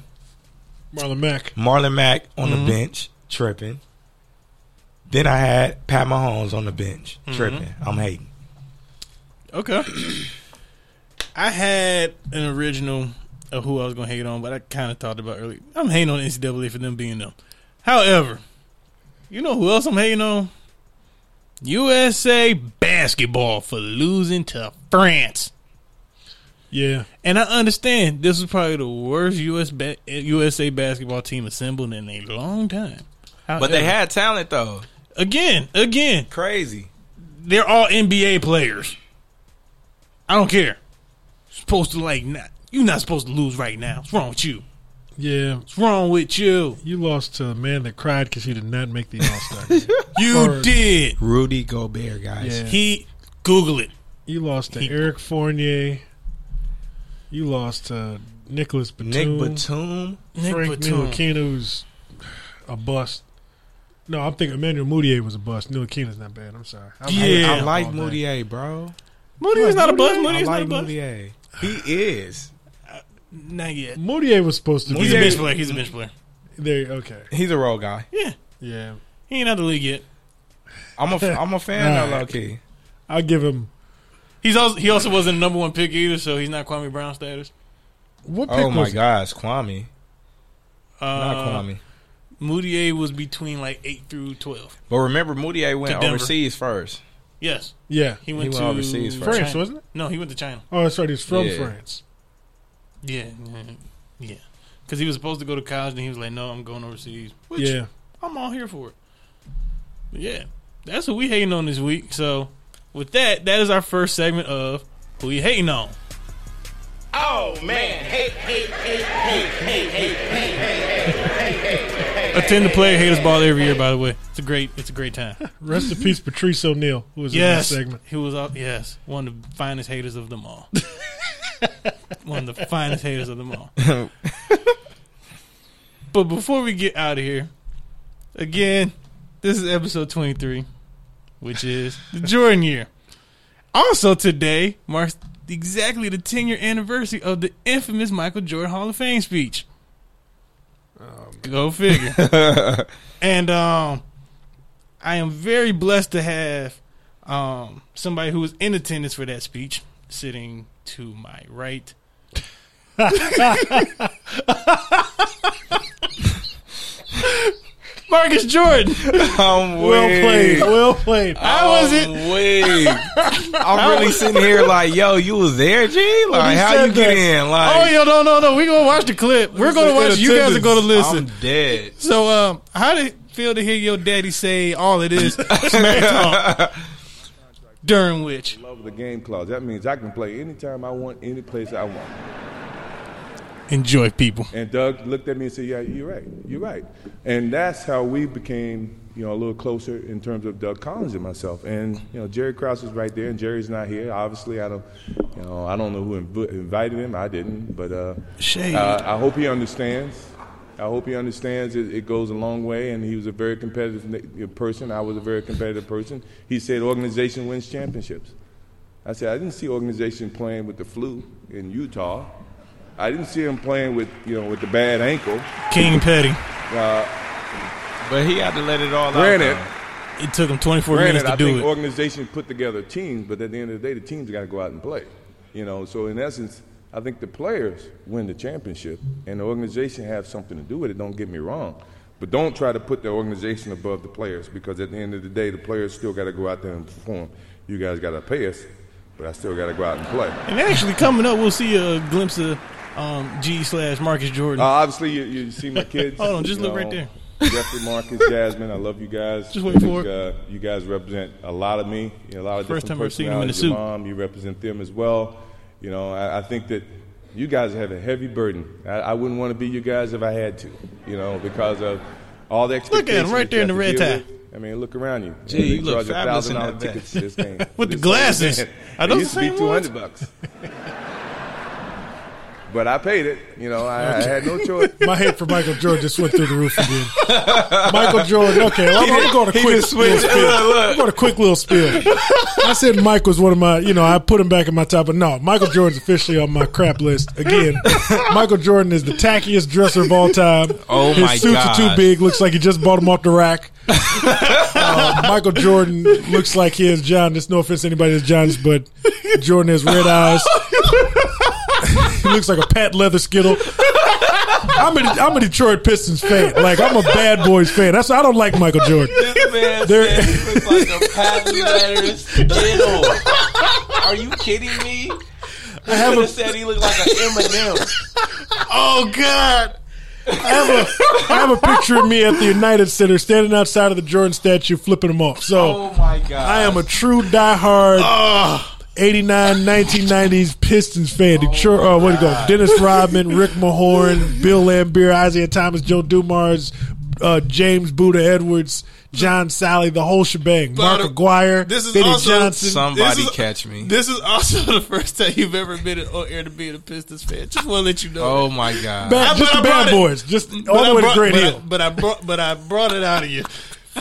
Speaker 3: Marlon Mack.
Speaker 2: Marlon Mack on the bench, tripping. Then I had Pat Mahomes on the bench, tripping. I'm hating.
Speaker 1: Okay. I had an original of who I was going to hate on, but I kind of talked about earlier. I'm hating on NCAA for them being them. However, you know who else I'm hating on? USA basketball for losing to France.
Speaker 3: Yeah.
Speaker 1: And I understand this was probably the worst US ba- USA basketball team assembled in a long time.
Speaker 2: But they
Speaker 1: However,
Speaker 2: had talent though.
Speaker 1: again, again,
Speaker 2: Crazy.
Speaker 1: they're all NBA players. I don't care. Supposed to like not you're not supposed to lose right now. What's wrong with you?
Speaker 3: Yeah.
Speaker 1: What's wrong with you?
Speaker 3: You lost to a man that cried because he did not make the All Star. game.
Speaker 1: You
Speaker 3: Word.
Speaker 1: did.
Speaker 2: Rudy Gobert, guys.
Speaker 3: Yeah.
Speaker 1: He Google it.
Speaker 3: You lost to
Speaker 1: He-
Speaker 3: Eric Fournier. You lost to Nicholas
Speaker 2: Nick
Speaker 3: Batum.
Speaker 2: Batum.
Speaker 1: Nick
Speaker 3: Frank
Speaker 1: Batum.
Speaker 3: Ntilikina's a bust. No, I'm thinking Emmanuel Moutier was a bust. Ntilikina's not bad. I'm sorry. I'm
Speaker 1: Yeah.
Speaker 3: hating
Speaker 2: I
Speaker 3: on
Speaker 2: like
Speaker 3: all that.
Speaker 2: Moutier, bro.
Speaker 1: Moody is not a buzz. Moody
Speaker 2: I
Speaker 1: is not a
Speaker 2: like
Speaker 1: buzz.
Speaker 2: Moutier. He is.
Speaker 1: Not yet.
Speaker 3: Moutier was supposed to
Speaker 1: He's a
Speaker 3: be
Speaker 1: bench player. He's a bench player.
Speaker 3: there. Okay.
Speaker 2: He's a role guy.
Speaker 1: Yeah.
Speaker 3: Yeah.
Speaker 1: He ain't out the league yet.
Speaker 2: I'm a I'm a fan
Speaker 3: All [laughs]
Speaker 2: of
Speaker 3: right.
Speaker 2: low key.
Speaker 3: I'll give him.
Speaker 1: He's also he also wasn't the number one pick either, so he's not Kwame Brown status.
Speaker 3: What pick
Speaker 2: Oh my
Speaker 3: was it?
Speaker 2: gosh, Kwame,
Speaker 1: Uh,
Speaker 2: not Kwame.
Speaker 1: Moutier was between like eight through twelve.
Speaker 2: But remember, Moutier
Speaker 1: To
Speaker 2: went
Speaker 1: Denver.
Speaker 2: overseas first.
Speaker 1: Yes,
Speaker 3: Yeah,
Speaker 1: he went,
Speaker 2: went
Speaker 1: to
Speaker 2: overseas first.
Speaker 3: France
Speaker 1: China.
Speaker 3: wasn't it?
Speaker 1: No, he went to China.
Speaker 3: Oh, that's right. He's from
Speaker 2: Yeah.
Speaker 3: France.
Speaker 1: Yeah, yeah, yeah. Because he was supposed to go to college, and he was like, "No, I'm going overseas." Which
Speaker 3: yeah,
Speaker 1: I'm all here for it. But yeah, that's what we hating on this week. So with that, that is our first segment of who you hating on.
Speaker 4: Oh man, hate, hate, hate, hate, hate, hate, hate, hate, hate, hate, hate, hate.
Speaker 1: Attend the player haters ball every year. By the way, it's a great it's a great time.
Speaker 3: Rest in peace, Patrice O'Neill, who was
Speaker 1: Yes,
Speaker 3: in that segment.
Speaker 1: he was up. Yes, one of the finest haters of them
Speaker 3: [laughs]
Speaker 1: all. one of the finest haters of them all.
Speaker 3: [laughs]
Speaker 1: but before we get out of here, again, this is episode twenty three, which is the Jordan year. Also today marks exactly the ten year anniversary of the infamous Michael Jordan Hall of Fame speech.
Speaker 3: Um,
Speaker 1: Go figure.
Speaker 3: [laughs]
Speaker 1: and um, I am very blessed to have um, somebody who was in attendance for that speech sitting to my right. Marcus Jordan.
Speaker 2: I'm
Speaker 3: [laughs] Well
Speaker 2: weak.
Speaker 3: played. Well played.
Speaker 1: I wasn't.
Speaker 2: I'm
Speaker 3: [laughs]
Speaker 2: weak. I'm really sitting here like, yo, you was there, G? Like,
Speaker 3: he
Speaker 2: how
Speaker 3: said
Speaker 2: you get
Speaker 3: that.
Speaker 2: in?
Speaker 1: Oh,
Speaker 2: Like,
Speaker 1: yo, no, no, no. We're going to watch the clip. We're going to watch. You guys are going to listen.
Speaker 2: I'm dead.
Speaker 1: So, um, how did it feel to hear your daddy say all it is
Speaker 2: [laughs]
Speaker 1: smack talk? During which,
Speaker 5: Love the game clause. That means I can play anytime I want, any place I want.
Speaker 1: enjoy people.
Speaker 5: And Doug looked at me and said, "Yeah, you're right. You're right." And that's how we became, you know, a little closer in terms of Doug Collins and myself. And you know, Jerry Krause was right there, and Jerry's not here. Obviously, I don't, you know, I don't know who inv- invited him. I didn't, but uh,
Speaker 1: Shade.
Speaker 5: uh, I hope he understands. I hope he understands it, it goes a long way, and he was a very competitive na- person. I was a very competitive person. He said, "Organization wins championships." I said, I didn't see organization playing with the flu in Utah. I didn't see him playing with, you know, with the bad ankle.
Speaker 1: King Petty.
Speaker 2: But he had to let it all
Speaker 5: Granted,
Speaker 2: [laughs] out.
Speaker 1: It took him 24
Speaker 5: granted,
Speaker 1: minutes to
Speaker 5: I
Speaker 1: do
Speaker 5: think
Speaker 1: it.
Speaker 5: organization put together teams, but at the end of the day, the teams got to go out and play. You know, so in essence, I think the players win the championship, and the organization have something to do with it. Don't get me wrong, but don't try to put the organization above the players because at the end of the day, the players still got to go out there and perform. You guys got to pay us, but I still got to go out and play.
Speaker 1: And actually, coming up, we'll see a glimpse of um, G slash Marcus
Speaker 5: Uh,
Speaker 1: Jordan.
Speaker 5: obviously, you, you
Speaker 1: [laughs]
Speaker 5: see my kids.
Speaker 1: Hold on, just
Speaker 5: you
Speaker 1: look right there.
Speaker 5: Jeffrey, Marcus, Jasmine, I love you guys.
Speaker 1: Just wait
Speaker 5: I think,
Speaker 1: for it.
Speaker 5: Uh, you guys represent a lot of me. You know, a lot of
Speaker 1: First time I've
Speaker 5: different
Speaker 1: seen you in a
Speaker 5: personalities.
Speaker 1: suit.
Speaker 5: Your mom, you represent them as well. You know, I, I think that you guys have a heavy burden. I, I wouldn't want to be you guys if I had to. You know, because of all the
Speaker 1: at him,
Speaker 5: expectations.
Speaker 1: right
Speaker 5: that
Speaker 1: there in
Speaker 5: you
Speaker 1: the
Speaker 5: have
Speaker 1: red
Speaker 5: to deal
Speaker 1: tie.
Speaker 5: with. I mean, look around you.
Speaker 2: Gee, you
Speaker 5: They
Speaker 2: look
Speaker 5: charge a
Speaker 2: fabulous in
Speaker 5: $1,000
Speaker 2: that vest.
Speaker 5: tickets to this game.
Speaker 1: [laughs] With the
Speaker 5: This
Speaker 1: glasses.
Speaker 5: [laughs] event.
Speaker 1: Are
Speaker 5: It
Speaker 1: those
Speaker 5: used
Speaker 1: the
Speaker 5: to be
Speaker 1: same
Speaker 5: two
Speaker 1: ones?
Speaker 5: hundred bucks. But I paid it. You know, I,
Speaker 1: [laughs]
Speaker 5: I had no choice.
Speaker 3: My hate for Michael Jordan just went through the roof again. Michael Jordan. Okay, well, I'm, I'm going to
Speaker 2: he
Speaker 3: quick
Speaker 2: didn't switch.
Speaker 3: little spill. I'm going to quick little spill. I said Mike was one of my. You know, I put him back in my top, but no, Michael Jordan's officially on my crap list again. Michael Jordan is the tackiest dresser of all time.
Speaker 2: Oh,
Speaker 3: His
Speaker 2: my
Speaker 3: suits
Speaker 2: God.
Speaker 3: are too big. Looks like he just bought them off the rack. Uh, Michael Jordan looks like he is John. There's no offense to anybody that's John's, but Jordan has red eyes. he looks like a pat leather skittle. I'm a, I'm a Detroit Pistons fan. Like I'm a Bad Boys fan. That's I don't like Michael Jordan.
Speaker 2: This man
Speaker 3: There-
Speaker 2: said he looks like a
Speaker 3: [laughs]
Speaker 2: patent letter skittle. Are you kidding me? I
Speaker 3: have
Speaker 2: have
Speaker 3: a-
Speaker 2: said he looked like an Eminem.
Speaker 1: Oh, God.
Speaker 3: I have a picture of me at the United Center standing outside of the Jordan statue, flipping them off. So
Speaker 2: Oh my god!
Speaker 3: I am a true diehard.
Speaker 1: Ah.
Speaker 3: 89, 1990s Pistons fan. Detroit, uh, what do you
Speaker 1: Oh,
Speaker 3: go? Dennis Rodman, Rick Mahorn, Bill Lambier, Isaiah Thomas, Joe Dumars, uh, James Buddha Edwards, John Sally, the whole shebang. Mark
Speaker 1: But, uh,
Speaker 3: Aguirre,
Speaker 1: this is
Speaker 3: Benny
Speaker 1: also-
Speaker 3: Johnson.
Speaker 2: Somebody
Speaker 1: This is-
Speaker 2: catch me!
Speaker 1: This is also [laughs] the first time you've ever been on air to being a Pistons fan. Just want to let you know.
Speaker 2: oh my god!
Speaker 3: Bad-
Speaker 1: I-
Speaker 3: just
Speaker 1: but
Speaker 3: the
Speaker 1: I brought
Speaker 3: bad
Speaker 1: it-
Speaker 3: boys. Just
Speaker 1: But
Speaker 3: all
Speaker 1: I
Speaker 3: the way to
Speaker 1: brought-
Speaker 3: Great
Speaker 1: but I-
Speaker 3: Hill.
Speaker 1: but I brought, but I brought it out of you,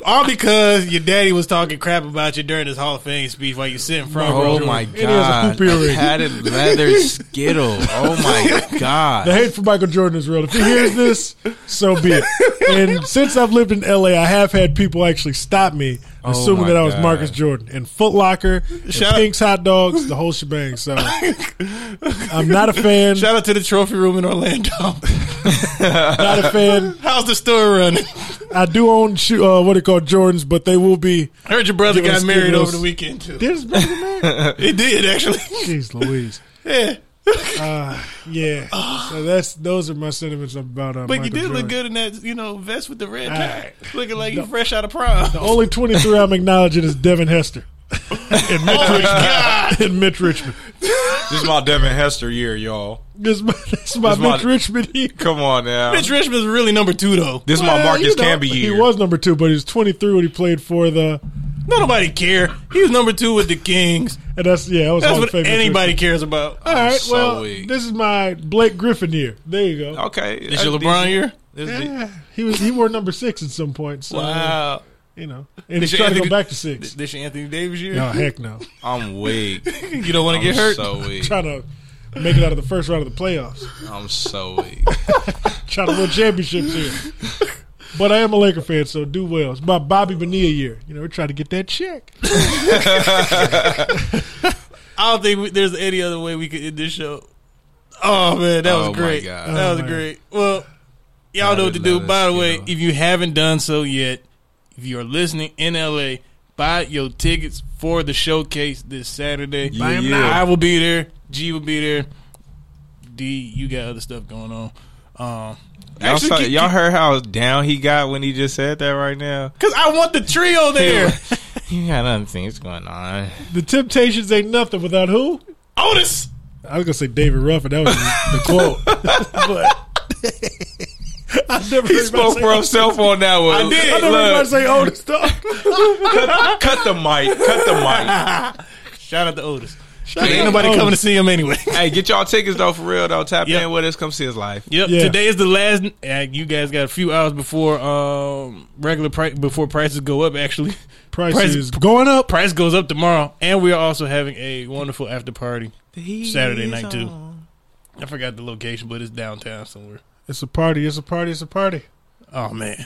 Speaker 1: all because your daddy was talking crap about you during his Hall of Fame speech while you sitting front row.
Speaker 2: Oh my
Speaker 3: It has a
Speaker 2: god!
Speaker 3: hoop earring.
Speaker 2: Patent leather skittle. Oh my
Speaker 3: The
Speaker 2: god!
Speaker 3: hate for Michael Jordan is real. If he hears this, so be it. And since I've lived in LA, I have had people actually stop me
Speaker 2: Oh
Speaker 3: assuming
Speaker 2: my
Speaker 3: that I was
Speaker 2: God.
Speaker 3: Marcus Jordan and Foot Locker, and
Speaker 1: Shout out-
Speaker 3: Pink's hot dogs, the whole shebang.
Speaker 1: [laughs]
Speaker 3: So I'm not a fan.
Speaker 1: Shout out to the trophy room in Orlando.
Speaker 2: [laughs]
Speaker 3: Not a fan.
Speaker 1: How's the store running?
Speaker 3: I do own shoe, uh, what they call Jordans, but they will be.
Speaker 1: I heard your brother
Speaker 3: Give us-
Speaker 1: got married
Speaker 3: give us-
Speaker 1: over the weekend too.
Speaker 3: There's
Speaker 1: It did actually. [laughs]
Speaker 3: Jeez Louise.
Speaker 1: yeah,
Speaker 3: Yeah. So that's those are my sentiments about. Uh,
Speaker 1: but you
Speaker 3: Michael
Speaker 1: did
Speaker 3: Jordan.
Speaker 1: look good in that you know vest with the red
Speaker 3: Ah.
Speaker 1: tie, looking like you fresh out of prom.
Speaker 3: The only 23 I'm acknowledging is Devin Hester
Speaker 1: [laughs] oh my god!
Speaker 3: and Mitch Richmond.
Speaker 2: This is my Devin Hester year, y'all.
Speaker 3: This is my, [laughs] this is my
Speaker 2: This is my-
Speaker 3: Mitch Richmond year.
Speaker 2: Come on now.
Speaker 1: Mitch Richmond's really number two though.
Speaker 2: This is my
Speaker 3: Well,
Speaker 2: Marcus
Speaker 3: you know,
Speaker 2: Camby year.
Speaker 3: He was number two, but he was 23 when he played for the.
Speaker 1: Not nobody care. He was number two with the Kings.
Speaker 3: And that's yeah, I was
Speaker 1: That's
Speaker 3: Hall of
Speaker 1: what
Speaker 3: Fame Mitch
Speaker 1: anybody cares about.
Speaker 3: Richmond. All right,
Speaker 2: so
Speaker 3: well,
Speaker 2: weak. Oh,
Speaker 3: this is my Blake Griffin year. There you go.
Speaker 2: Okay. Uh,
Speaker 1: It's your
Speaker 2: That's
Speaker 1: LeBron
Speaker 2: decent.
Speaker 1: year.
Speaker 2: That's decent.
Speaker 3: Yeah, he was he wore number six at some point. So
Speaker 1: Wow.
Speaker 3: you know, and he's
Speaker 1: This your
Speaker 3: trying to go
Speaker 1: Anthony-
Speaker 3: back to six. [laughs]
Speaker 1: This your Anthony Davis year.
Speaker 3: No, heck no.
Speaker 2: I'm [laughs] weak.
Speaker 1: [laughs] You don't want to get
Speaker 2: I'm
Speaker 1: hurt.
Speaker 2: so weak.
Speaker 3: trying to make it out of the first round of the playoffs.
Speaker 2: I'm so weak.
Speaker 3: Trying to win championships here.
Speaker 2: [laughs]
Speaker 3: But I am a Laker fan, so do well. It's my Bobby Bonilla year. You know, we're trying to get that check.
Speaker 1: I don't think we, there's any other way we could end this show. Oh man, that
Speaker 2: Oh,
Speaker 1: was
Speaker 2: my
Speaker 1: great.
Speaker 2: God.
Speaker 1: That
Speaker 3: Oh,
Speaker 1: was
Speaker 3: man.
Speaker 1: great. Well, y'all
Speaker 2: Love
Speaker 1: know
Speaker 2: it,
Speaker 1: what to do.
Speaker 2: love it,
Speaker 1: By the
Speaker 2: you
Speaker 1: way,
Speaker 2: know.
Speaker 1: if you haven't done so yet, if you are listening in LA, buy your tickets for the showcase this Saturday.
Speaker 2: Yeah, Buy 'em yeah. now.
Speaker 1: I will be there. G will be there. D, you got other stuff going on. Um,
Speaker 2: Y'all, saw,
Speaker 1: keep-
Speaker 2: y'all heard how down he got when he just said that right now?
Speaker 1: Cause I want the
Speaker 2: [laughs]
Speaker 1: trio there.
Speaker 2: You got other things going on.
Speaker 3: The Temptations ain't nothing without who?
Speaker 1: Otis.
Speaker 3: I was gonna say David Ruffin. That was
Speaker 1: [laughs]
Speaker 3: the quote. but I never
Speaker 2: He spoke for himself on that one.
Speaker 1: I did.
Speaker 3: I never heard anybody say
Speaker 1: [laughs]
Speaker 3: Otis dog.
Speaker 2: cut, cut the mic. Cut the mic.
Speaker 1: Shout out to Otis.
Speaker 3: out
Speaker 1: ain't
Speaker 3: to
Speaker 2: Oh.
Speaker 1: nobody coming to
Speaker 3: Otis.
Speaker 1: see him anyway.
Speaker 2: hey, get y'all tickets though for real though. Tap
Speaker 1: Yep.
Speaker 2: in with us. Come see us live.
Speaker 1: Yep.
Speaker 3: Yeah.
Speaker 1: Today is the last. Uh, you guys got a few hours before um, regular price before prices go up. Actually, [laughs]
Speaker 3: Price,
Speaker 1: Price-
Speaker 3: is going up.
Speaker 1: price goes up tomorrow, and we are also having a wonderful after party Saturday night too. I forgot the location, but it's downtown somewhere.
Speaker 3: It's a party. It's a party. It's a party.
Speaker 1: Oh man.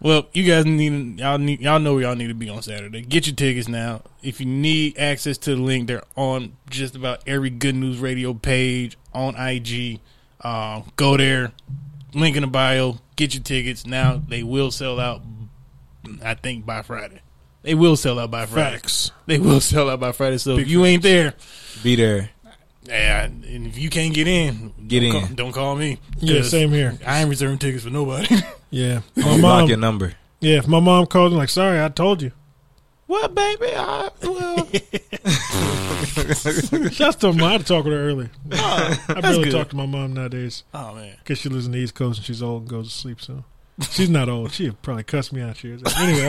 Speaker 1: Well, you guys need y'all need y'all know where y'all need to be on Saturday. Get your tickets now. If you need access to the link, they're on just about every Good News Radio page on IG. Uh, go there, link in the bio. Get your tickets now. They will sell out. I think by Friday. They will sell out by Friday.
Speaker 3: Facts.
Speaker 1: They will sell out by Friday. So if you ain't there,
Speaker 2: Be there.
Speaker 1: yeah, and if you can't get in,
Speaker 2: Get
Speaker 1: don't
Speaker 2: in.
Speaker 1: Call, don't call me.
Speaker 3: Yeah,
Speaker 1: 'Cause
Speaker 3: same here.
Speaker 1: I ain't reserving tickets for nobody. [laughs]
Speaker 3: Yeah, my
Speaker 2: Block
Speaker 3: mom.
Speaker 2: your number.
Speaker 3: Yeah, if my mom called and like, sorry, I told
Speaker 1: [laughs]
Speaker 3: you.
Speaker 2: What, baby? I, well,
Speaker 3: Shouts to my mom. I had to talk with
Speaker 1: [laughs]
Speaker 3: her earlier. I barely
Speaker 1: good.
Speaker 3: talk to my mom nowadays
Speaker 1: oh man.
Speaker 3: because she lives in the East Coast and she's old and goes to sleep soon. She's not old. She'll probably cuss me out here. Anyway,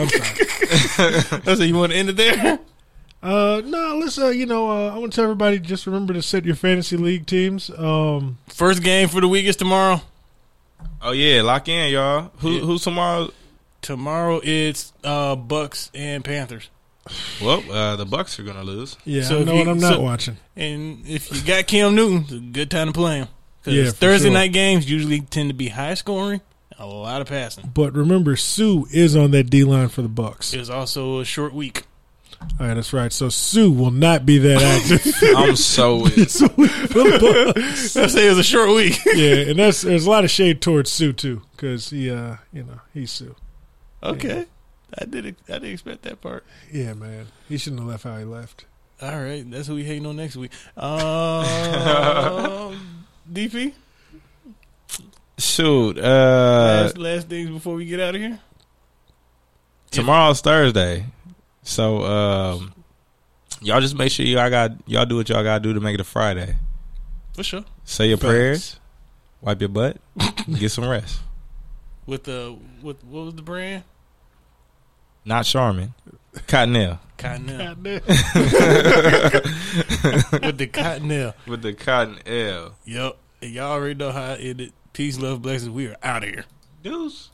Speaker 1: [laughs]
Speaker 3: I'm sorry.
Speaker 1: I said, you want to end it there?
Speaker 3: Uh, no, let's, uh, you know, uh, I want to tell everybody just remember to set your fantasy league teams. Um,
Speaker 1: First game for the week is tomorrow.
Speaker 2: [laughs] oh yeah, lock in, y'all. Who
Speaker 1: Yeah.
Speaker 2: who's tomorrow?
Speaker 1: Tomorrow it's uh, Bucks and Panthers.
Speaker 2: Well, uh, the Bucks are gonna lose.
Speaker 1: [laughs]
Speaker 3: yeah,
Speaker 1: So
Speaker 3: I
Speaker 1: if
Speaker 3: know
Speaker 1: you-
Speaker 3: what I'm not
Speaker 1: so-
Speaker 3: watching.
Speaker 1: And if you got Cam Newton, it's a good time to play him. Because
Speaker 3: Yeah, for
Speaker 1: Thursday
Speaker 3: sure.
Speaker 1: night games usually tend to be high scoring, a lot of passing.
Speaker 3: But remember, Sue is on that D line for the Bucks.
Speaker 1: It was also a short week. [laughs]
Speaker 3: All right, that's right. So Sue will not be that active. [laughs]
Speaker 2: I'm so weak.
Speaker 3: So we- [laughs] for the Bucks.
Speaker 1: I say it was a short week. [laughs]
Speaker 3: yeah, and that's there's a lot of shade towards Sue too, because he, uh, you know, he's Sue.
Speaker 1: okay, I did. I didn't expect that part.
Speaker 3: Yeah, man, he shouldn't have left how he left.
Speaker 1: All right, that's who we hating on next
Speaker 3: [laughs]
Speaker 1: week. Um, DP,
Speaker 2: Shoot. Uh,
Speaker 1: last, last things before we get out of here.
Speaker 2: tomorrow's Thursday, so um, y'all just make sure y'all got y'all do what y'all gotta do to make it a Friday.
Speaker 1: For sure.
Speaker 2: Say your
Speaker 3: Facts.
Speaker 2: prayers, wipe your butt, get
Speaker 1: [laughs]
Speaker 2: some rest.
Speaker 1: With the with what was the brand?
Speaker 2: Not Charmin, Cottonelle
Speaker 1: Cottonelle.
Speaker 3: Goddamn.
Speaker 1: with the Cottonelle.
Speaker 2: with the Cottonelle.
Speaker 1: Yep. And y'all already know how I ended. Peace, love, blessings. We are out of here.
Speaker 2: Deuce.